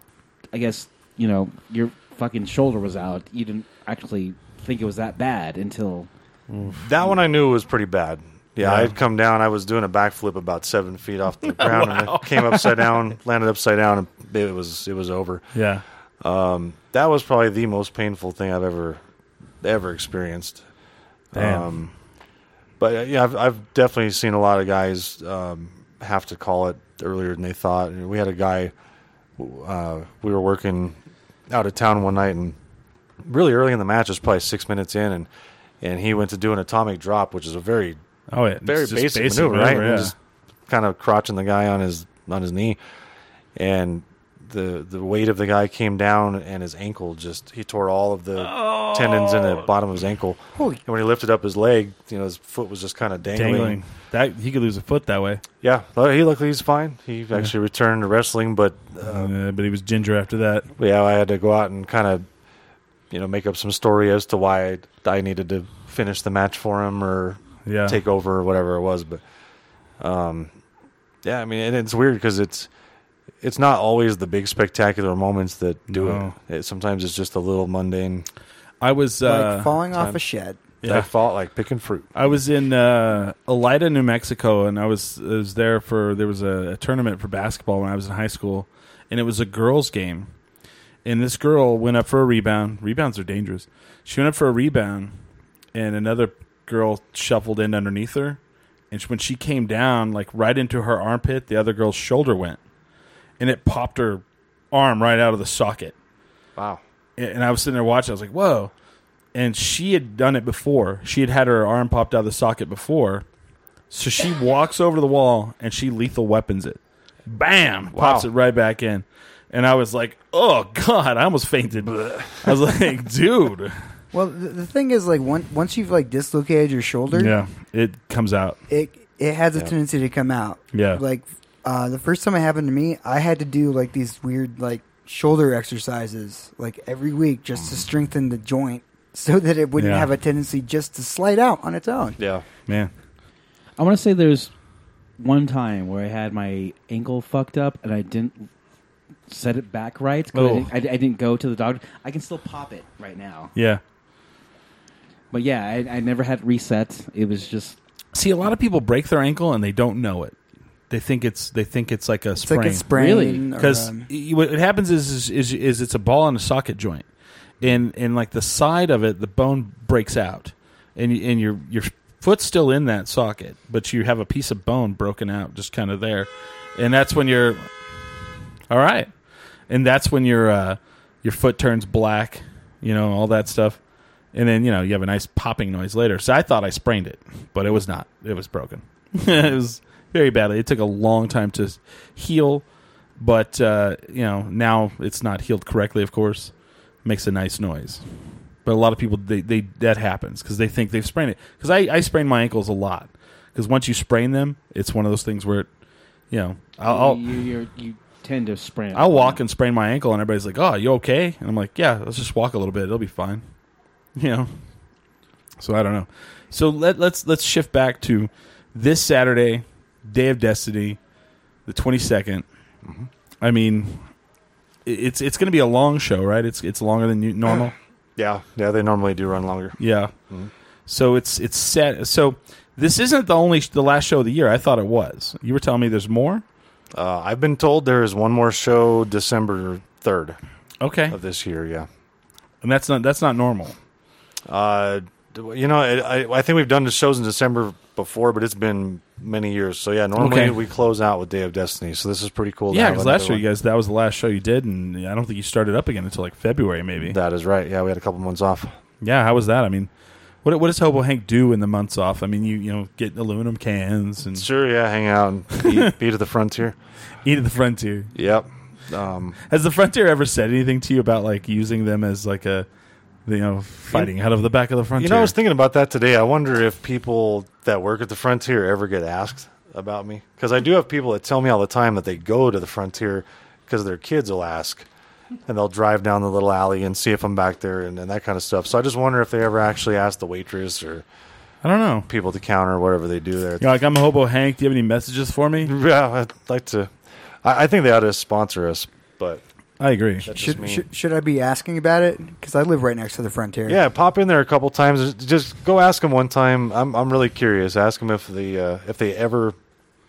I guess you know your fucking shoulder was out. You didn't actually think it was that bad until That one I knew was pretty bad. Yeah, Yeah. I had come down. I was doing a backflip about seven feet off the ground, and I came upside down, landed upside down, and it was it was over. Yeah. That was probably the most painful thing I've ever ever experienced. Damn. Um, but uh, yeah, I've, I've definitely seen a lot of guys um, have to call it earlier than they thought. And We had a guy, uh, we were working out of town one night, and really early in the match, it was probably six minutes in, and and he went to do an atomic drop, which is a very oh, yeah. very It's just basic, maneuver, right? yeah. And just kind of crotching the guy on his on his knee, and the the weight of the guy came down, and his ankle just he tore all of the tendons in the bottom of his ankle. Holy- And when he lifted up his leg, you know his foot was just kind of dangling. Dangling. That he could lose a foot that way. Yeah, but he luckily he's fine. He actually returned to wrestling, but uh, Uh, but he was ginger after that. yeah, I had to go out and kind of you know make up some story as to why I, I needed to finish the match for him or Yeah. take over or whatever it was. But um, yeah, I mean, and it's weird because it's it's not always the big spectacular moments that do No. it. it. Sometimes it's just a little mundane. I was uh, like falling off time. a shed. Yeah. I fought like picking fruit. I was in uh, Elida, New Mexico, and I was I was there for there was a, a tournament for basketball when I was in high school, and it was a girls' game, and this girl went up for a rebound. Rebounds are dangerous. She went up for a rebound, and another girl shuffled in underneath her, and she, when she came down, like right into her armpit, the other girl's shoulder went, and it popped her arm right out of the socket Wow. and I was sitting there watching. I was like, "Whoa!" And she had done it before. She had had her arm popped out of the socket before, so she walks over to the wall and she lethal weapons it. Bam! Pops it right back in. And I was like, "Oh God!" I almost fainted. I was like, "Dude, Well, the, the thing is, like, once once you've like dislocated your shoulder, it comes out." it it has a tendency to come out. Yeah. Like uh, the first time it happened to me, I had to do like these weird like shoulder exercises like every week just to strengthen the joint so that it wouldn't Mm. Yeah. have a tendency just to slide out on its own. Yeah. Man, I want to say there's one time where I had my ankle fucked up and I didn't set it back right. 'cause I Oh. didn't- I, I didn't go to the doctor. I can still pop it right now. yeah. But yeah, I, I never had reset. It was just See, a lot of people break their ankle and they don't know it. They think it's they think it's like a It's like sprain. a sprain. Really? or, because um, what it happens is, is is is it's a ball and a socket joint, and and like the side of it, the bone breaks out, and y- and your your foot's still in that socket, but you have a piece of bone broken out, just kind of there, and that's when you're All right, and that's when your uh, your foot turns black, you know, all that stuff, and then you know you have a nice popping noise later. So I thought I sprained it, but it was not. It was broken. it was very badly. It took a long time to s- heal, but uh, you know now it's not healed correctly. Of course, makes a nice noise. But a lot of people they, they that happens because they think they've sprained it. Because I I sprain my ankles a lot. Because once you sprain them, it's one of those things where, it, you know, I'll, I'll you, you you tend to sprain. I'll walk and sprain my ankle, and everybody's like, "Oh, you okay?" And I'm like, "Yeah, let's just walk a little bit; it'll be fine." You know. So I don't know. So let let's let's shift back to this Saturday, Day of Destiny, the 22nd. I mean, i- it's it's going to be a long show, right? It's it's longer than you, normal. Yeah, yeah, they normally do run longer. Yeah. So it's it's set. So this isn't the only the last show of the year. I thought it was. You were telling me there's more. Uh, I've been told there is one more show December third Okay, of this year. Yeah, and that's not that's not normal. uh, d- you know, I, I- I think we've done the shows in December before, but it's been many years. So yeah, normally Okay. we close out with Day of Destiny. So this is pretty cool. to Yeah, have because another last year you guys that was the last show you did, and I don't think you started up again until like February, maybe. one. that is right. Yeah, we had a couple months off. yeah, how was that? I mean, what what does Hobo Hank do in the months off? I mean, you you know, get aluminum cans and Sure, yeah, hang out and eat, be to the frontier. eat at the frontier. Yep. Um, Has the frontier ever said anything to you about like using them as like a you know fighting out of the back of the frontier? you know, I was thinking about that today. I wonder if people that work at the frontier ever get asked about me because I do have people that tell me all the time that they go to the frontier because their kids will ask, and they'll drive down the little alley and see if I'm back there and, and that kind of stuff. So I just wonder if they ever actually ask the waitress or I don't know. people at the counter or whatever they do there. You're like I'm Hobo Hank. Do you have any messages for me? Yeah, I'd like to. I, I think they ought to sponsor us, but I agree. that's just Should, me. should, should I be asking about it? Because I live right next to the frontier. Yeah, pop in there a couple times. Just go ask them one time. I'm I'm really curious. Ask them if the uh, if they ever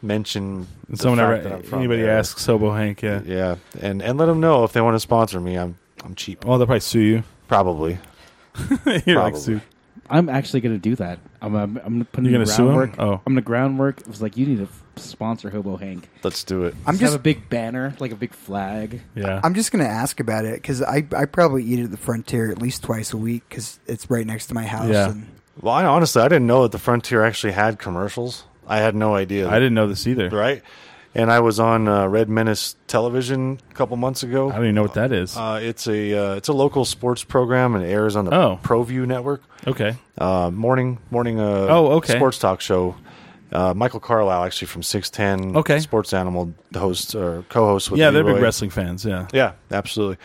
mention the Someone fact ever that I'm from anybody there. asks Hobo Hank? Yeah. Yeah, and and let them know if they want to sponsor me. I'm I'm cheap, Well, they'll probably sue you. probably. You're like Probably. sue. I'm actually going to do that. I'm I'm, I'm putting You're in gonna sue him? groundwork. Oh. I'm going to groundwork. It was like you need to f- sponsor Hobo Hank. Let's do it. I'm Just have just a big banner, like a big flag. Yeah. I'm just gonna ask about it because I I probably eat at the frontier at least twice a week because it's right next to my house. Yeah. And Well, I honestly I didn't know that the Frontier actually had commercials. I had no idea. I didn't know this either. right. And I was on uh, Red Menace Television a couple months ago. I don't even know what that is. Uh, it's a uh, it's a local sports program and it airs on the Oh. ProView network. okay. uh, morning morning uh, Oh, okay. sports talk show. Uh, Michael Carlisle, actually from six ten, Okay. Sports Animal, the host or co-host with Yeah, they're big Leroy. wrestling fans. Yeah. Yeah, absolutely.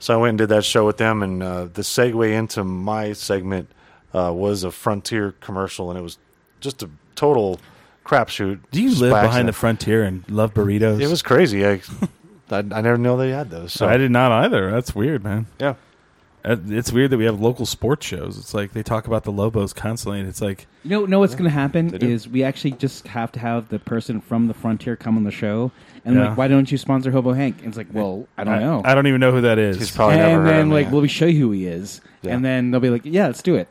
So I went and did that show with them, and uh, the segue into my segment uh, was a Frontier commercial, and it was just a total crapshoot. Do you Just live by behind the accident. frontier and love burritos? It was crazy. I, I I never knew they had those. So I did not either. That's weird, man. Yeah, Uh, It's weird that we have local sports shows. It's like they talk about the Lobos constantly, and it's like, You know, know what's going to happen They do. is we actually just have to have the person from the frontier come on the show, and Yeah. like, why don't you sponsor Hobo Hank? And it's like, well, I don't know. I don't even know who that is. he's probably never. and heard of then me. like, well, we show you who he is, Yeah. and then they'll be like, yeah, let's do it.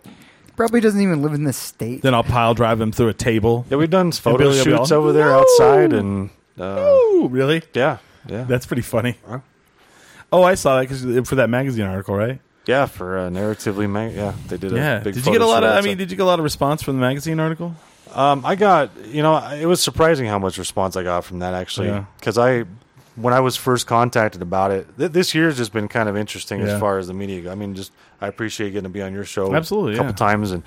probably doesn't even live in this state. then I'll pile drive them through a table. yeah, we've done photo Billy will be shoots all, over there "No!" outside, and uh, Ooh, really? yeah, yeah. That's pretty funny. Oh, I saw that cause for that magazine article, right? Yeah, for uh, narratively, ma- yeah, they did. A Yeah. big Did you get a photo lot of? shoot I outside. mean, did you get a lot of response from the magazine article? um, I got you know, I- it was surprising how much response I got from that actually, Yeah. because I when I was first contacted about it, th- this year's just been kind of interesting Yeah. as far as the media. go- I mean, just I appreciate getting to be on your show Absolutely, a couple yeah. times, and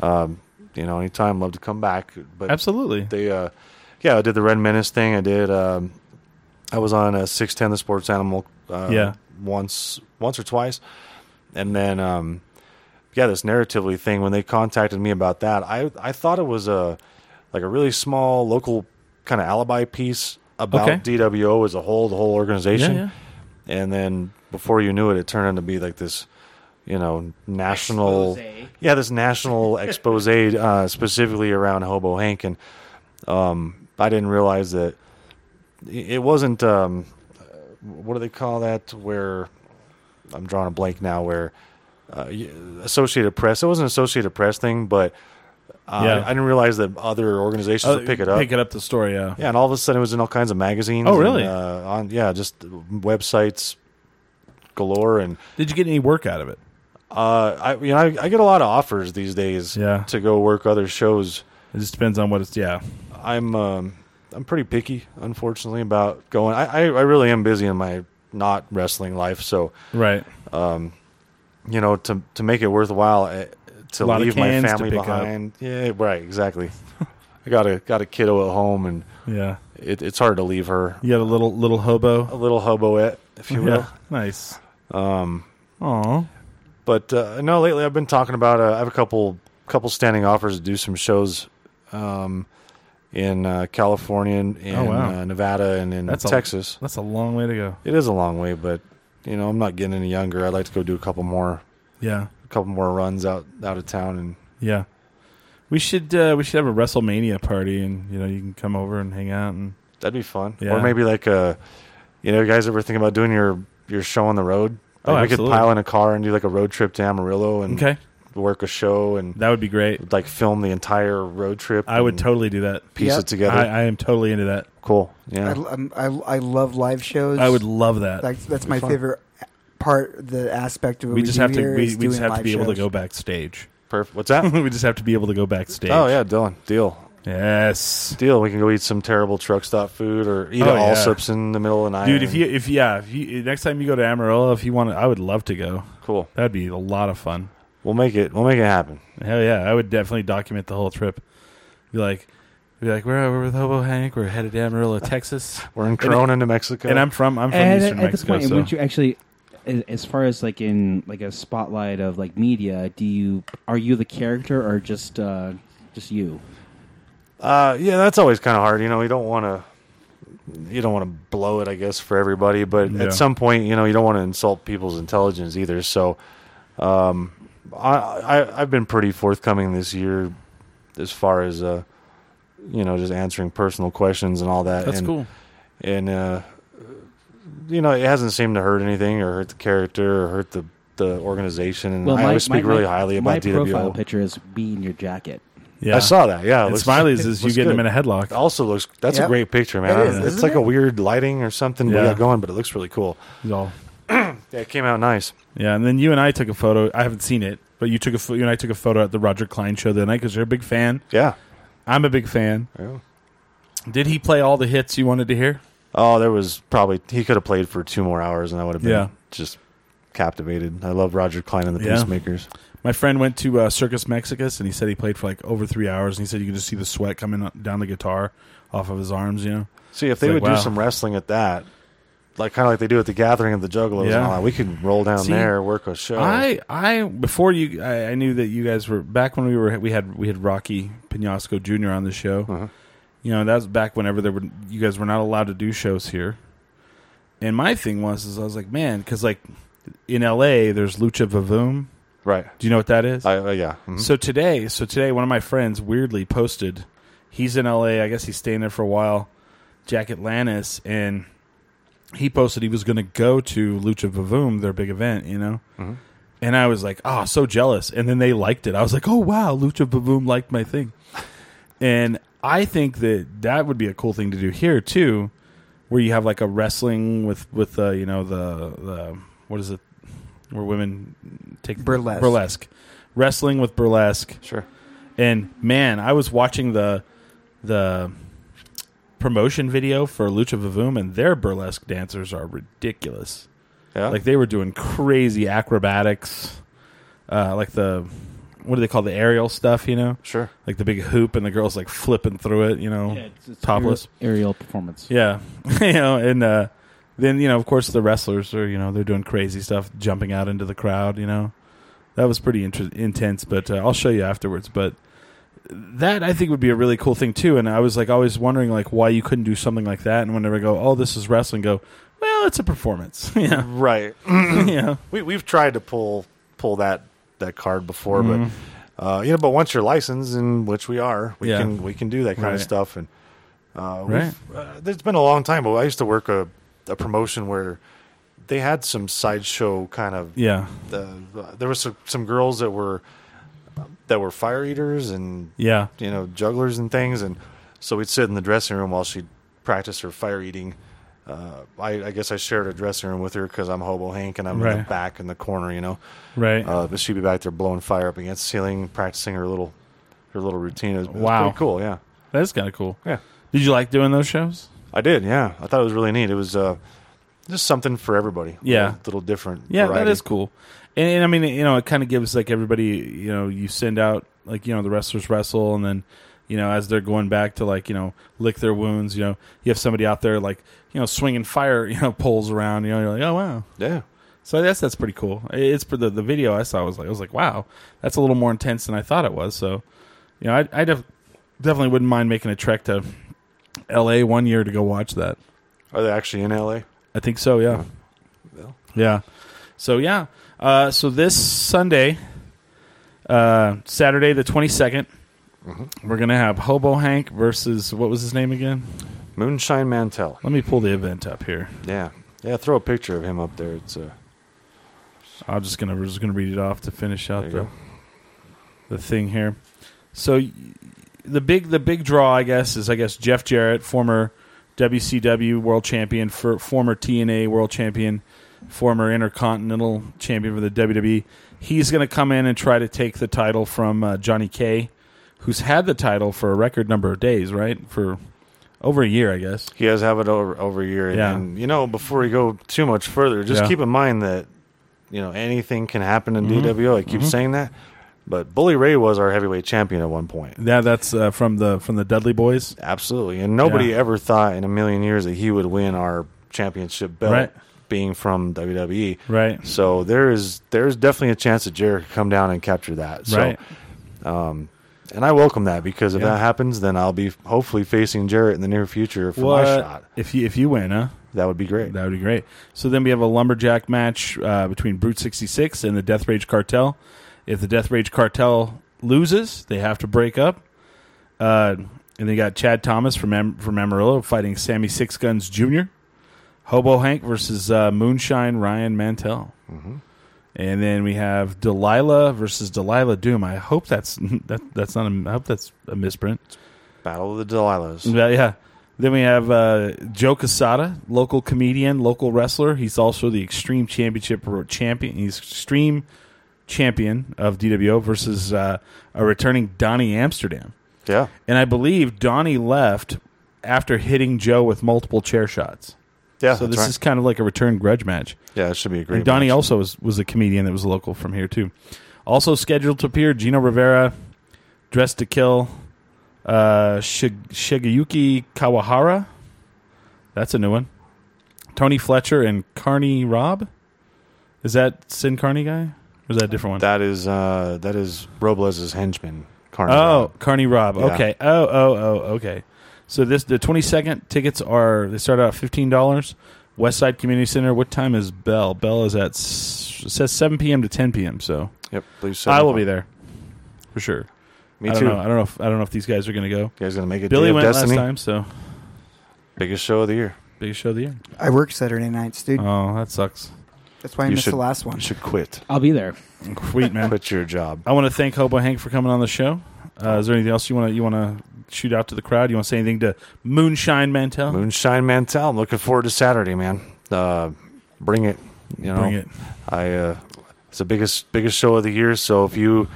um, you know, anytime, love to come back. But Absolutely. they, uh, yeah, I did the Red Menace thing. I did. Um, I was on a six ten, the Sports Animal. Uh, Yeah. Once, once or twice, and then, um, yeah, this narratively thing. When they contacted me about that, I I thought it was a like a really small local kind of alibi piece about Okay. DWO as a whole, the whole organization. Yeah, And then before you knew it, it turned out to be like this, you know, national. Expose. Yeah, this national expose uh, specifically around Hobo Hank, and um, I didn't realize that it it wasn't. Um, uh, what do they call that? Where I'm drawing a blank now. Where uh, y- Associated Press. It was an Associated Press thing, but Uh, Yeah. Uh, I didn't realize that other organizations would pick it up. Pick it up the store, yeah. Yeah, and all of a sudden it was in all kinds of magazines. Oh, really? and, uh, on yeah, just websites galore, and Did you get any work out of it? uh, I you know I, I get a lot of offers these days. Yeah. to go work other shows. It just depends on what it's. Yeah, I'm um, I'm pretty picky, unfortunately, about going. I, I I really am busy in my not wrestling life, so right. you know to to make it worthwhile eh, to A lot of leave my cans to family pick up. behind. Yeah, right, exactly. I got a got a kiddo at home, and Yeah, it, it's hard to leave her you had a little little a hobo. little hoboette, if you will. Yeah, nice. Um, Aw. But uh, no, lately I've been talking about. Uh, I have a couple couple standing offers to do some shows um, in uh, California and in, Oh, wow. uh, Nevada and in That's a- Texas. that's a long way to go. It is a long way, but you know I'm not getting any younger. I'd like to go do a couple more Yeah, a couple more runs out out of town and yeah. We should uh, we should have a WrestleMania party, and you know you can come over and hang out and that'd be fun. Yeah. Or maybe like a you know you guys ever think about doing your your show on the road? Oh, Like, we could absolutely. pile in a car and do like a road trip to Amarillo and okay. work a show and That would be great. like film the entire road trip. I would and totally do that. piece Yeah. it together. I, I am totally into that. cool. Yeah. I, I'm- I, I love live shows. I would love that. Like that's my fun. favorite part. The aspect of what we just do have to here we, is we just doing have to live be able to shows. go backstage. Perfect. What's that? we just have to be able to go backstage. Oh yeah, Dylan. Deal. Yes. Deal. We can go eat some terrible truck stop food or eat Oh, at yeah. Allsup's in the middle of the night. Dude, if you if yeah, if you next time you go to Amarillo, if you want to, I would love to go. cool, That'd be a lot of fun. we'll make it. We'll make it happen. Hell yeah, I would definitely document the whole trip. Be like, be like, we're over with Hobo Hank. We're headed to Amarillo, Texas. We're in Corona, New Mexico. And I'm from I'm from and Eastern at, at this Mexico. point, so. would you actually, a- as far as like in like a spotlight of like media, do you are you the character or just uh just you? uh, yeah, that's always kind of hard. You know, you don't want to. You don't want to blow it, I guess, for everybody. But Yeah. at some point, you know, you don't want to insult people's intelligence either. So, um, I, I I've been pretty forthcoming this year, as far as uh, you know, just answering personal questions and all that. That's and, cool. and uh, you know it hasn't seemed to hurt anything or hurt the character or hurt the, the organization. And I always speak really highly my about profile DWO. picture is me in your jacket. Yeah, I saw that. Yeah, it And looks- Smiley's is you looks getting him good. in a headlock. It also looks that's Yeah. a great picture, man. It is, I- it's isn't like it? a weird lighting or something we Yeah. got going, but it looks really cool. He's all- Yeah, it came out nice. Yeah, and then you and I took a photo. I haven't seen it, but you took a pho- you and I took a photo at the Roger Klein show the other night because you're a big fan. Yeah. I'm a big fan. Yeah. Did he play all the hits you wanted to hear? Oh, there was probably he could have played for two more hours, and I would have been Yeah. just captivated. I love Roger Klein and the Yeah. Peacemakers. My friend went to uh, Circus Mexicus and he said he played for like over three hours and he said you could just see the sweat coming up- down the guitar off of his arms. You know, See, if they like, would wow. do some wrestling at that, like kind of like they do at the Gathering of the Juggalos, and Yeah. all that, we could roll down See, there, work a show. I I before you I, I knew that you guys were back when we were we had we had Rocky Pinasco Jr. on the show. You know that was back whenever there were you guys were not allowed to do shows here. And my thing was is I was like man because like in L.A. there's Lucha Vavoom. right? Do you know what that is? I, uh, yeah, mhm. So today, so today, one of my friends weirdly posted. He's in LA. I guess he's staying there for a while. Jack Atlantis, and he posted he was going to go to Lucha Vavoom, their big event. You know. And I was like, oh, so jealous. And then they liked it. I was like, oh, wow, Lucha Vavoom liked my thing. And I think that that would be a cool thing to do here, too, where you have like a wrestling with, with uh, you know, the, the, what is it, where women take Burlesque. Burlesque. Wrestling with burlesque. sure. And man, I was watching the, the promotion video for Lucha Vavoom, and their burlesque dancers are ridiculous Yeah, like they were doing crazy acrobatics uh, like the what do they call the aerial stuff you know sure. like the big hoop and the girls like flipping through it you know topless aerial performance. yeah you know and uh, then you know of course the wrestlers are you know they're doing crazy stuff jumping out into the crowd you know that was pretty inter- intense but uh, i'll show you afterwards but that i think would be a really cool thing too and i was like always wondering like why you couldn't do something like that and whenever i go oh this is wrestling go well it's a performance yeah Right. Mm-hmm. yeah we we've tried to pull pull that that card before, but uh, you know, but once you're licensed, and which we are, we Mm-hmm. Yeah. can we can do that kind Right. of stuff. And uh, Right. we've, uh, it's been a long time, but I used to work a a promotion where they had some sideshow kind of uh, yeah the, there was some, some girls that were that were fire eaters and Yeah. you know jugglers and things, and so we'd sit in the dressing room while she'd practice her fire eating. Uh, I, I guess I shared a dressing room with her because I'm Hobo Hank and I'm in the Right. back in the corner, you know. Right. Uh, but she'd be back there blowing fire up against the ceiling, practicing her little her little routine. It was, it was Wow. pretty cool. Yeah, That's kind of cool. yeah. Did you like doing those shows? I did. Yeah, I thought it was really neat. It was uh, just something for everybody. Yeah. a little, little different. Yeah, variety. that is cool. And, and I mean, you know, it kind of gives like everybody, you know, you send out like you know the wrestlers wrestle, and then you know as they're going back to like you know lick their wounds, you know, you have somebody out there like you know swinging fire, you know, poles around, you know, you're like, oh wow. Yeah, So that's that's pretty cool. It's for the the video I saw was like I was like, wow, that's a little more intense than I thought it was. So, you know, I I def- definitely wouldn't mind making a trek to L.A. one year to go watch that. are they actually in L.A.? I think so. Yeah. Well. Yeah. So yeah. Uh, so this Sunday, uh, Saturday the twenty we're gonna have Hobo Hank versus what was his name again? Moonshine Mantel. Let me pull the event up here. Yeah, yeah. Throw a picture of him up there. It's uh, I'm just gonna we're just gonna read it off to finish out There you the go. the thing here. So y- the big the big draw, I guess, is I guess Jeff Jarrett, former WCW World Champion, for, former TNA World Champion, former Intercontinental Champion for the WWE. He's gonna come in and try to take the title from uh, Johnny K, who's had the title for a record number of days, right? For over a year, I guess. he has have it over over a year. Yeah. And you know, before we go too much further, just Yeah. Mm-hmm. keep in mind that you know anything can happen in DWO. I keep saying that, but Bully Ray was our heavyweight champion at one point. Yeah, that's uh, from the from the Dudley Boys. Absolutely. And nobody Yeah. ever thought in a million years that he would win our championship belt Right. being from WWE. Right. So there is there's definitely a chance that Jericho could come down and capture that. So Right. and I welcome that because if Yeah. that happens then I'll be hopefully facing Jarrett in the near future for my shot. If you if you win, huh? That would be great. That would be great. So then we have a lumberjack match uh, between Brute 66 and the Death Rage Cartel. If the Death Rage Cartel loses, they have to break up. Uh, and they got Chad Thomas from Am- from Amarillo fighting Sammy Six Guns Jr. Hobo Hank versus uh, Moonshine Ryan Mantell. And then we have Delilah versus Delilah Doom. I hope that's that, that's not a, I hope that's a misprint. Battle of the Delilahs. Yeah, yeah. Then we have uh, Joe Casada, local comedian, local wrestler. He's also the Extreme Championship or champion. He's Extreme champion of DWO versus uh, a returning Donnie Amsterdam. Yeah. And I believe Donnie left after hitting Joe with multiple chair shots. Yeah. so that's this right. is kind of like a return grudge match. Yeah, it should be a great And Donnie match. also was, was a comedian that was local from here too. Also scheduled to appear Gino Rivera, Dressed to Kill, uh, Shig- Shigeyuki Kawahara. That's a new one. Tony Fletcher and Carney Rob. Is that Sin Carney guy? Or is that a different one? That is uh that is Robles's henchman, Carnage. oh, Carney Rob. Yeah. Okay. Oh, oh, oh, okay. So this the twenty second tickets are they start out at fifteen dollars. West Side Community Center. What time is Bell? Bell is at s- it says seven p.m. to ten p.m. So Yep. Please I will be there for sure. Me I don't too. know. I don't know. If, I don't know if these guys are going to go. You guys gonna make it. Billy Day of went Destiny? last time, so Biggest show of the year. biggest show of the year. I work Saturday nights, dude. Oh, that sucks. That's why I you missed should- the last one. You should quit. I'll be there. Sweet man. Quit your job. I want to thank Hobo Hank for coming on the show. Uh, is there anything else you want to you want to shoot out to the crowd? You want to say anything to Moonshine Mantel? Moonshine Mantel. I'm looking forward to Saturday, man. Uh, bring it. You know, Bring it. I. Uh, it's the biggest biggest show of the year. So if you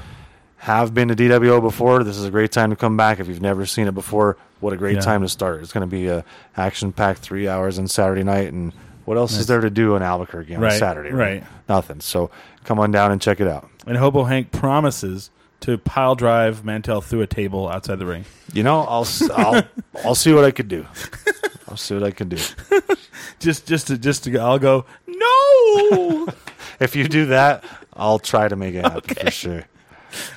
have been to DWO before, this is a great time to come back. If you've never seen it before, what a great Yeah. time to start. It's going to be a action packed three hours on Saturday night, and what else is there to do in Albuquerque on Right, Saturday? right. Nothing. So come on down and check it out. And Hobo Hank promises to pile drive Mantel through a table outside the ring. You know, I'll s- I'll I'll see what I could do. I'll see what I can do. Just just to just to go- I'll go no. If you do that, I'll try to make it happen for sure.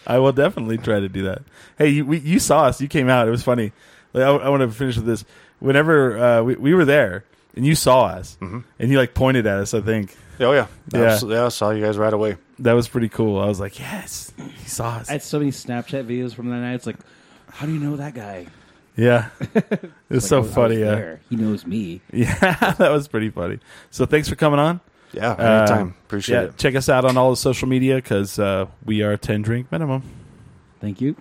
I will definitely try to do that. Hey, you, we, you saw us. You came out. It was funny. Like, I, want to finish with this. Whenever uh, we, we were there and you saw us Mm-hmm. and you like pointed at us, I think Oh yeah, Yeah. Absolutely. yeah. I saw you guys right away. that was pretty cool. I was like, yes, he saw us. I had so many Snapchat videos from that night. It's like, how do you know that guy? yeah. It was Like, so I was- I funny. was Yeah. there. He knows me. yeah, that was pretty funny. So thanks for coming on. Yeah, Uh, anytime. Appreciate yeah, it. Check us out on all the social media because uh, we are 10 Drink Minimum. Thank you.